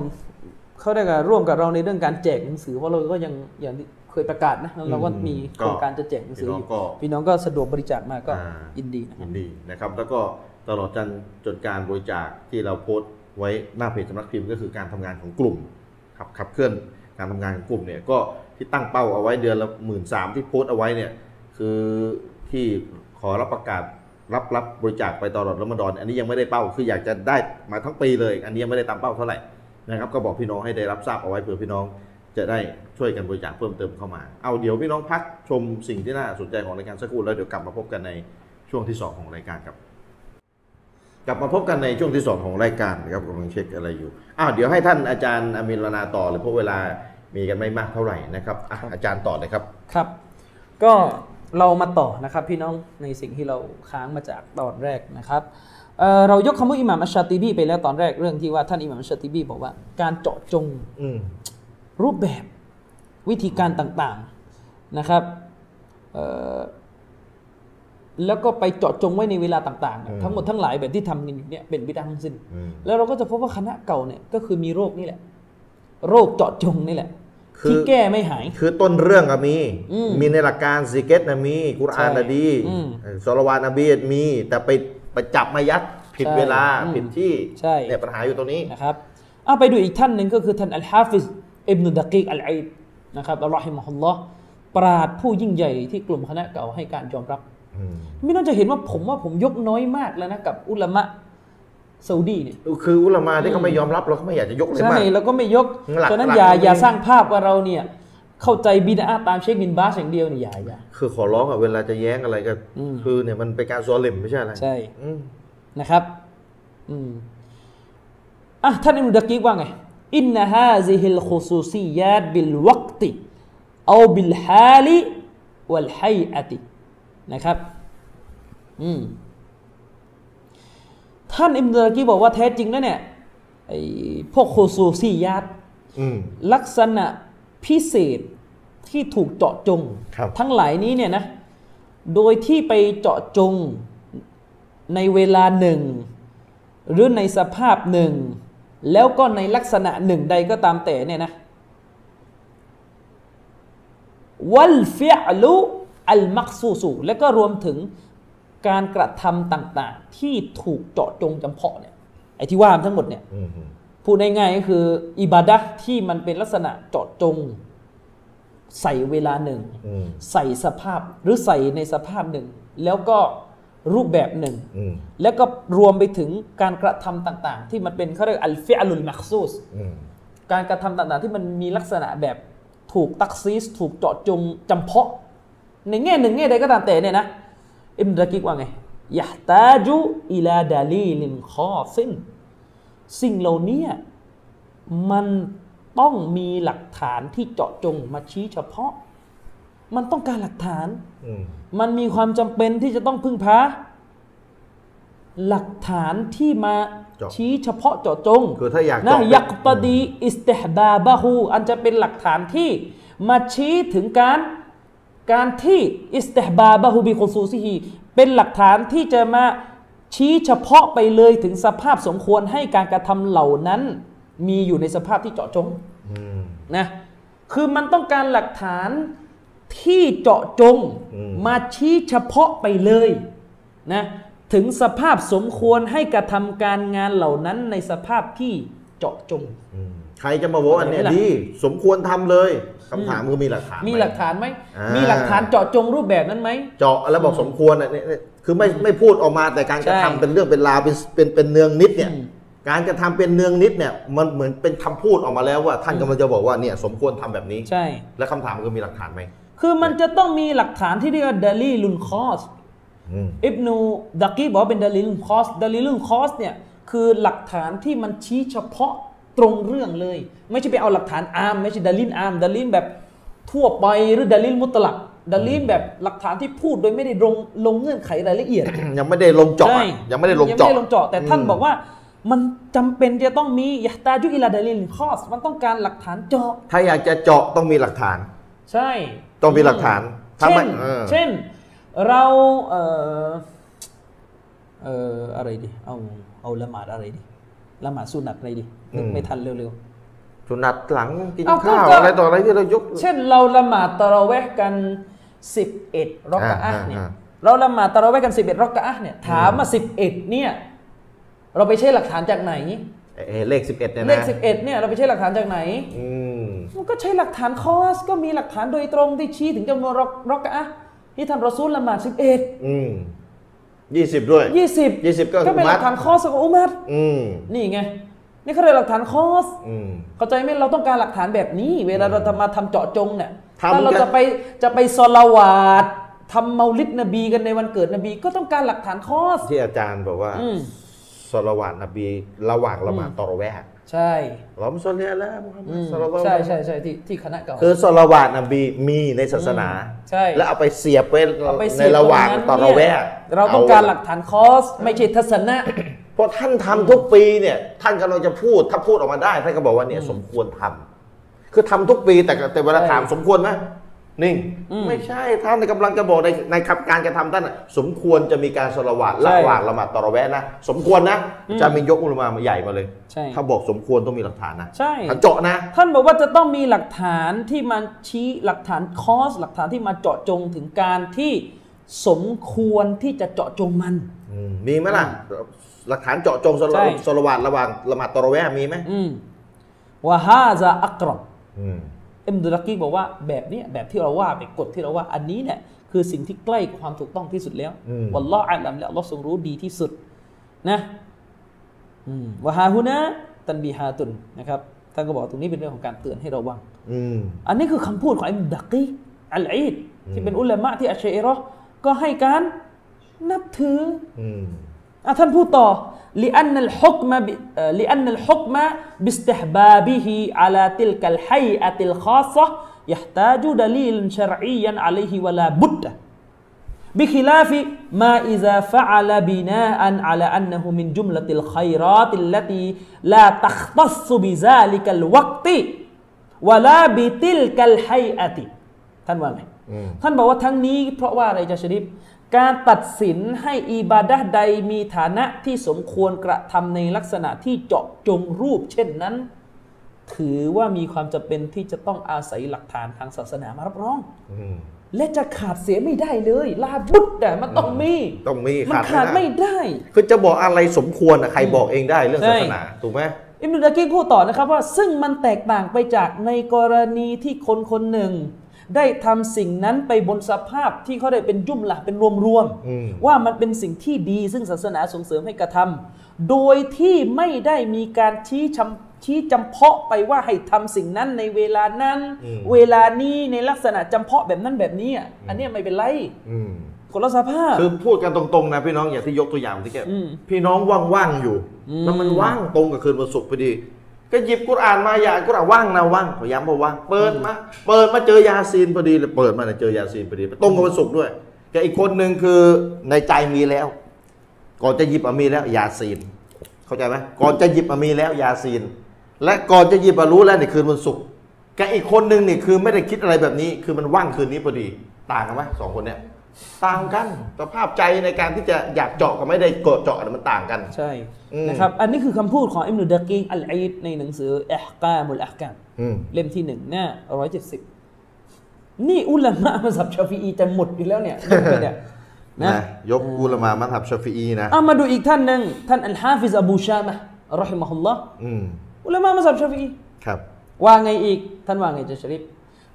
เขาเรียกว่าร่วมกับเราในเรื่องการแจกหนังสือเพราะเราก็ยังอย่างที่ เคยประกาศนะแล้วเราก็มีโครงการจะแจกหนังสืออยู่
พี่น้องก็
พี่น้องก็สะดวกบริจาคมาก็
อ่า
ยินดีนะ
ยินดีนะครับ แล้วก็ตลอดจนจนการบริจาคที่เราโพสต์ไว้หน้าเพจสำนักพิมพ์ก็คือการทำงานของกลุ่มครับขับเคลื่อนการทำงานของกลุ่มเนี่ยก็ที่ตั้งเป้าเอาไว้เดือนละหมื่นสามที่โพสต์เอาไว้เนี่ยคือที่ขอรับประกาศรับรับบริจาคไปตลอดรอมฎอนอันนี้ยังไม่ได้เป้าคืออยากจะได้มาทั้งปีเลย อันนี้ยังไม่ได้ตามเป้าเท่าไหร่นะครับก็บอกพี่น้องให้ได้รับทราบเอาไว้เผื่อพี่น้องจะได้ช่วยกันบริจาคเพิ่มเติมเข้ามาเอาเดี๋ยวพี่น้องพักชมสิ่งที่น่าสนใจของรายการสักครู่แล้วเดี๋ยวกลับมาพบกันใน ช่วงที่ 2 ของรายการครับ กลับมาพบกันในช่วงที่ 2 ของรายการนะครับกำลังเช็คอะไรอยู่อ้าวเดี๋ยวให้ท่านอาจารย์อามินรนาต่อเลยเพราะเวลามีกันไม่มากเท่าไหร่นะครับอ่ะอาจารย์ต่อเลยครับ
ครับ ก็เรามาต่อนะครับพี่น้องในสิ่งที่เราค้างมาจากตอนแรกนะครับเอ่อเรายกคำว่าอิหม่ามอัชชาติบีไปแล้วตอนแรกเรื่องที่ว่าท่านอิหม่ามอัชชาติบีบอกว่าการเจาะจง
อืม
รูปแบบวิธีการต่างๆนะครับเอ่อแล้วก็ไปเจาะจงไว้ในเวลาต่างๆเนี่ยทั้งหมดทั้งหลายแบบที่ทำกันอยู่เนี่ยเป็นบิดาทั้งสิ้น
อืม
แล้วเราก็จะพบว่าคณะเก่าเนี่ยก็คือมีโรคนี่แหละ โรคเจาะจงนี่แหละ
คือ
ที่แก้ไม่หาย
คือต้นเรื่องก็มี
อืม
มีในหลักการซิกเกตนะมีกุรอานนะดี
อืม
เอ่อสลาวานอบีดมี แต่ไปไปจับมายัดผิด
ใช่
เวลา
อืม
ผิดที่
ใช่
เนี่ยปัญหาอยู่ตรงนี้
นะครับเอาไปดูอีกท่านหนึ่งก็คือท่านอัลฮาฟิซอิบนุดะกีกอัลไอดนะครับอัลลอฮิมะฮุลลอฮ์ปราดผู้ยิ่งใหญ่ที่กลุ่มคณะเก่าให้การยอมรับ
อืม
ไม่น่าจะเห็นว่าผมว่าผมยกน้อยมากแล้วนะกับอุลามะซาอุดีเนี่ย
คืออุลามาที่เขาไม่ยอมรับเราก็ไม่อยากจะยกเลย
ใช่
มาก
แล้วก็ไม่ยก
หลัก
ฉะนั้น
หลัก
อย่า
ตรงนี้
อย่าสร้างภาพว่าเราเนี่ยเข้าใจบิดาตามเชคบินบาสอย่างเดียวเนี่ยอย่าอย่า
คือขอร้องอะเวลาจะแย้งอะไรก็
อืม
คือเนี่ยมันเป็นการซัวเหลิมไม่ใช่อะไร
ใช่
อืม
นะครับอืมอ่ะท่านอิบนุดะกีกว่าไงอินนะฮาซิฮิลคุซูซียาตบิลวักติ เอาบิลฮาลิวัลไฮอะตินะครับอืมท่านอิมเดอร์กีบอกว่าแท้จริงแล้วเนี่ยไอ้พวกโคซูซียัต
อืม
ลักษณะพิเศษที่ถูกเจาะจง
ครับ
ทั้งหลายนี้เนี่ยนะ โดยที่ไปเจาะจงในเวลาหนึ่ง หรือในสภาพหนึ่ง แล้วก็ในลักษณะหนึ่งใดก็ตามแต่เนี่ยนะ วัลฟิอลุอัลมักซูซูและก็รวมถึงการกระทำต่างๆ ที่ถูกเจาะจงจำเพาะเนี่ยไอ้ที่ว่ามาทั้งหมดเนี่ย
อืมอืม
พูดง่ายๆก็คืออิบาดะห์ที่มันเป็นลักษณะเจาะจง ใส่เวลาหนึ่ง
อืม
ใส่สภาพหรือใส่ในสภาพหนึ่ง แล้วก็รูปแบบหนึ่ง
อืม
แล้วก็รวมไปถึงการกระทำต่างๆ ที่มันเป็นเขาเรียกอัลฟิอลุลมักซูส
อืม
การกระทำต่างๆที่มันมีลักษณะแบบถูกตักซีสถูกเจาะจงจำเพาะ ในแง่หนึ่งแง่ใดก็ตามแต่เนี่ยนะอิมดะกิกว่าไงยะตาจุอิลาดาลีลินคอซินสิ่งเหล่านี้มันต้องมีหลักฐานที่เจาะจงมาชี้เฉพาะ มันต้องการหลักฐาน
อืม
มันมีความจำเป็นที่จะต้องพึ่งพาหลักฐานที่มาชี้เฉพาะเจาะจง
คือถ้าอยาก
นะ
เจาะ
ยักตดีอิสติฮบาบะฮูอันจะเป็นหลักฐานที่มาชี้ถึงการการที่อิสติฮบาบะฮูบิคุซูซิฮีเป็นหลักฐานที่จะมาชี้เฉพาะไปเลยถึงสภาพสมควรให้การกระทำเหล่านั้น มีอยู่ในสภาพที่เจาะจง
อืม
นะคือมันต้องการหลักฐานที่เจาะจง
อืม
มาชี้เฉพาะไปเลยนะถึงสภาพสมควรให้กระทำการงานเหล่านั้นในสภาพที่เจาะจง
อืมใครจะมาโวอันเนี้ยดี สมควรทำเลยคำถามคือมีหลักฐานไ
มีหลักฐานไหม
อ่ามี
มีหลักฐานเจาะจงรูปแบบนั้นไหม
เจาะแล้วบอกสมควรอ่ะเนี่ยเนี่ยคือไม่ไม่พูดออกมาแต่การกระทำ
ใช่
เป็นเรื่องเป็นราวเป็นเป็นเป็นเนืองนิดเนี่ย
อืม
การกระทำเป็นเนืองนิดเนี่ยมันเหมือนเป็นคำพูดออกมาแล้วว่า ท่านกำลังจะบอกว่าเนี่ยสมควรทำแบบนี้
ใช่
และคำถามคือมีหลักฐานไหม
คือมันจะต้องมีหลักฐานที่เรียกว่าดาลีลุนคอส
อืม
อิบนูดักกี้บอกว่าเป็นดาลีลุนคอส ดาลีลุนคอสเนี่ยคือหลักฐานที่มันชี้เฉพาะตรงเรื่องเลย ไม่ใช่ไปเอาหลักฐานอาร์มไม่ใช่ดาลินอาร์มดาลินแบบทั่วไปหรือดาลินมุตลักดาลินแบบหลักฐานที่พูดโดยไม่ได้ลงลงเงื่อนไขรายละเอียด
ยังไม่ได้ลงเจาะ
ใช่
อ่ะยังไม่ได้ลงเจาะ
ยังไม่ได้ลงเจาะแต่ท่านบอกว่ามันจำเป็นจะต้องมียาตาจุอิลาดาลินคอสมันต้องการหลักฐานเจาะ
ถ้าอยากจะเจาะต้องมีหลักฐาน
ใช่
ต้องมีหลักฐานถ้า
เช่
ไม่
น
เออ
เช่น เราเออเอออะไรดี เอา เอาละหมาดอะไรดีละหมาดสุนัตอะไรดีนึกไม่ทันเร็ว
สุนัตหลังกิน
เอ้า
ข้าว
ก็
อะไรต่ออะไรที่เรายก
เช่นเราละหมาดตะเราะเวห์กัน 11รอกะอะห์เนี่ย
อ่าอ่า
เราละหมาดตะเราะเวห์กัน 11รอกะอะห์เนี่ยถามมา11เนี่ยเราไปใช้หลักฐานจากไหน
เอ่อเลขสิบเอ็ดเนี่ยนะ
เลข11เนี่ยเราไปใช้หลักฐานจากไหน
อืม
มันก็ใช้หลักฐานคอสก็มีหลักฐานโดยตรงที่ชี้ถึงจำนวนรอกรอกะอะห์ที่ท่านรอซูลละหมาด11
อืมยี่สิบด้วย
20
20ก็คือ
ก็เป็นห
มั
ลัก
ด
ฐานคอสของอุมัด
อืม
นี่ไงนี่เขาเรียกหลักฐานคอส
อืม
เข้าใจไหมเราต้องการหลักฐานแบบนี้ เวลาเราทำมาทำเจาะจงเนี่ย
ทำ
ถ้าเรา
กัน
จะไปจะไปสลาวาดทำเมาลิดนบีกันในวันเกิดนบี ก็ต้องการหลักฐานคอส
ที่อาจารย์บอกว่า
อืม
สลาวาตนบีระหว่างละหมาดตอรอแวะห์
ใช่
อัลลอฮุมศ็อลลิอะลามุฮัมมั
อื
ด
ม
ศ็อลลัลลอฮุ
ใช่
อะลัยฮิวะซัลลัม
ใช่ใช่ที่ที่คณะเก่า
คือสลาวาตนบีมีในศาสนา
ใช่
แล้วเอาไปเสียบไว้
เอาไป
ใน
เสียบ
ระหว่างต
ตร
องร
นั้น
เว
เนี่ย
ะ
เราต้องการหลักฐานคอส ไม่ใช่ทัศนะ
เพราะท่านทำทุกปีเนี่ยท่านกำลังจะพูดถ้าพูดออกมาได้ท่านก็บอกว่าเนี่ยสมควรทำคือทำทุกปีแต่แต่เวลา
ใช่
ถามสมควรไหมนิ่ง
อืม
ไม่ใช่ท่านกำลังจะบอกในในคำการกระทำท่านน่ะสมควรจะมีการสละวาต
ใช่
ระหว่างละหมาดตอรเวะห์นะสมควรนะจะมียกอุลามามาใหญ่มาเลย
ใช่
ถ้าบอกสมควรต้องมีหลักฐานนะ
ใช่
ท่านเจาะนะ
ท่านบอกว่าจะต้องมีหลักฐานที่มันชี้หลักฐานคอส หลักฐานที่มาเจาะจงถึงการที่สมควรที่จะเจาะจงมัน
อืมมีไหมล่ะ หลักฐานเจาะจงส
ใช่
ละสละวาตระหว่างละหมาดตอรอเวะห์มีไหม
อืมวะฮาซาอักรอบ
อืม
เอ็มดุลกีบอกว่าแบบเนี้ยแบบที่เราว่าไปกฎที่เราว่าอันนี้เนี่ยคือสิ่งที่ใกล้ความถูกต้องที่สุดแล้ว
อืม
วัลลอฮ์อาลัมและอัลลอฮ์ทรงรู้ดีที่สุดนะอืมวะฮาฮุนะตันบีฮาตุนนะครับท่านก็บอกตรงนี้เป็นเรื่องของการเตือนให้ระวัง
อืม
อันนี้คือคำพูดของอิมดักกีอัลอีดที่เป็นอุลามะที่อัชชัยรอห์ก็ให้การนับถือ
อืม
อ่ะท่านพูดต่อ لأن الحكم ب- เอ่อ لأن الحكم باستحبابه على تلك الهيئة الخاصة يحتاج دليلا شرعيا عليه ولا بد بخلاف ما إذا فعل بناء على أنه من جملة الخيرات التي لا تختص بذلك الوقت ولا بتلك الهيئة ท่านว่าไง
อืม
ท่านบอกว่าทั้งนี้เพราะว่าอะไรจะชริฟการตัดสินให้อิบาดะห์ใดมีฐานะที่สมควรกระทำในลักษณะที่เจาะจงรูป เช่นนั้น ถือว่ามีความจำเป็นที่จะต้องอาศัยหลักฐานทางศาสนามารับรอง
อืม
และจะขาดเสียไม่ได้เลยลาบุตรแต่มันต้องมี
ต้องมี
มัน
ขา
ขา
ด
ด
ไม่
ไม่
ได้
ได้
คือจะบอกอะไรสมควรอะใครบอกเองได้เรื่อง
ใช่
ศาสนา ถูกไหม
อิมนุดากิพูดต่อนะครับว่าซึ่งมันแตกต่างไปจากในกรณีที่คนคนหนึ่ง ได้ทำสิ่งนั้นไปบนสภาพที่เขาได้เป็นจุ่มหละเป็นรวมๆว่ามันเป็นสิ่งที่ดีซึ่งศาสนาส่งเสริมให้กระทำโดยที่ไม่ได้มีการชี้จำชี้จำเพาะไปว่าให้ทำสิ่งนั้นในเวลานั้น เวลานี้ในลักษณะจำเพาะแบบนั้นแบบนี้อะอันเนี้ยไม่เป็นไร
อืม
คนละสภาพ
คือพูดกันตรงๆนะพี่น้องอย่างที่ยกตัวอย่างที่แก
อืม
พี่น้องว่างๆอยู่ แล้วมันว่างตรงกับคืนวันศุกร์พอดี ก็หยิบกุรอานมาอย่ากุรอานว่างนะว่างขอย้ำว่าว่างเปิดมาเปิดมาเจอยาซีนพอดีเลยเปิดมาเนี่ยเจอยาซีนพอดีตรงกับวันศุกร์ด้วยแต่อีกคนหนึ่งคือในใจมีแล้ว ก่อนจะหยิบอะมีแล้วยาซีน เข้าใจไหมก่อนจะหยิบอะมีแล้วยาซีน และก่อนจะหยิบอะรู้แล้วเนี่ยคืนวันศุกร์กับอีกคนหนึ่งเนี่ยคือไม่ได้คิดอะไรแบบนี้ คือมันว่างคืนนี้พอดี ต่างกันไหมสองคนเนี่ยต่างกันสภาพใจในการที่จะอยากเจาะกับไม่ได้เกาะเจาะเนี่ยมันต่างกัน
ใช่
อืม
นะครับ อันนี้คือคำพูดของอิมนุดากิงอัลอีดในหนังสืออัฮกามุลอัฮกาม
อืม
เล่มที่หนึ่งหน้าร้อยเจ็ดสิบนี่อุลามะมัสับชาฟีอีจะหมดอยู่แล้วเนี่ยเล่มไปเนี่ยนะ
นะยกอุลามามัทับชาฟีอีนะ
เอามาดูอีกท่านหนึ่งท่านอัลฮาฟิซอบูชามะห์รอฮิมะฮุลลอฮ์
อืม
อุลามะมัสับชาฟีอี
ครับ
ว่าไงอีก ท่านว่าไงจะชะริฟ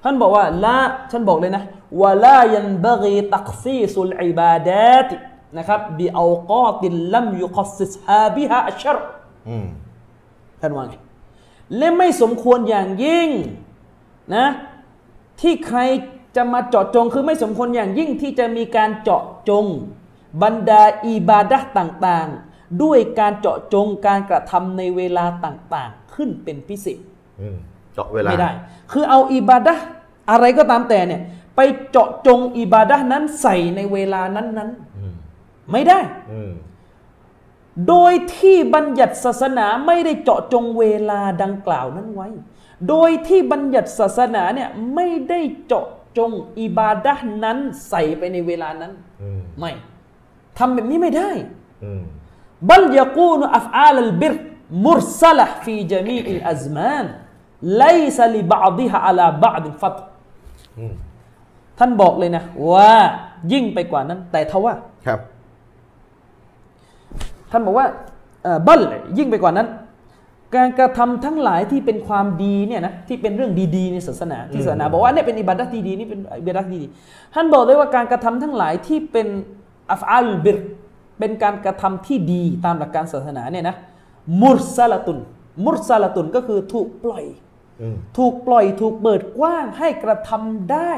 ท่านบอกว่าละท่านบอกเลยนะว่าลายันบะกีตักซีซุลอิบาดาตินะครับบิเอากาติลลัมยุกัสซิสฮาบิฮาอัชชรอ
อืม
ท่านว่าไงและไม่สมควรอย่างยิ่งนะที่ใครจะมาเจาะจงคือไม่สมควรอย่างยิ่งที่จะมีการเจาะจง บรรดาอิบาดะห์ต่างๆ ด้วยการเจาะจงการกระทำในเวลาต่างๆ ขึ้นเป็นพิเศษ
อืมเจาะเวลา
ไม่ได้ คือเอาอิบาดะห์อะไรก็ตามแต่เนี่ยไปเจาะจงอิบาดะห์นั้นใส่ในเวลานั้น
อืม
ๆ ไม่ได้
อืม
โดยที่บัญญัติศาสนาไม่ได้เจาะจงเวลาดังกล่าวนั้นไว้ โดยที่บัญญัติศาสนาเนี่ยไม่ได้เจาะจงอิบาดะห์นั้นใส่ไปในเวลานั้น
อืม
ไม่ทำแบบนี้ไม่ได้
อืม
بل يكون أفعال البر مرسلة في جميع الأزمان ไลซาลิบาดิฮะอาลาบาดินฟัต
อืม
ท่านบอกเลยนะ ว่ายิ่งไปกว่านั้น แต่ทว่า
ครับ
ท่านบอกว่าเอ่อบัลยิ่งไปกว่านั้น การกระทำทั้งหลายที่เป็นความดีเนี่ยนะที่เป็นเรื่องดีๆในศาสนาที่ศาสนาบอกว่าเนี่ยเป็นอิบาดะห์ที่ดีนี่เป็นอิบาดะห์ที่ดีท่านบอกเลยว่าการกระทำทั้งหลายที่เป็นอัฟอัลบิรเป็นการกระทำที่ดีตามหลักการศาสนาเนี่ยนะมุรซาลตุน มุรซาลตุนก็คือถูกปล่อย
อืม
ถูกปล่อยถูกเปิดกว้างให้กระทำได้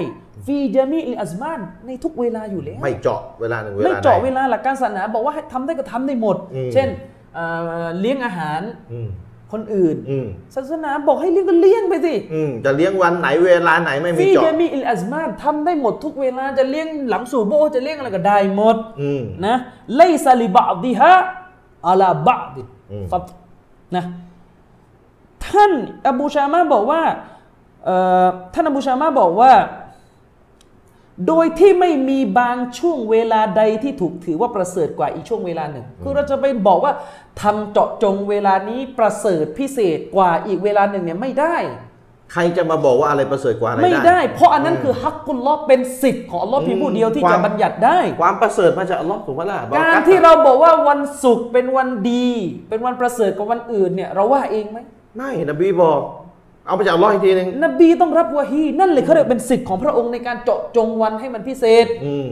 ฟีจามีอิลอัซมานในทุกเวลาอยู่แล้ว
ไม่เจาะเวลาหนึ่งเวลา
ไม่เจาะ
ไหน
เวลาหลักการศาสนาบอกว่าให้ทำได้ก็ทำได้หมด
อืม
เช่นเอ่อเลี้ยงอาหาร
อืม
คนอื่น
อืม
ศาสนาบอกให้เลี้ยงก็เลี้ยงไปสิ
อืมจะเลี้ยงวันไหนเวลาไหนไม่มี
ฟี
เจาะ
เดมีอิลอัซมานทำได้หมดทุกเวลาจะเลี้ยงหลังสู่โบะจะเลี้ยงอะไรก็ได้หมด
อืม
นะไลซาลิบะอ์ดิฮะอาลาบะอ์ดิ
อืม
ฟัตนะท่านอบูชามาบอกว่าเอ่อท่านอบูชามาบอกว่า โดยที่ไม่มีบางช่วงเวลาใดที่ถูกถือว่าประเสริฐกว่าอีกช่วงเวลาหนึ่ง คือเราจะไปบอกว่าทำเจาะจงเวลานี้ประเสริฐพิเศษกว่าอีกเวลาหนึ่งเนี่ยไม่ได้
ใครจะมาบอกว่าอะไรประเสริฐกว่าอะไร
ไม่ได้ เพราะอันนั้นคือฮักกุลลอฮ์เป็นสิทธิ์ของอัลลอฮ์เพียงผู้เดียวที่
ค
จะ
วาม
บัญญัติได้
ความประเสริฐมาจากอัลลอฮ์ถูกไหมล่ะบอ
การ
กัต
ที่เราบอกว่าวันศุกร์เป็นวันดี เป็นวันประเสริฐกว่าวันอื่นเนี่ยเราว่าเองไหม
ไม่นบีบอก เอามาจากอัลลอฮ์อีกทีหนึ่ง
นบีต้องรับวะฮีนั่นเลยเขาเรียกเป็นสิทธิ์ของพระองค์ในการเจาะจงวันให้มันพิเศษ
อืม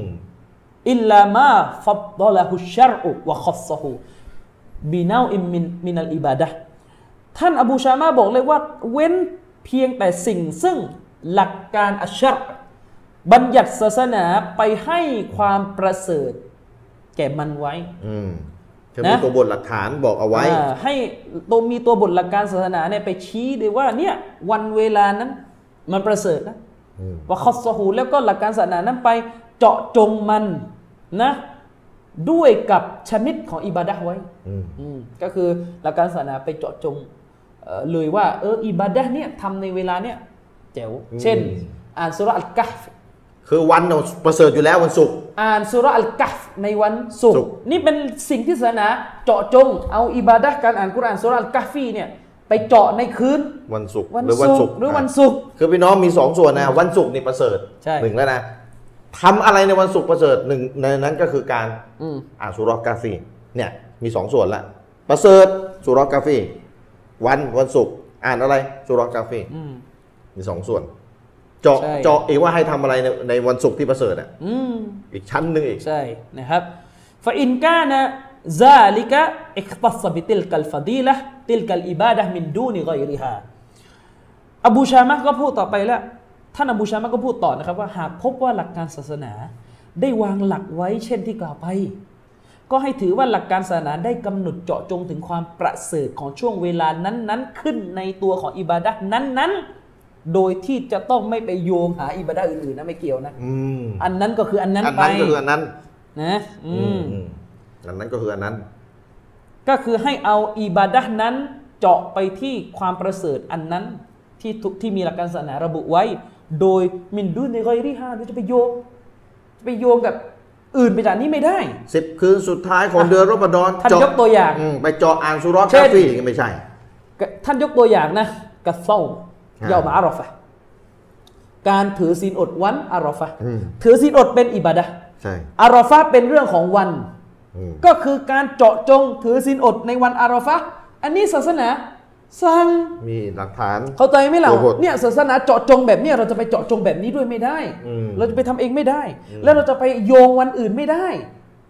อิลลามาฟัดดละฮุชชรอุวะคอสฮูบินาอิมมินมินัลอิบาดะห์ท่านอบูชามาบอกเลยว่า เว้นเพียงแต่สิ่งซึ่งหลักการอัชชรอ์บัญญัติศาสนาไปให้ความประเสริฐ แก่มันไว้
อืมจะมี
นะ
ตัวบทหลักฐานบอกเอาไว้
อ่าให้ตัวมีตัวบทหลักการศาสนาเนี่ยไปชี้เลยว่าเนี่ยวันเวลานั้นมันประเสริฐนะ
อืม
ว่าคอสฮูแล้วก็หลักการศาสนานั้นไปเจาะจงมันนะด้วยกับชนิดของอิบาดะห์ไว้
อืม
อืมก็คือหลักการศาสนาไปเจาะจงเอ่อเลยว่าเอออิบาดะห์เนี่ยทำในเวลาเนี่ยแจ๋วเช่น อ่านสุราะห์อัลกัฟ
คือวันเราประเสริฐอยู่แล้ววันศุกร์
อ่านสุราะห์อัลกัฟในวันศุก
ศุก
ร์
ร์
นี่เป็นสิ่งที่ศาสนาเจาะจง เอาอิบาดะห์การอ่านกุรอานสุราะห์อัลกัฟฟีเนี่ยไปเจาะในคืน
วันศุกร์
วัน
หรือวัน
ศุ
ศุ
ก
กร์
ร์หรือวัน
อ่ะ
ศุกร์
คือพี่น้องมีสองส่วนนะวันศุกร์นี่ประเสริฐ
ใช่
หนึ่งแล้วนะทำอะไรในวันศุกร์ประเสริฐหนึ่งในนั้นก็คือการอ่านสุรอกาฟีเนี่ยมีสองส่วนละประเสริฐสุรอกาฟีวันวันศุกร์อ่านอะไรสุรอกาฟี
อืม
มีสองส่วน เจาะ
ใช่
เจาะเองว่าให้ทำอะไรในในวันศุกร์ที่ประเสริฐอ่ะ
อืม
อีกชั้นหนึ่งอีก
ใช่นะครับฟาอินกานะซาลิกะอิคตัสบิติลกัลฟาดีละติลกัลอิบาดะห์มินดูนิกอยริฮาอบูชามะก็พูดต่อไปแล้ว ท่านอบูชามะก็พูดต่อนะครับว่าหากพบว่าหลักการศาสนา ได้วางหลักไว้เช่นที่กล่าวไป ก็ให้ถือว่าหลักการศาสนาได้กำหนดเจาะจงถึงความประเสริฐของช่วงเวลานั้นๆ ขึ้นในตัวของอิบาดะห์นั้นๆ โดยที่จะต้องไม่ไปโยงหาอิบาดะห์อื่นๆนะไม่เกี่ยวนะ
อืม
อันนั้นก็คืออันนั้น
อัน
ไป
นั้นก็คืออันนั้น
นะอืม
อืมอันนั้นก็คืออันนั้น
ก็คือให้เอาอิบาดะห์นั้นเจาะไปที่ความประเสริฐอันนั้นที่ทุกที่มีหลักการศาสนาระบุไว้ โดยมินดูในกอยริฮาโดยจะไปโยงจะไปโยงกับอื่นไปจากนี้ไม่ได้
สิบคืนสุดท้ายของเดือนรอมฎอน
ท่านยกตัวอย่าง
มไปเจาะอ่านสุรอ
เช่
กาน ฟีก็ไม่ใช่
ก็ท่านยกตัวอย่างนะกัสเซา
อ่า
เยาวมาอารอฟะห์การถือศีลอดวันอารอฟะห์
อืม
ถือศีลอดเป็นอิบาดะห์
ใช่
อารอฟะห์เป็นเรื่องของวัน
อืม
ก็คือการเจาะจงถือศีลอดในวันอารอฟะห์อันนี้ศาสนาสั่ง
มีหลักฐาน
เข้าใจไหมเรา
โอ้โห
เนี่ยศาสนาเจาะจงแบบเนี้ยเราจะไปเจาะจงแบบนี้ด้วยไม่ได้
อืม
เราจะไปทำเองไม่ได้ แล้วเราจะไปโยงวันอื่นไม่ได้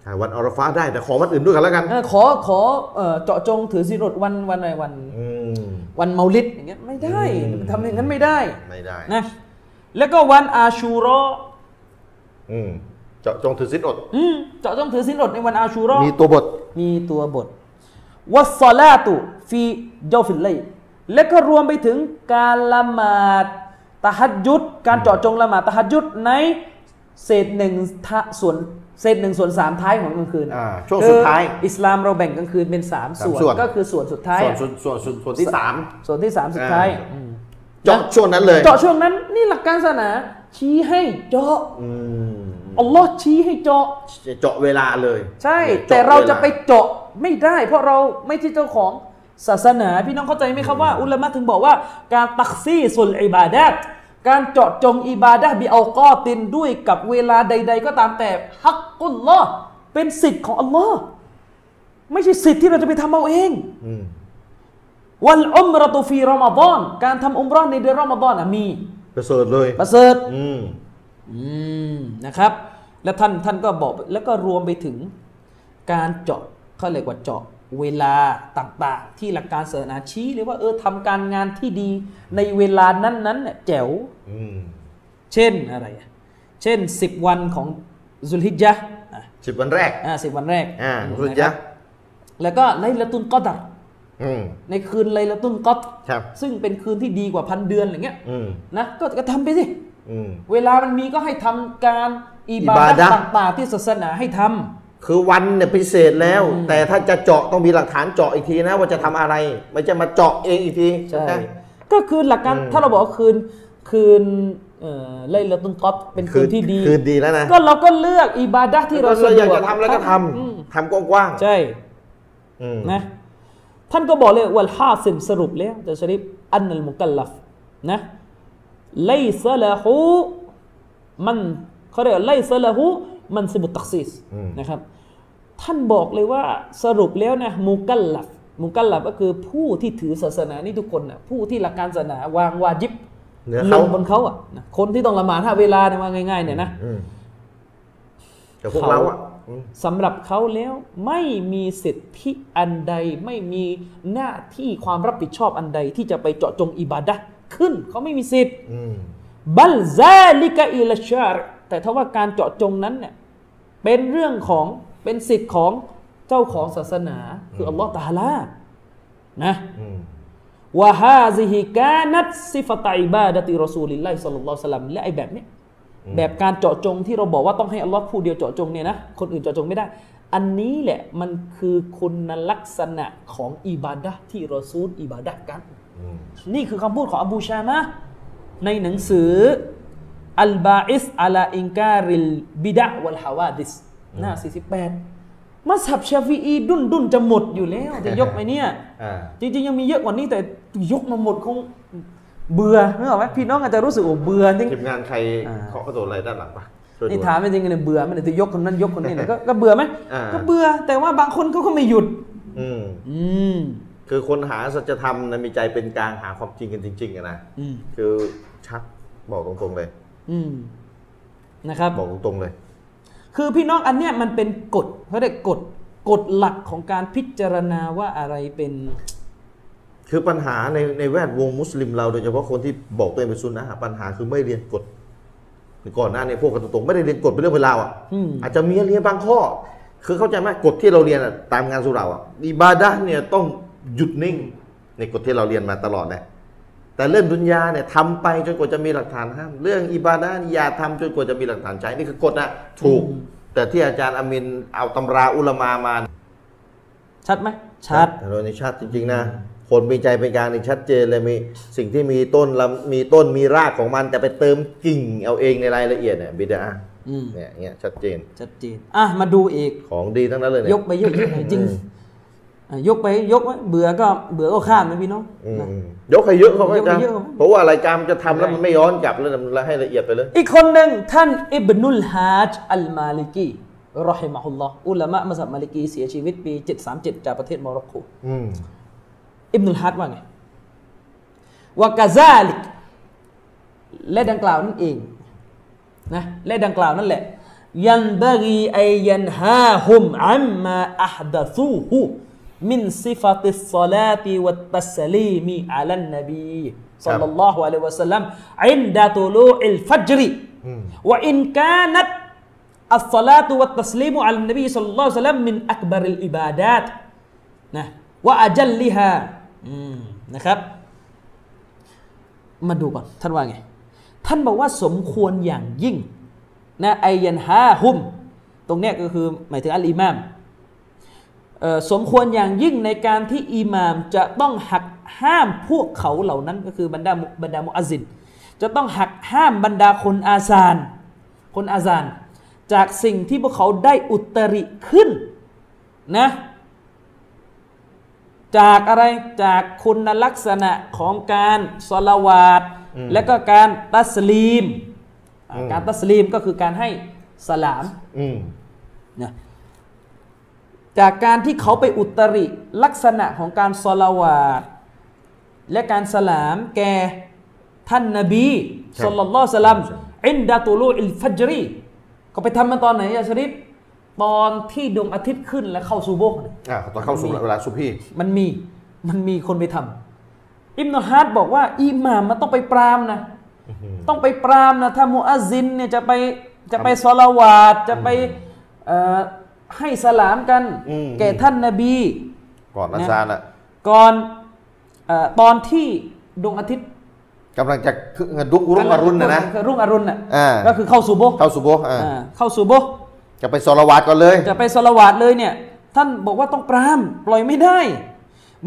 ใช่วันอรฟาได้แต่ขอวันอื่นด้วยกันแล้วกัน
เออขอขอเอ่อเจาะจงถือศีลอดวันวันอะไรวัน
อืม
วันเมาลิดอย่างเงี้ยไม่ได้
อืม
ทำอย่างนั้นไม่ได้
ไม่ได้
นะแล้วก็วันอาชูรอ
อืมเจาะจงถือสิทธิ์อด
อืมเจาะจงถือศีลอดในวันอาชูรอ
มีตัวบท
มีตัวบทวัสลาตุฟีเยาฟิลเลยลและก็รวมไปถึงการละหมาดตะฮัดยุดการเจาะจงละหมาดตะฮัดยุดในเศษหนึ่งทะส่วนเศษหนึ่งส่วนสามท้ายของกลางคืน
อ่าช่วงสุดท้าย
คืออิสลามเราแบ่งกลางคืนเป็นสาม
สาม
ส่วน
ส่วน
ก็คือส่วนสุดท้าย
ส่วน
อะ
ส่วนส่วนส่วนส่วนที่สาม
ส่วนที่สามสุดท้าย
อ่า
อืม
เจาะช่วงนั้นเลย
เจาะช่วงนั้นนี่หลักการศาสนาชี้ให้เจาะ
อืม
อัลลอฮ์ชี้ให้เจาะ
เจาะเวลาเลย
ใช่
เจาะ
แต่เรา
วล
จะไปเจาะไม่ได้ เพราะเราไม่ใช่เจ้าของ ศาสนา พี่น้องเข้าใจไหมครับว่าอุลามะถึงบอกว่า การตักซีสุลอิบาดะห์การเจาะจงอิบาดะห์บิอัลกอตินด้วยกับเวลาใด ๆ ก็ตามแต่ฮักกุลลอฮ์เป็นสิทธิ์ของอัลลอฮ์ไม่ใช่สิทธิ์ที่เราจะไปทำเอาเอง
อืม
วันอุมเราะตุฟีรอมฎอนการทำอุมเรอในเดือนรอมฎอนน่ะมี
ประเสริฐเลย
ประเสริฐ
อืม
อืมนะครับ และท่านท่านก็บอกแล้วก็รวมไปถึงการเจาะเขาเรียกว่าเจาะเวลาต่างๆ ที่หลักการศาสนาชี้เลยว่าเออทำการงานที่ดีในเวลานั้นๆเนี่ยแจ๋ว
อืม
เช่นอะไรอะเช่น 10 วันของซุลฮิจญะห์อ่ะ
สิบวันแรก
อ่าสิบวันแรก
อ่า
อืม
สุด
นค
ยะ
รับแล้วก็ไลละตุนกอดัร
อืม
ในคืนไลละตุนกอด
ครับ
ซึ่งเป็นคืนที่ดีกว่าพันเดือนอะไรเงี้ย
อืม
นะก็ก็ทำไปสิ
อืม
เวลามันมีก็ให้ทำการอิบา
อิบา
ดะ
ดะห์
ห์ต่างๆที่ศาสนาให้ทำ
คือวันเนี่ยพิเศษแล้ว แต่ถ้าจะเจาะต้องมีหลักฐานเจาะอีกทีนะ ว่าจะทำอะไร ไม่จะมาเจาะเองอีกทีนะ
ก็คือหลักการถ้าเราบอกว่าคืนคืนเอ่อไลละตุนกอดเป็นคืนที่ดี
คืนดีแล้วนะ
ก็เราก็เลือกอิบาดะห์ที่
ก็
เรา
เรา
สะดว
อยากจะทำแล้วก็ทำ
อืม
ทำกว้าง
ใช่
ๆอืม
นะท่านก็บอกเลยวัลฮาซิมสรุปแล้วอาจะชะริฟอันนัลมุกัลลัฟนะไลซะละฮูมันเขาเรียกว่าไลซะละฮูมันสิบุตตักซีสนะครับ ท่านบอกเลยว่าสรุปแล้วนะมุกัลลัฟมุกัลลัฟก็คือผู้ที่ถือศาสนานี่ทุกคนนะผู้ที่หลักการศาสนาวางวาจิบ
เหนือ
ล
เขา
งบนเขาอ่ะนะคนที่ต้องละหมาดห้าเวลาเนี่ยว่าง่ายๆเนี่ยนะ
อืมแต่พวกเราอ่ะอืม
สำหรับเขาแล้วไม่มีสิทธิอันใดไม่มีหน้าที่ความรับผิดชอบอันใดที่จะไปเจาะจงอิบาดะห์ขึ้นเขาไม่มีสิทธิ์
อืม
บัลซาลิกะอิลชาร์แต่ถ้าว่าการเจาะจงนั้นเนี่ยเป็นเรื่องของเป็นสิทธิ์ของเจ้าของศาสนาคืออัลลอฮ์ตะอาลานะ
อืม
วะฮาซิฮิกานัตซิฟะตัยบาดะติรอซูลิลลาฮิศ็อลลัลลอฮุอะลัยฮิวะซัลลัมและไอ้แบบเนี้ยแบบการเจาะจงที่เราบอกว่าต้องให้อัลลอฮ์ผู้เดียวเจาะจงเนี่ยนะคนอื่นเจาะจงไม่ได้ อันนี้แหละมันคือคุณลักษณะของอิบาดะห์ที่รอซูลอิบาดะห์กัน
อืม
นี่คือคำพูดของอบูชามะห์ในหนังสืออัลบาอิสอาลาอินการิลบิดะห์วัลฮาวาดิสหน้า 48 มัสฮับชาฟีอีดุนดุนจะหมดอยู่แล้วจะยกไหมเนี่ย
อ่า
จริงๆ ยังมีเยอะกว่านี้แต่ยกมาหมดคงเบื่อนึกออกไหมพี่น้องอาจจะรู้สึกโอ้เบื่อจริง
ทีมงานใครเคาะกระโดดอะไรด้านหลังปะช่วยดู
นี่ถามจริงๆเนี่ยเบื่อไหมันจะยกคนนั้นยกคน นี้เนี่ยก็ก็เบื่อไหม
อ่า
ก็เบื่อแต่ว่าบางคนเขาก็ไม่หยุด
อืม
อืม
คือคนหาสัจธรรมนะมีใจเป็นกลางหาความจริงกันจริงๆอะนะ
อืม
คือชัดบอกตรงๆเลย
อืมนะครับ
บอกตรงๆเลย
คือพี่น้องอันเนี้ยมันเป็นกฎเขาเรียกกฎกฎหลักของการพิจารณาว่าอะไรเป็น
คือปัญหาในในแวดวงมุสลิมเราโดยเฉพาะคนที่บอกตัวเองเป็นซุนนะฮ์ปัญหาคือไม่เรียนกฎก่อนหน้านี้พวกกันตรงๆไม่ได้เรียนกฎเป็นเรื่องเป็นราวอ่ะ
อืม
อาจจะมีเรียนบางข้อ คือเข้าใจไหมกฎที่เราเรียนอะตามงานสุเราอ่ะอิบาดะห์เนี่ยต้องหยุดนิ่งในกฎที่เราเรียนมาตลอดแหละแต่เรื่องดุนยาเนี่ยทำไปจนกว่าจะมีหลักฐานห้ามเรื่องอิบาดะห์เนี่ยอย่าทำจนกว่าจะมีหลักฐานใช้นี่คือกฎนะถูก แต่ที่อาจารย์อามินเอาตำราอุลามามา
ชัดไหมชัด
โดยในชาติจริง ๆ นะ คนมีใจเป็นกลางนี่ชัดเจนเลยมีสิ่งที่มีต้นลำมีต้นมีรากของมัน แต่ไปเติมกิ่งเอาเองในรายละเอียดเนี่ยบิดา
อืม
เนี่ยเนี่ยชัดเจน
ชัดเจนอ่ะมาดูอีก
ของดีทั้งนั้นเลยเนี่ย
ยกไปเยอะๆหน่อยจริงอ่ะยกไปยกไว้เบื่อก็เบื่อก็ข้ามนะพี่น้อง
อืม
นะ
ยกให้เยอะเขาไว้
ยกให้
จ้ะ
เยอะเขาไว้
เพราะว่ารายการมันจะทำแล้วมันไม่ย้อนกลับแล้วมันให้ละเอียดไปเลย
อีกคนหนึ่งท่านอิบนุลฮาจอัลมาลิกีรอฮิมะฮุลลอฮ์อุลามะมัสยิดมาลิกีเสียชีวิตปี 737 จากประเทศโมร็อกโก
อืม
อิบนุลฮาจว่าไงว่ากาซาลิกและดังกล่าวนั่นเองนะและดังกล่าวนั่นแหละ ยันบรีไอยันฮาฮุมอัมมาอัฮดะซูฮุมินซิฟติสซาลาติวัตตัสลีมีอัลันนบีสัลลัลลอฮุอะลัยฮิวะสัลลัมอินดะตุลูอิลฟัจรี
อืม
وإن كانت الصلاة والتسليم على النبي صلى الله عليه وسلم من أكبر العبادات نعم. นะว่าอาจัลลิฮาอืมนะครับ มาดูก่อน ท่านว่าไง ท่านบอกว่าสมควรอย่างยิ่งนะไอยันฮาฮุม ตรงเนี้ยก็คือหมายถึงอัลอิมามเอ่อสมควรอย่างยิ่งในการที่อิหมามจะต้องหักห้ามพวกเขาเหล่านั้นก็คือบรรดามุบรรดามุอาซิน จะต้องหักห้ามบรรดาคนอาซาน คนอาซาน จากสิ่งที่พวกเขาได้อุตริขึ้นนะ จากอะไรจากคุณลักษณะของการสละวาดและก็การตัสลีมอ่ะการตัสลีมก็คือการให้สลาม
อืม
นะจากการที่เขาไปอุตริลักษณะของการสลาวาดและการสลามแก่ท่านนบี
ครับ
สลลัลลอฮุอะลัยฮิวะสลลัม
ครับ
อินดาตูลูอิลฟัจรีเขาไปทำมันตอนไหนยาชริฟตอนที่ดวงอาทิตย์ขึ้นและเข้าซูโบกเนี่ย
อ่าตอนเข้าสู่เวลาสุพี่
มันมี มันมีคนไปทำอิมนุฮาร์ดบอกว่า อิหม่ามมันต้องไปปรามนะ ต้องไปปรามนะ ถ้ามุอาซซินเนี่ยจะไปจะไปสลาวาดจะไปเอ่อให้สลามกัน แก่ท่านนาบี
ก่อนอา
นะ
ซานอ่ะ
ก่อนเออตอนที่ดวงอาทิตย์
กำลังจะขึ้นดุกรุ่งอรุณนะนะ
รุ่งอรุณน่ะ
อ่า
ก็คือเข้าซูโบห์
เข้าสู่โบะอ่า
อ่าเข้าซูโบห์
จะไปสลาวาดก่อนเลย
จะไปสละวาดเลยเนี่ยท่านบอกว่าต้องปรามปล่อยไม่ได้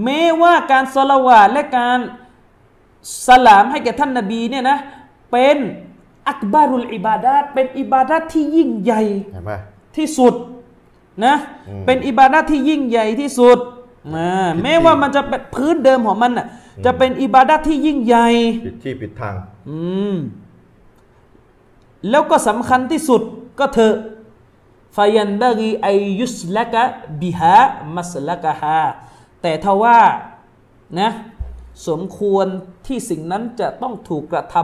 แม้ว่าการสละวาดและการสลามให้แก่ท่านนาบีเนี่ยนะเป็นอักบารุลอิบาดาตเป็นอิบาดาตที่ยิ่งใหญ่
เห็นไหม
ที่สุดนะเป็นอิบาดาตที่ยิ่งใหญ่ที่สุดนะแม้ว่ามันจะเป็นพื้นเดิมของมันน่ะจะเป็นอิบาดาตที่ยิ่งใหญ่
ผิดที่ผิดทาง
อืม แล้วก็สำคัญที่สุดก็เธอะฟายันบารีไอยุสละกะบิฮะมัสละกะฮาแต่ทว่านะสมควรที่สิ่งนั้นจะต้องถูกกระท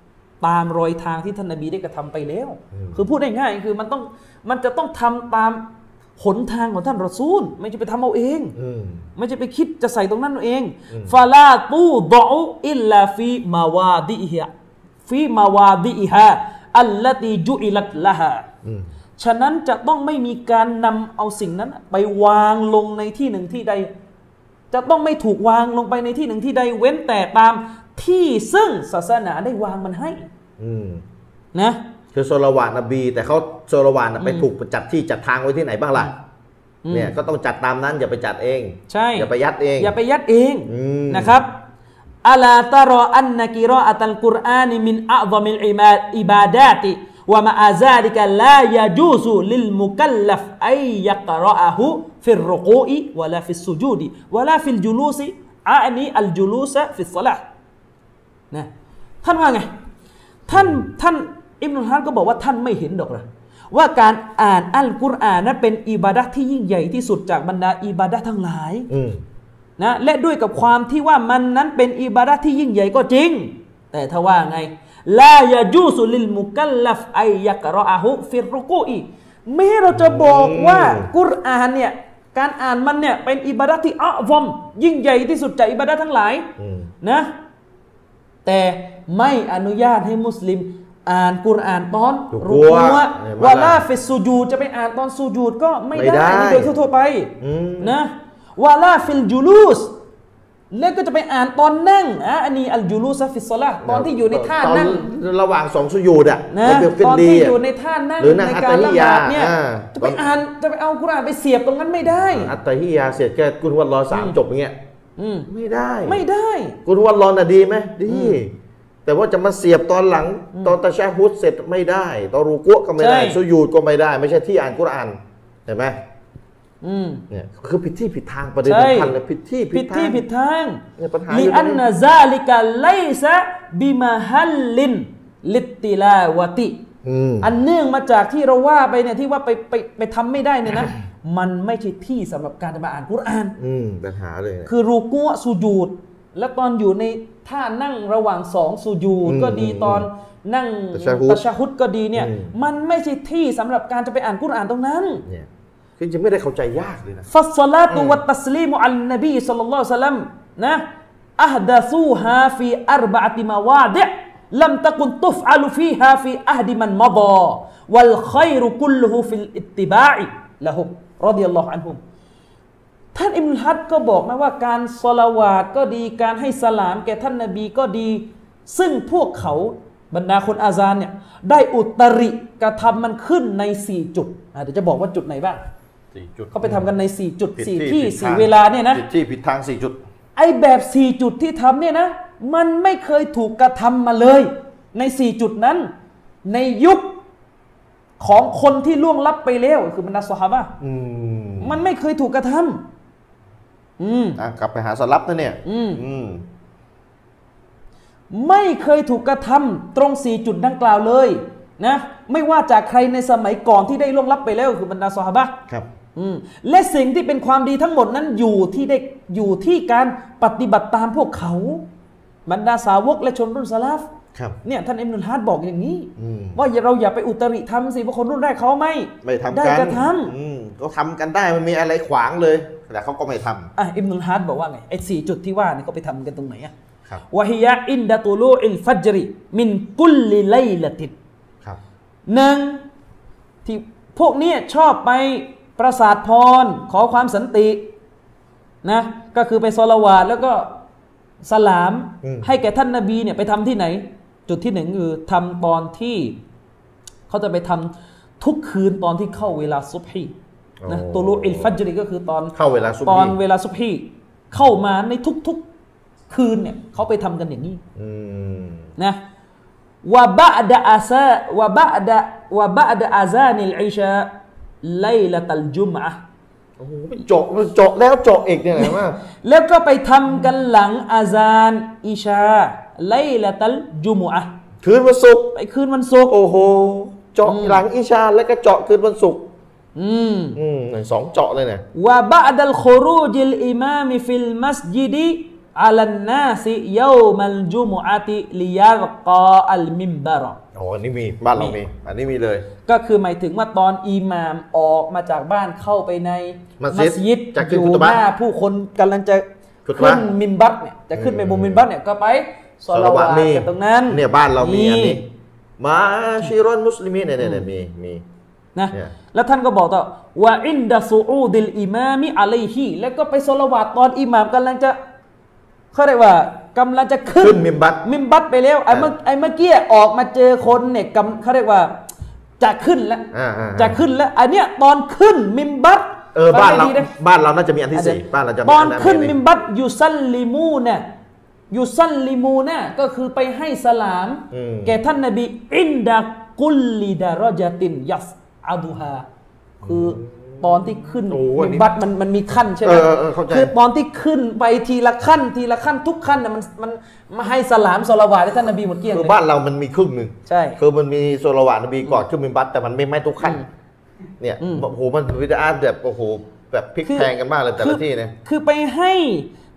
ำตามรอยทางที่ท่านนบีได้กระทำไปแล้ว คือพูดได้ง่ายคือมันต้องมันจะต้องทำตามหนทางของท่านรอซูล ไม่ใช่ไปทำเอาเอง
อืม
ไม่ใช่ไปคิดจะใส่ตรงนั้นเอาเองฟาลาตูดออุอิลลาฟีมาวาดิฮะฟีมาวาดิฮะอัลลตีจุอิลัตละฮะ
อืม
ฉะนั้นจะต้องไม่มีการนำเอาสิ่งนั้น ไปวางลงในที่หนึ่งที่ใด จะต้องไม่ถูกวางลงไปในที่หนึ่งที่ใดเว้นแต่ตามที่ซึ่งศาสนาได้วางมันให้
อืม
นะ
คือสลาวาดนบี แต่เขาสลาวาดน่ะไปถูกจัดที่จัดทางไว้ที่ไหนบ้างล่ะ เนี่ยก็ต้องจัดตามนั้นอย่าไปจัดเอง
ใช่
อย่าไปยัดเอง
อย่าไปยัดเอง
อืม
นะครับอัลาตารออันนกิรออัตัลกุรอานิมินอัซมิลอิมาอิบาดาติวะมาอาซาลิกะลายะจูซุลิลมุกัลลัฟอัยยักรออะฮุฟิรรุกูอิวะลาฟิสสุจูดิวะลาฟิลจุลูซิอานีอัลจุลูซะฟิสศอลาห์นะท่านว่าไง ท่านท่านอิมรุฮันก็บอกว่าท่านไม่เห็นดอกเหรอว่าการอ่านอัลกุรอานนั้นเป็นอิบาดะห์ที่ยิ่งใหญ่ที่สุดจากบรรดาอิบาดะห์ทั้งหลาย
อืม
นะและด้วยกับความที่ว่ามันนั้นเป็นอิบาดะห์ที่ยิ่งใหญ่ก็จริง แต่ถ้าว่าไงลายาจูสุลิลมุกัลลัฟไอยักรออาหุฟิรุกูอีแม้เราจะบอกว่า
อืม
กุรอานเนี่ยการอ่านมันเนี่ยเป็นอิบาดะห์ที่อัฟอมยิ่งใหญ่ที่สุดจากอิบาดะห์ทั้งหลาย
อืม
นะแต่ไม่อนุญาตให้มุสลิม อ่านกุรอานตอน
รุกัวเห็นไหม
วะลา
ล่ะ
ฟิสซูญูดจะไปอ่านตอนซูญูดก็ไม่
ไม่ได้
ได้นี่โดยทั่วๆไป
อืม
นะวาลาฟิลจูลูสแล้วก็จะไปอ่านตอนนั่งอ่ะอันนี้อัลจูลูสฟิสซอลาตอนที่อยู่ในท่านั่ง
ตอนระหว่างสองสุญูดอ่ะ
นะ
มัเปรียบขึ้
ตอน
ดี
ที่
อะ
อยู่ในท่านั่ง
หรือนั่ง
ในการละหมาดเนี่ย
อัตตะฮิยะอ่า
จะไปอ่านจะไปเอากุรอานไปเสียบตรงนั้นไม่ได้
อัตตะฮิยาเสร็จแค่กุนวัลลอฮ์สามจบอย่างเงี้ย
อืม
ไม่ได้
ไม่ได้
กุนวัลลอฮ์น่ะดีไหมดี แต่ว่าจะมาเสียบตอนหลัง ตอนตะชาฮุดเสร็จไม่ได้ ตอนรูกัวก็ไม่ได้
ใช่
สุญูดก็ไม่ได้ ไม่ใช่ที่อ่านกุรอานเห็นไหม
อืม
เนี่ยคือผิดที่ผิดทางประเด็น
ใช่
สำคัญเลยผิดที่
ผิดที่ผิดทาง
เนี่ยปัญหา
ลิ
ยู่ตร
อั
ง
น
นี้
นาซาลิกาไลซะบิมาฮัลลินลิตติลาวติ
อืม
อันเนื่องมาจากที่เราว่าไปเนี่ยที่ว่าไปไปไปทำไม่ได้เนี่ยนะ มันไม่ใช่ที่สำหรับการจะมาอ่านกุรอาน
อืมปัญหาเลยเนี่ย
คือรูกัวสุญูดและตอนอยู่ในท่านั่งระหว่างสองสุญูด
อืม
ก็ดี
อืม
ตอนนั่ง
ตะชะฮุด
ตะชะฮุดก็ดีเนี่ย
อืม
มันไม่ใช่ที่สำหรับการจะไปอ่านกุรอานตรงนั้น
เนี่ยคือจริงๆไม่ได้เข้าใจยากเลยนะ
ฟัสลาตุวัตตัสลีมุอัลนบีสัลลัลลอฮุอะลัยฮิวะซัลลัมนะอัฮดะซูฮาฟีอัรบะอะติมาวาดิะลัมตะกุนตุฟอัลฟีฮาฟีอัฮดิมันมะดอวัลไครุกุลลุฮุฟิลอิตติบาอิละฮุมรอดิยัลลอฮุอันฮุม ท่านอิมฮัดก็บอกนะว่าการสลาวาดก็ดีการให้สลามแก่ท่านนาบีก็ดี ซึ่งพวกเขาบรรดาคนอาซานเนี่ยได้อุตริกระทำมันขึ้นใน 4 จุดอ่ะเดี๋ยวจะบอกว่าจุดไหนบ้างเขาไปทำกันใน 4 จุด
ผิด
4
ที่
ที่
ผิดทาง
4 เวลาเนี่ยนะ
ผิดที่ผิดทางสี่จุด
ไอแบบ 4 จุดที่ทำเนี่ยนะมันไม่เคยถูกกระทำมาเลย ใน 4 จุดนั้น ในยุคของคนที่ล่วงลับไปแล้ว คือบรรดาสหาบะห์
อืม
มันไม่เคยถูกกระทำ อืม
นะกลับไปหาสลับนะเนี่ย
อืม
อืม
ไม่เคยถูกกระทำตรงสี่จุดดังกล่าวเลยนะไม่ว่าจากใครในสมัยก่อนที่ได้ล่วงลับไปแล้วคือบรรดาซอฮาบะห์
ครับ
อืมและสิ่งที่เป็นความดีทั้งหมดนั้นอยู่ที่ได้อยู่ที่การปฏิบัติตามพวกเขา บรรดาสาวกและชนรุ่นสลาฟ
ครับ
เนี่ยท่านอิมนุลฮาดบอกอย่างนี้
อืม
ว่าอย่าเราอย่าไปอุตริทำสิเพราะคนรุ่นแรกเขาไม่
ไม่ทำกัน
ได้กระท
อืมก็ทำกันได้มันมีอะไรขวางเลย แต่เขาก็ไม่ทำ
ำอ่ะอิมนุลฮาดบอกว่าไงไอ้สี่จุดที่ว่าเนี่ยเขาไปทำกันตรงไหนอะ
ครับ
วะฮิยะอินดะตูลูอิลฟัจริมินกุลลิไลละติด
ครับ
หนึ่งที่พวกเนี้ชอบไปปราสาทพร ขอความสันตินะก็คือไปสละวาดแล้วก็สลาม
อืม
ให้แก่ท่านนาบีเนี่ยไปทำที่ไหน จุดที่หนึ่งคือทำตอนที่เขาจะไปทำทุกคืนตอนที่เข้าเวลาซุบฮีนะตัวลูอิลฟัจริก็คือตอน
เข้าเวลาซุบ
ตอน
ฮี
เวลาซุบฮีเข้ามาในทุกๆคืนเนี่ยเขาไปทำกันอย่างนี้
อืม
นะวะบะดะอาซาวะบะดะวะบะดะอาซานิลอิชาไลละตัลจุมอะห์
โอ้โหมันเจาะมันเจาะแล้วเจาะอีกเนี่ยไหนมาก
แล้วก็ไปทำกันหลังอาซานอิชาไลละตัลจุมอะห์
คืนวันศุกร์
ไปคืนวันศุกร์
โอ้โห เจาะหลังอิชาแล้วก็เจาะคืนวันศุกร์
อืม
อืมหนึ่งสองเจาะเลยเนี่ย
วะบะดัลคุรูจิลอิมามฟิลมัสยิดอาลันนาสิยามัลจุมอะติลิยารกาอัลมิมบาระ
อ๋ออันนี้มีบ้านเรามี อันนี้มีเลย
ก็คือหมายถึงว่าตอนอิหม่ามออกมาจากบ้านเข้าไปใน
มัสยิดจะขึ้
อน ยู่
คุตบะห์
หน้าผู้คนกำลังจะ
คุตบะห์
ขึ้นมิมบัตเนี่ยจะขึ้นไปบนมิมบัตเนี่ยก็ไปสลาวาตกันตรงนั้น
เนี่ยบ้านเรามีอันนี้
นี่
มาชิรอนมุสลิมีนเนี่ยเนี่ยเนี่ยมีมี
นะ
เนี่ย
แล้วท่านก็บอกต่อว่าอินดาซูอูดิลอิมามิอะลัยฮิแล้วก็ไปสลาวาตตอนอิหม่ามกำลังจะเขาเรียกว่ากำลังจะขึ้
ขึ้นมิมบัต
มิมบัตไปแล้วไอ้เมื่อ
อ่า
ไอ้เมื่อกี้ออกมาเจอคนเนี่ยกำเขาเรียกว่าจะขึ้นแล้ว
อ่าอ่า
จะขึ้นแล้ว อันเนี้ยตอนขึ้นมิมบัต
เออบ้านเรา
ฟังให้ดีะ
บ้านเราน่าจะมีอันที่สี่
อั
บ้านเราจะมี
ตอน
อั
ขึ้น
อั
มิมบัตยูซัลลิมูนะยูซัลลิมูนะก็คือไปให้สลาม
อืม
แก่ท่านนบี อินดากุลลิดารอจาตินยัสอาดูฮาคือตอนที่ขึ้น
โอ้โหอัน
มิ
นี้
มบัตมันมันมีขั้นใช่ไหม
เออเออเออเข้าใจ
คือตอนที่ขึ้นไปทีละขั้น ทีละขั้นทุกขั้นน่ะมันมันมาให้สลามสลาวาที่ท่านนบีหมดเกลี้ยง
คือ
เลย
บ้านเรามันมีครึ่งหนึ่ง
ใช่
คือมันมีโซลาวานบีก่อนขึ้นมิมบัตแต่มันไม่ไม่ทุกขั้นเนี่ยโอ้โหมันวิดอาร์แบบโอ้โหแบบพลิก
คือ
แพงกันมากเลยแต่
คื
ละ
อ
ที่เนี่ย
คือไปให้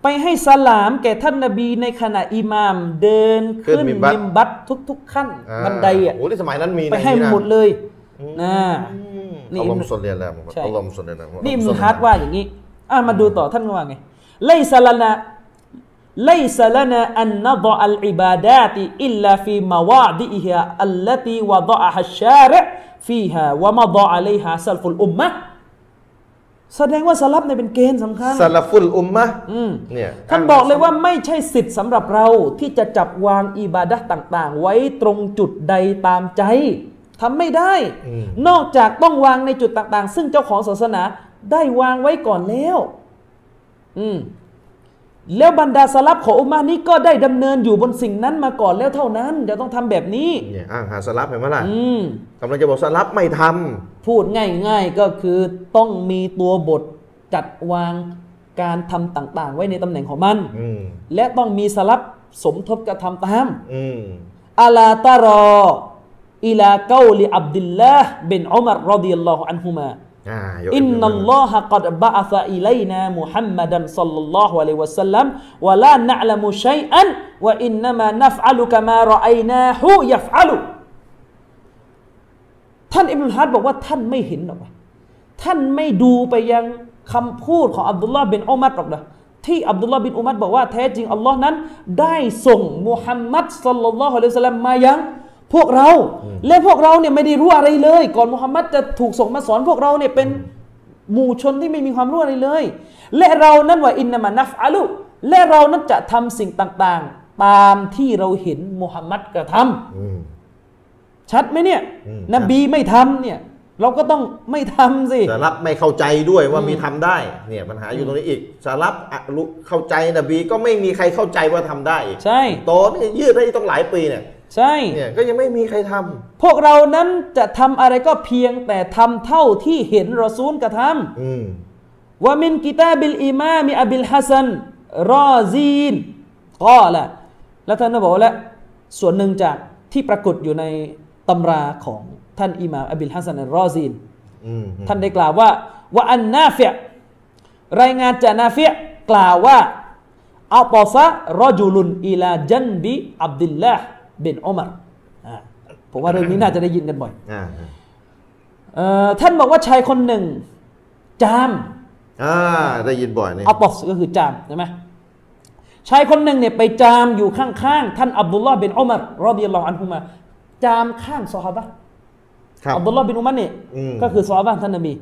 ไปให้สลามแก่ท่านนบีในขณะอิหมามเดินขึ้นมิมบัตทุก ๆ ขั้น
อ่า
บันไดอ่ะ
โอ้ที่สมัยนั้นมีนะ
ไปให้
นี่นะ
หมดเลยนะ นี่
นี่อัลลอฮ์มุสลิมแล้ว
ใช่
อัลลอฮ์มุสลิมแล้ว
นี่อิมนุฮาร์ดว่าอย่างนี้อ่ะมาดูต่อท่านว่าไงไลซาลานะไลซาลานะอันนดอัลอิบาดาติอิลลาฟีมาวาดิอิฮะอัลลตีวะดอะฮะชาริะฟีฮะวะมาดอะลัยฮะซัลฟุลอุมมะห์แสดงว่าสลับเนี่ยเป็นเกณฑ์สำคัญ
ซาลาฟุลอุมมะห์
อืม
เนี่ย
ท่านบอกเลยว่าไม่ใช่สิทธิ์สำหรับเราที่จะจับวางอิบาดะห์ต่าง ๆ ไว้ตรงจุดใดตามใจทำไม่ได้ นอกจากต้องวางในจุดต่าง ๆ ซึ่งเจ้าของศาสนาได้วางไว้ก่อนแล้ว อืมแล้วบรรดาสลับของอุมมานี้ก็ได้ดำเนินอยู่บนสิ่งนั้นมาก่อนแล้วเท่านั้นจะต้องทำแบบนี้
เนี่ยอ้างหาสลับเห็นไหมล่ะ
อืม
กำลังจะบอกสลับไม่ทำ
พูดง่ายๆก็คือต้องมีตัวบทจัดวางการทำต่าง ๆ ไว้ในตำแหน่งของมัน
อืม
และต้องมีสลับสมทบกระทำตาม
อืม
อาลาตารออิลาเกาลิอับดิลลาห์บินอุมารรอดิยัลลอฮุอันฮุมา
อ่าโยม
อินนัลลอฮะกัดบะอัฟอิไลนามุฮัมมัดันซัลลัลลอฮุอะลัยฮิวะสัลลัมวะลานะอ์ละมุชัยอันวะอินนามะนัฟอะลุกะมารอไอนาฮูยัฟอะลุท่านอิบนุลฮัดบอกว่าท่านไม่เห็นหรอกนะท่านไม่ดูไปยังคำพูดของอับดุลลอฮ์บินอุมัรหรอกนะที่อับดุลลอฮ์บินอุมัรบอกว่าแท้จริงอัลลอฮ์นั้น ได้ส่งมุฮัมมัดสัลลัลลอฮุอะลัยฮิวะสัลลัมมายังพวกเรา และพวกเราเนี่ยไม่ได้รู้อะไรเลย ก่อนมุฮัมมัดจะถูกส่งมาสอนพวกเราเนี่ยเป็นหมู่ชนที่ไม่มีความรู้อะไรเลย และเรานั้นว่าอินนามานัฟอาลุและเรานั้นจะทำสิ่งต่างๆ ตามที่เราเห็นมุฮัมมัดกระทำ
อืม
ชัดไหมเนี่ย
อืม
นบีไม่ทำเนี่ย เราก็ต้องไม่ทำสิ
สลับไม่เข้าใจด้วยว่ามีทำได้เนี่ยปัญหาอยู่ตรงนี้อีกสลับอะรู้เข้าใจนบีก็ไม่มีใครเข้าใจว่าทำได้อีก
ใช่
โตนี่ยืดได้ต้องหลายปีเนี่ย
ใช่
เนี่ยก็ยังไม่มีใครทำ
พวกเรานั้นจะทำอะไรก็เพียงแต่ทำเท่าที่เห็นรอซูลกระทำ
อืม
ว่ามินกิตาบิลอิมามอบิลฮัสซันรอซีนก็ละแล้วท่านก็บอกว่าและส่วนหนึ่งจากที่ปรากฏอยู่ในตำราของท่านอิหม่ามอบิลฮัสซันอัลรอซีน
อืมอืม
ท่านได้กล่าวว่าว่าอันนาเฟียรายงานจากนาเฟียกล่าวว่าอัตซะรอจุลุนอิลาจันบิอับดุลลาห์บินอุมารอ่าผมว่าเรื่องนี้น่าจะได้ยินกันบ่อย
อ่า
เอ่อท่านบอกว่าชายคนหนึ่ง จาม
อ่าได้ยินบ่อยเนี่ย
อัตซก็คือจามใช่ไหมชายคนหนึ่งเนี่ยไปจามอยู่ข้างๆ ท่านอับดุลลาห์บินอุมารรอบิยัลลอฮุอันฮุมาจามข้างซอฮาบะห์
ครับ
อับดุลลอฮ์บินอุมัรเนี่ย
อืม
ก็คือซอฮาบ้านท่านนบี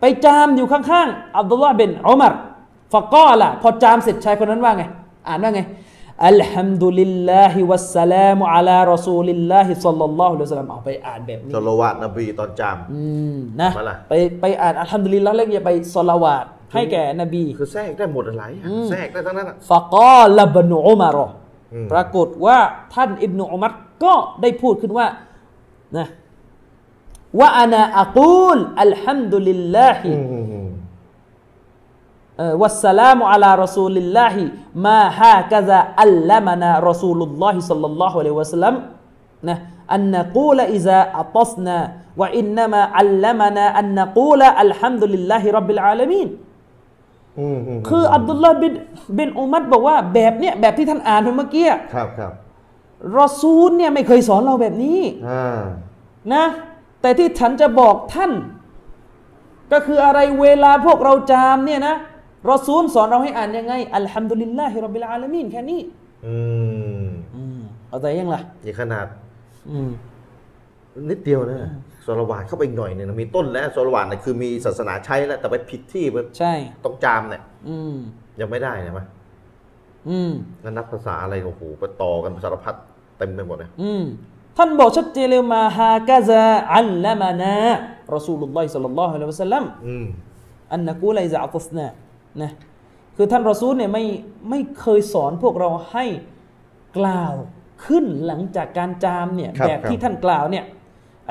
ไปจามอยู่ข้างๆอับดุลลอฮ์บินอุมัรฟะกอละพอจามเสร็จชายคนนั้นว่าไง อ่านว่าไงอัลฮัมดุลิลลาฮิวัสสลามุอะลารอซูลิลลาฮิศ็อลลัลลอฮุอะลัยฮิวะซัลลัมเอาไปอ่านแบบนี้
สโลวาตนบีตอนจาม
อืมนะ
มาล่ะ
ไปไปอ่านอัลฮัมดุลิลลาห์แล้วอย่าไปสลาวาตให้แก่นบี
คือแทรกได้หมดอะไรอ่ะแทรกได้ทั้งนั้นอ่ะ
ฟะกอลบนุอุมาร
อืม
ปรากฏว่าท่านอิบนุอุมัรก็ได้พูดขึ้นว่านะว่าอานาอักูลอัลฮัมดุลิลลาฮิ
อืมอืมอืม
เอ่อวัสสลามุอะลารอซูลิลลาฮิมาฮากะซาอัลลามะนารอซูลุลลอฮิศ็อลลัลลอฮุอะลัยฮิวะสัลลัมนะอันนะกูลอิซาอัตสนาว่าอินนามะอัลลามะนาอันนะกูลอัลฮัมดุลิลลาฮิร็อบบิลอาลามีน
อืมอืม
คืออับดุลลาห์บินบินอุมัรบอกว่าแบบเนี้ยแบบที่ท่านอ่านไปเมื่อกี้
ครับครับ
รอซูลเนี่ยไม่เคยสอนเราแบบนี้
อ่า
นะ แต่ที่ฉันจะบอกท่าน ก็คืออะไรเวลาพวกเราจามเนี่ยนะรอซูลสอนเราให้อ่านยังไง อัลฮัมดุลิลลาฮิรับบิลอาลามีนแค่นี้
อืม
เอาใจยังล่ะ
นี่ขนาด
อืม
นิดเดียวนะสโลวาตเข้าไปอีกหน่อยเนี่ยนะมีต้นแล้วสโลวาตเนี่ยคือมีศาสนาใช้แล้วแต่ไปผิดที่ไป
ใช่
ตรงจามเนี่ย
อืม
ยังไม่ได้เห็นไหม
อืม
นั่นนับภาษาอะไรโอ้โหไปต่อกันสารพัดเต็มไปหมดเลย
อืมท่านบอกชัดเจนเลยมาฮากะซาอัลลามะนารอซูลุลลอฮิสัลลัลลอฮุอะลัยฮิวะสัลลัม
อืม
อันนะกูไลซาอัตสนะนะ คือท่านรอซูลเนี่ยไม่ไม่เคยสอนพวกเราให้กล่าวขึ้นหลังจากการจามเนี่ย
ครับ
แบบ
ครับ
ที่ท่านกล่าวเนี่ย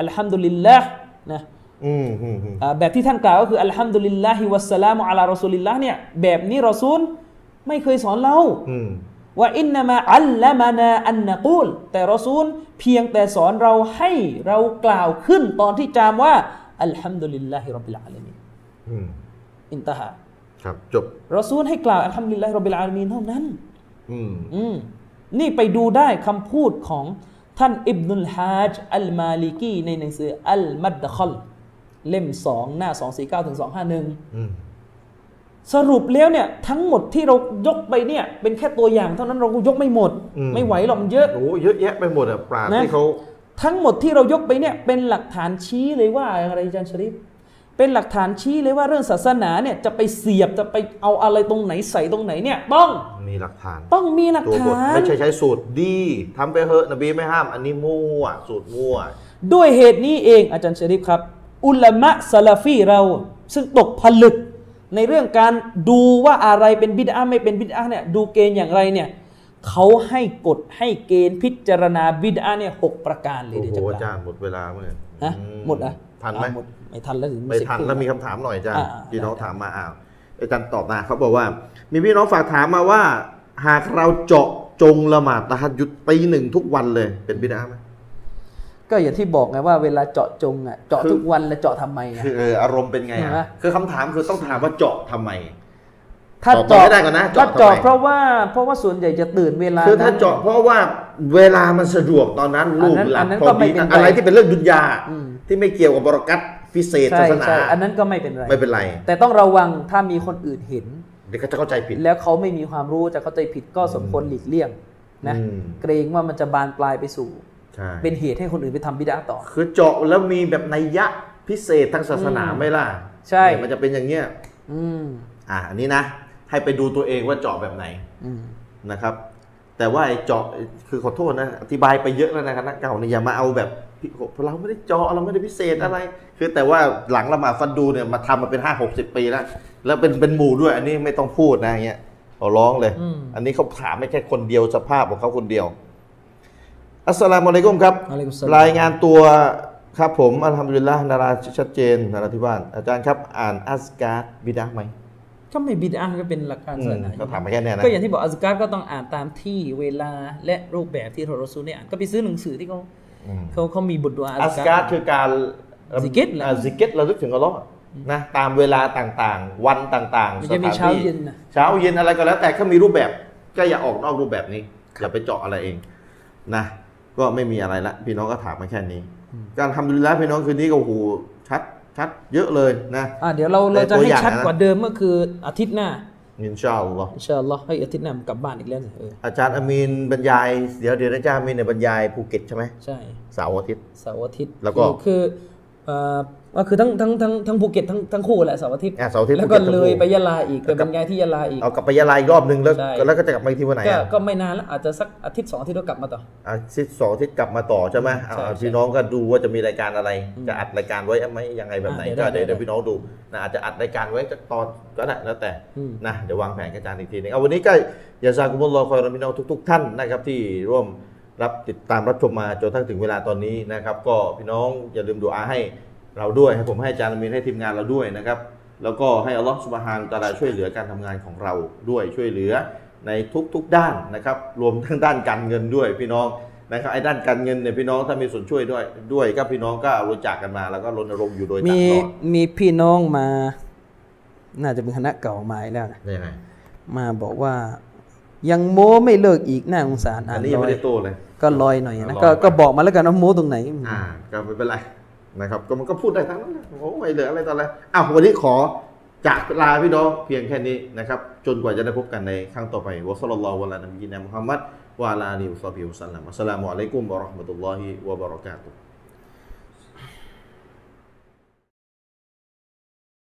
อัลฮัมดุลิลลาห์นะ
อืมอืมอืม
อ่าแบบที่ท่านกล่าวก็คืออัลฮัมดุลิลลาฮิวัสสลามุอะลารอซูลิลลาห์เนี่ยแบบนี้รอซูลไม่เคยสอนเรา
อืม
ว่าอินนามะอัลละมานาอันนะกูล แต่รอซูลเพียงแต่สอนเราให้เรากล่าวขึ้นตอนที่จามว่าอัลฮัมดุลิลลาฮิรับบิลอาลามีน
อืม
อินตะฮา
ครับจบ
รอซูลให้กล่าวอัลฮัมดุลิลลาฮิรอบบิลอาลามีนเท่านั้น
อืม
อืมนี่ไปดูได้คำพูดของท่านอิบนุลฮาจอัลมาลิกีในหนังสืออัลมัดดะคอลเล่ม 2 หน้า 249ถึง251
อืม
สรุปแล้วเนี่ย ทั้งหมดที่เรายกไปเนี่ย เป็นแค่ตัวอย่างเท่านั้นเราก็ยกไม่หมด ไม่ไหวหรอกมันเยอะ
โอ้โหเยอะแยะไปหมดอะปราชญ์
นะ
ที่เขา
ทั้งหมดที่เรายกไปเนี่ยเป็นหลักฐานชี้เลยว่าอะไรอาจารย์ชริฟเป็นหลักฐานชี้เลยว่าเรื่องศาสนาเนี่ยจะไปเสียบจะไปเอาอะไรตรงไหนใส่ตรงไหนเนี่ยต้อง
มีหลักฐาน
ต้องมีหลัก
ตัวบ
ฐา
ท
น
ไม่ใช่ใช้สูตรดีทำไปเหอะนบีไม่ห้าม อันนี้มั่วสูตรมั่ว
ด้วยเหตุนี้เองอาจารย์ชริฟครับ อุลามะซาลาฟีเราซึ่งตกผลึกในเรื่องการดูว่าอะไรเป็นบิดาไม่เป็นบิดาเนี่ยดูเกณฑ์อย่างไรเนี่ยเขาให้กฎให้เกณฑ์พิจารณาบิดาเนี่ยหกประการเลย
โอ้
เดี๋ยว
โห
จะ
อาก
ล่า
จาว รย์หมดเวลาเมื่อ
นะ
อื
หมดอ่ะ
ทันไหม
อ่ะดไม่ทันแล้วถึง
ไปทัน
สิบ
แล้วมีคำถามหน่อยอาจารย์
อ่าๆ
พี่น้อง
ได้
ถามมาอ้าวอาจารย์ตอบมาเขาบอกว่า มีพี่น้องฝากถามมาว่า หากเราเจาะจงละหมาดตะฮัดยุดตีหนึ่งทุกวันเลยเป็นบิดาไหม
ก็อย่างที่บอกไงว่าเวลาเจาะจงอ่ะเจาะทุกวันแล้วเจาะทำไมอ่ะ
คือเอออารมณ์เป็นไง
เห็นไหม
อ่ะคือคำถามคือต้องถามว่าเจาะทำไม
ถ้า
ตอบ
เจาะ
ไม่ได้ก่อนนะ
ถ้า
เจาะทำไม
เจาะเพราะว่าเพราะว่าส่วนใหญ่จะตื่นเวลา
คือถ้า
นั้น
เจาะเพราะว่าเวลามันสะดวกตอนนั้นลูกห
อั
ลั
น
บ
นั้น
พ
ก็
อ
ไม่
ดี
เป็นไร
อะไรที่เป็นเรื่องดุนยาที่ไม่เกี่ยวกับบรอกัตพิเศษ
ใช่
ศาสนา
ใช่อันนั้นก็ไม่เป็นไร
ไม่เป็นไร
แต่ต้องระวังถ้ามีคนอื่นเห็น
เดี๋ยวเขาจะเข้าใจผิด
แล้วเขาไม่มีความรู้จะเข้าใจผิดก็สมควรหลีกเลี่ยงนะ
อืม
เกรงว่ามันจะบานปลายไปสู่
ใช่
เป็นเหตุให้คนอื่นไปทำบิดาต่อ
คือเจาะแล้วมีแบบนัยยะพิเศษทางศาสนาไหม่ล่ะ
ใช่
เนี่ยมันจะเป็นอย่างเงี้ย
อืม
อ่ะอันนี้นะ ให้ไปดูตัวเองว่าเจาะแบบไหน
อืม
นะครับ แต่ว่าไอ้เจาะคือขอโทษนะ อธิบายไปเยอะแล้วนะครับนักเก่าเนี่ยอย่ามาเอาแบบพี่เราไม่ได้เจาะเราไม่ได้พิเศษอะไร คือแต่ว่าหลังละหมาดฟันดูเนี่ยมาทำมาเป็นห้าหกสิบปีแล้ว แล้วเป็นเป็นหมู่ด้วย อันนี้ไม่ต้องพูดนะอย่างเงี้ยขอร้องเลย อันนี้เขาถามไม่แค่คนเดียวสภาพของเขาคนเดียว อัสสลามุอะลัยกุมครับ
อะไรกุศล
รายงานตัว ครับผมอัลฮัมดุลิลละนาราชัดเจนนาราธิวาสอาจารย์ครับอ่านอัสการ์ดบิดาไหม
ก็ไม่บิดอันก็เป็นหลักการ
อื
ศาม สนา
ก็ถามมาแค่เนี้ยนะ
ก็อย่างที่บอกอัสการก็ต้องอ่านตามที่เวลาและรูปแบบที่รอซูลได้อ่านก็ไปซื้อหนังสือที่เขา
อืม
เขาเขามีบทดุอา
อั
อั
ส
ส
กา
การ
์
ร
ดคือการ
ซิกเก็ตเหรอ
อ่าซิกเก็ตเราลึกถึงอัลลอฮ์นะตามเวลาต่างๆ วันต่าง
มัน
ๆ
จะมี
สถ
เช้า
ที่
เย็นนะ
เช้าเย็นอะไรก็แล้วแต่ก็มีรูปแบบก็อย่าออกนอกรูปแบบนี้ อย่าไปเจาะอะไรเองนะก็ไม่มีอะไรละพี่น้องก็ถามมาแค่นี้ การทำดุลิลละพี่น้องคืนนี้ก็โอ้โหูชัดชัดเยอะเลยนะ
อ่ะเดี๋ยวเราเราจะ
ตัว
ให้
อย่าง
ชัด
นะ
กว่าเดิมก็คืออาทิตย์หน้า
อินชาอัลลอฮ์
อินชาอัลลอฮ์ให้ยอาทิตย์หน้ามันกลับบ้านอีกแล้วเนี่ยเออ
อาจารย์อามีนบรรยายเดี๋ยวเดี๋ยวอาจารย์อามีนเนี่ยบรรยายภูเก็ตใช่ไหม
ใช่
เสาร์อาทิตย์
เสาร์อาทิตย์
แล้วก็
คือคือเอ่อก็คือทั้งทั้งทั้งทั้งภูเก็ตทั้งทั้งคู่แหละเสาร์อาทิตย์
อ่ะเสาร์อาทิตย์
แล้วก็
ภูตทั้
เล
ง
ย
คู่
ไปยะลาอีก
แล้ว
ไป
ก็
บรรยายที่ยะลาอีก
เอากลับไปยะลาอีกรอบนึงแล้ว
ใช่
แล้วก็จะกลับมาอีกที่วันไหน
ก็
อ่ะ
ก็ไม่นานแล้วอาจจะสักอาทิตย์สองอาทิตย์ก็กลับมาต่อ
อาทิตย์เสองอาทิตย์กลับมาต่อใช่ไหมเอา
ใช่ใช่
พี่น้องก็ดูว่าจะมีรายการอะไร จะอัดรายการไว้ไหมยังไงแบบไหน
อ่ะเดี๋
ก็
ยวได้
เดี๋ยวเดี๋ยว
ได้
พี่น้องดูนะอาจจะอัดรายการไว้สักตอนก็ได้แล้วแต่
อืม
นะเดี๋ยววางแผนกับอาจารย์อีกทีหนึงเอาวันนี้ก็ยาซากุมุลลอฮ์คอยรอมินอทุก ๆ ท่านนะครับที่ร่วมรับติดตามรับชมมาจนทั้งถึงเวลาตอนนี้นะครับ ก็พี่น้องอย่าลืมดูอาให้เราด้วยให้ผมให้อาจารย์อามินให้ทีมงานเราด้วยนะครับ แล้วก็ให้อัลลอฮ์สุบฮานตะอาลาช่วยเหลือการทำงานของเราด้วยช่วยเหลือในทุก ๆ ด้านนะครับ รวมทั้งด้านการเงินด้วยพี่น้องนะครับไอ้ด้านการเงินเนี่ยพี่น้องถ้ามีส่วนช่วยด้วยด้วยก็พี่น้องก็บริจาคกันมาแล้วก็รณรงค์อยู่โดยต
มี
ลอด
มีพี่น้องมา น่าจะเป็นคณะเก่ามาอีกแล้วนะ
ยังไง
มาบอกว่า ยังโม้ไม่เลิกอีกน่าสงสารอ่า
อั
น
นนี้ยัง
ลอ
ไม่
ย
ได้โตเลย
ก็ลอยหน่อย
ลอ
นะ
ย
ก็ก็บอกมาแล้วกันว่าโม้ตรงไหน
อ่าก็ไม่เป็นไรนะครับ ก็มันก็พูดได้ทั้งนั้นแหละโอ้ยเหลืออะไรตอนไรอ้าววันนี้ขอจากลาพี่น้องเพียงแค่นี้นะครับ จนกว่าจะได้พบกันในครั้งต่อไปวะซัลลัลลอฮุอะลานบีนะมุฮัมมัดวะอะลาอาลีฮิวะซอฮบิฮิวะสัลลัมอัสสลามุอะลัยกุมวะเราะห์มะตุลลอฮิวะบะเราะกาตุฮ์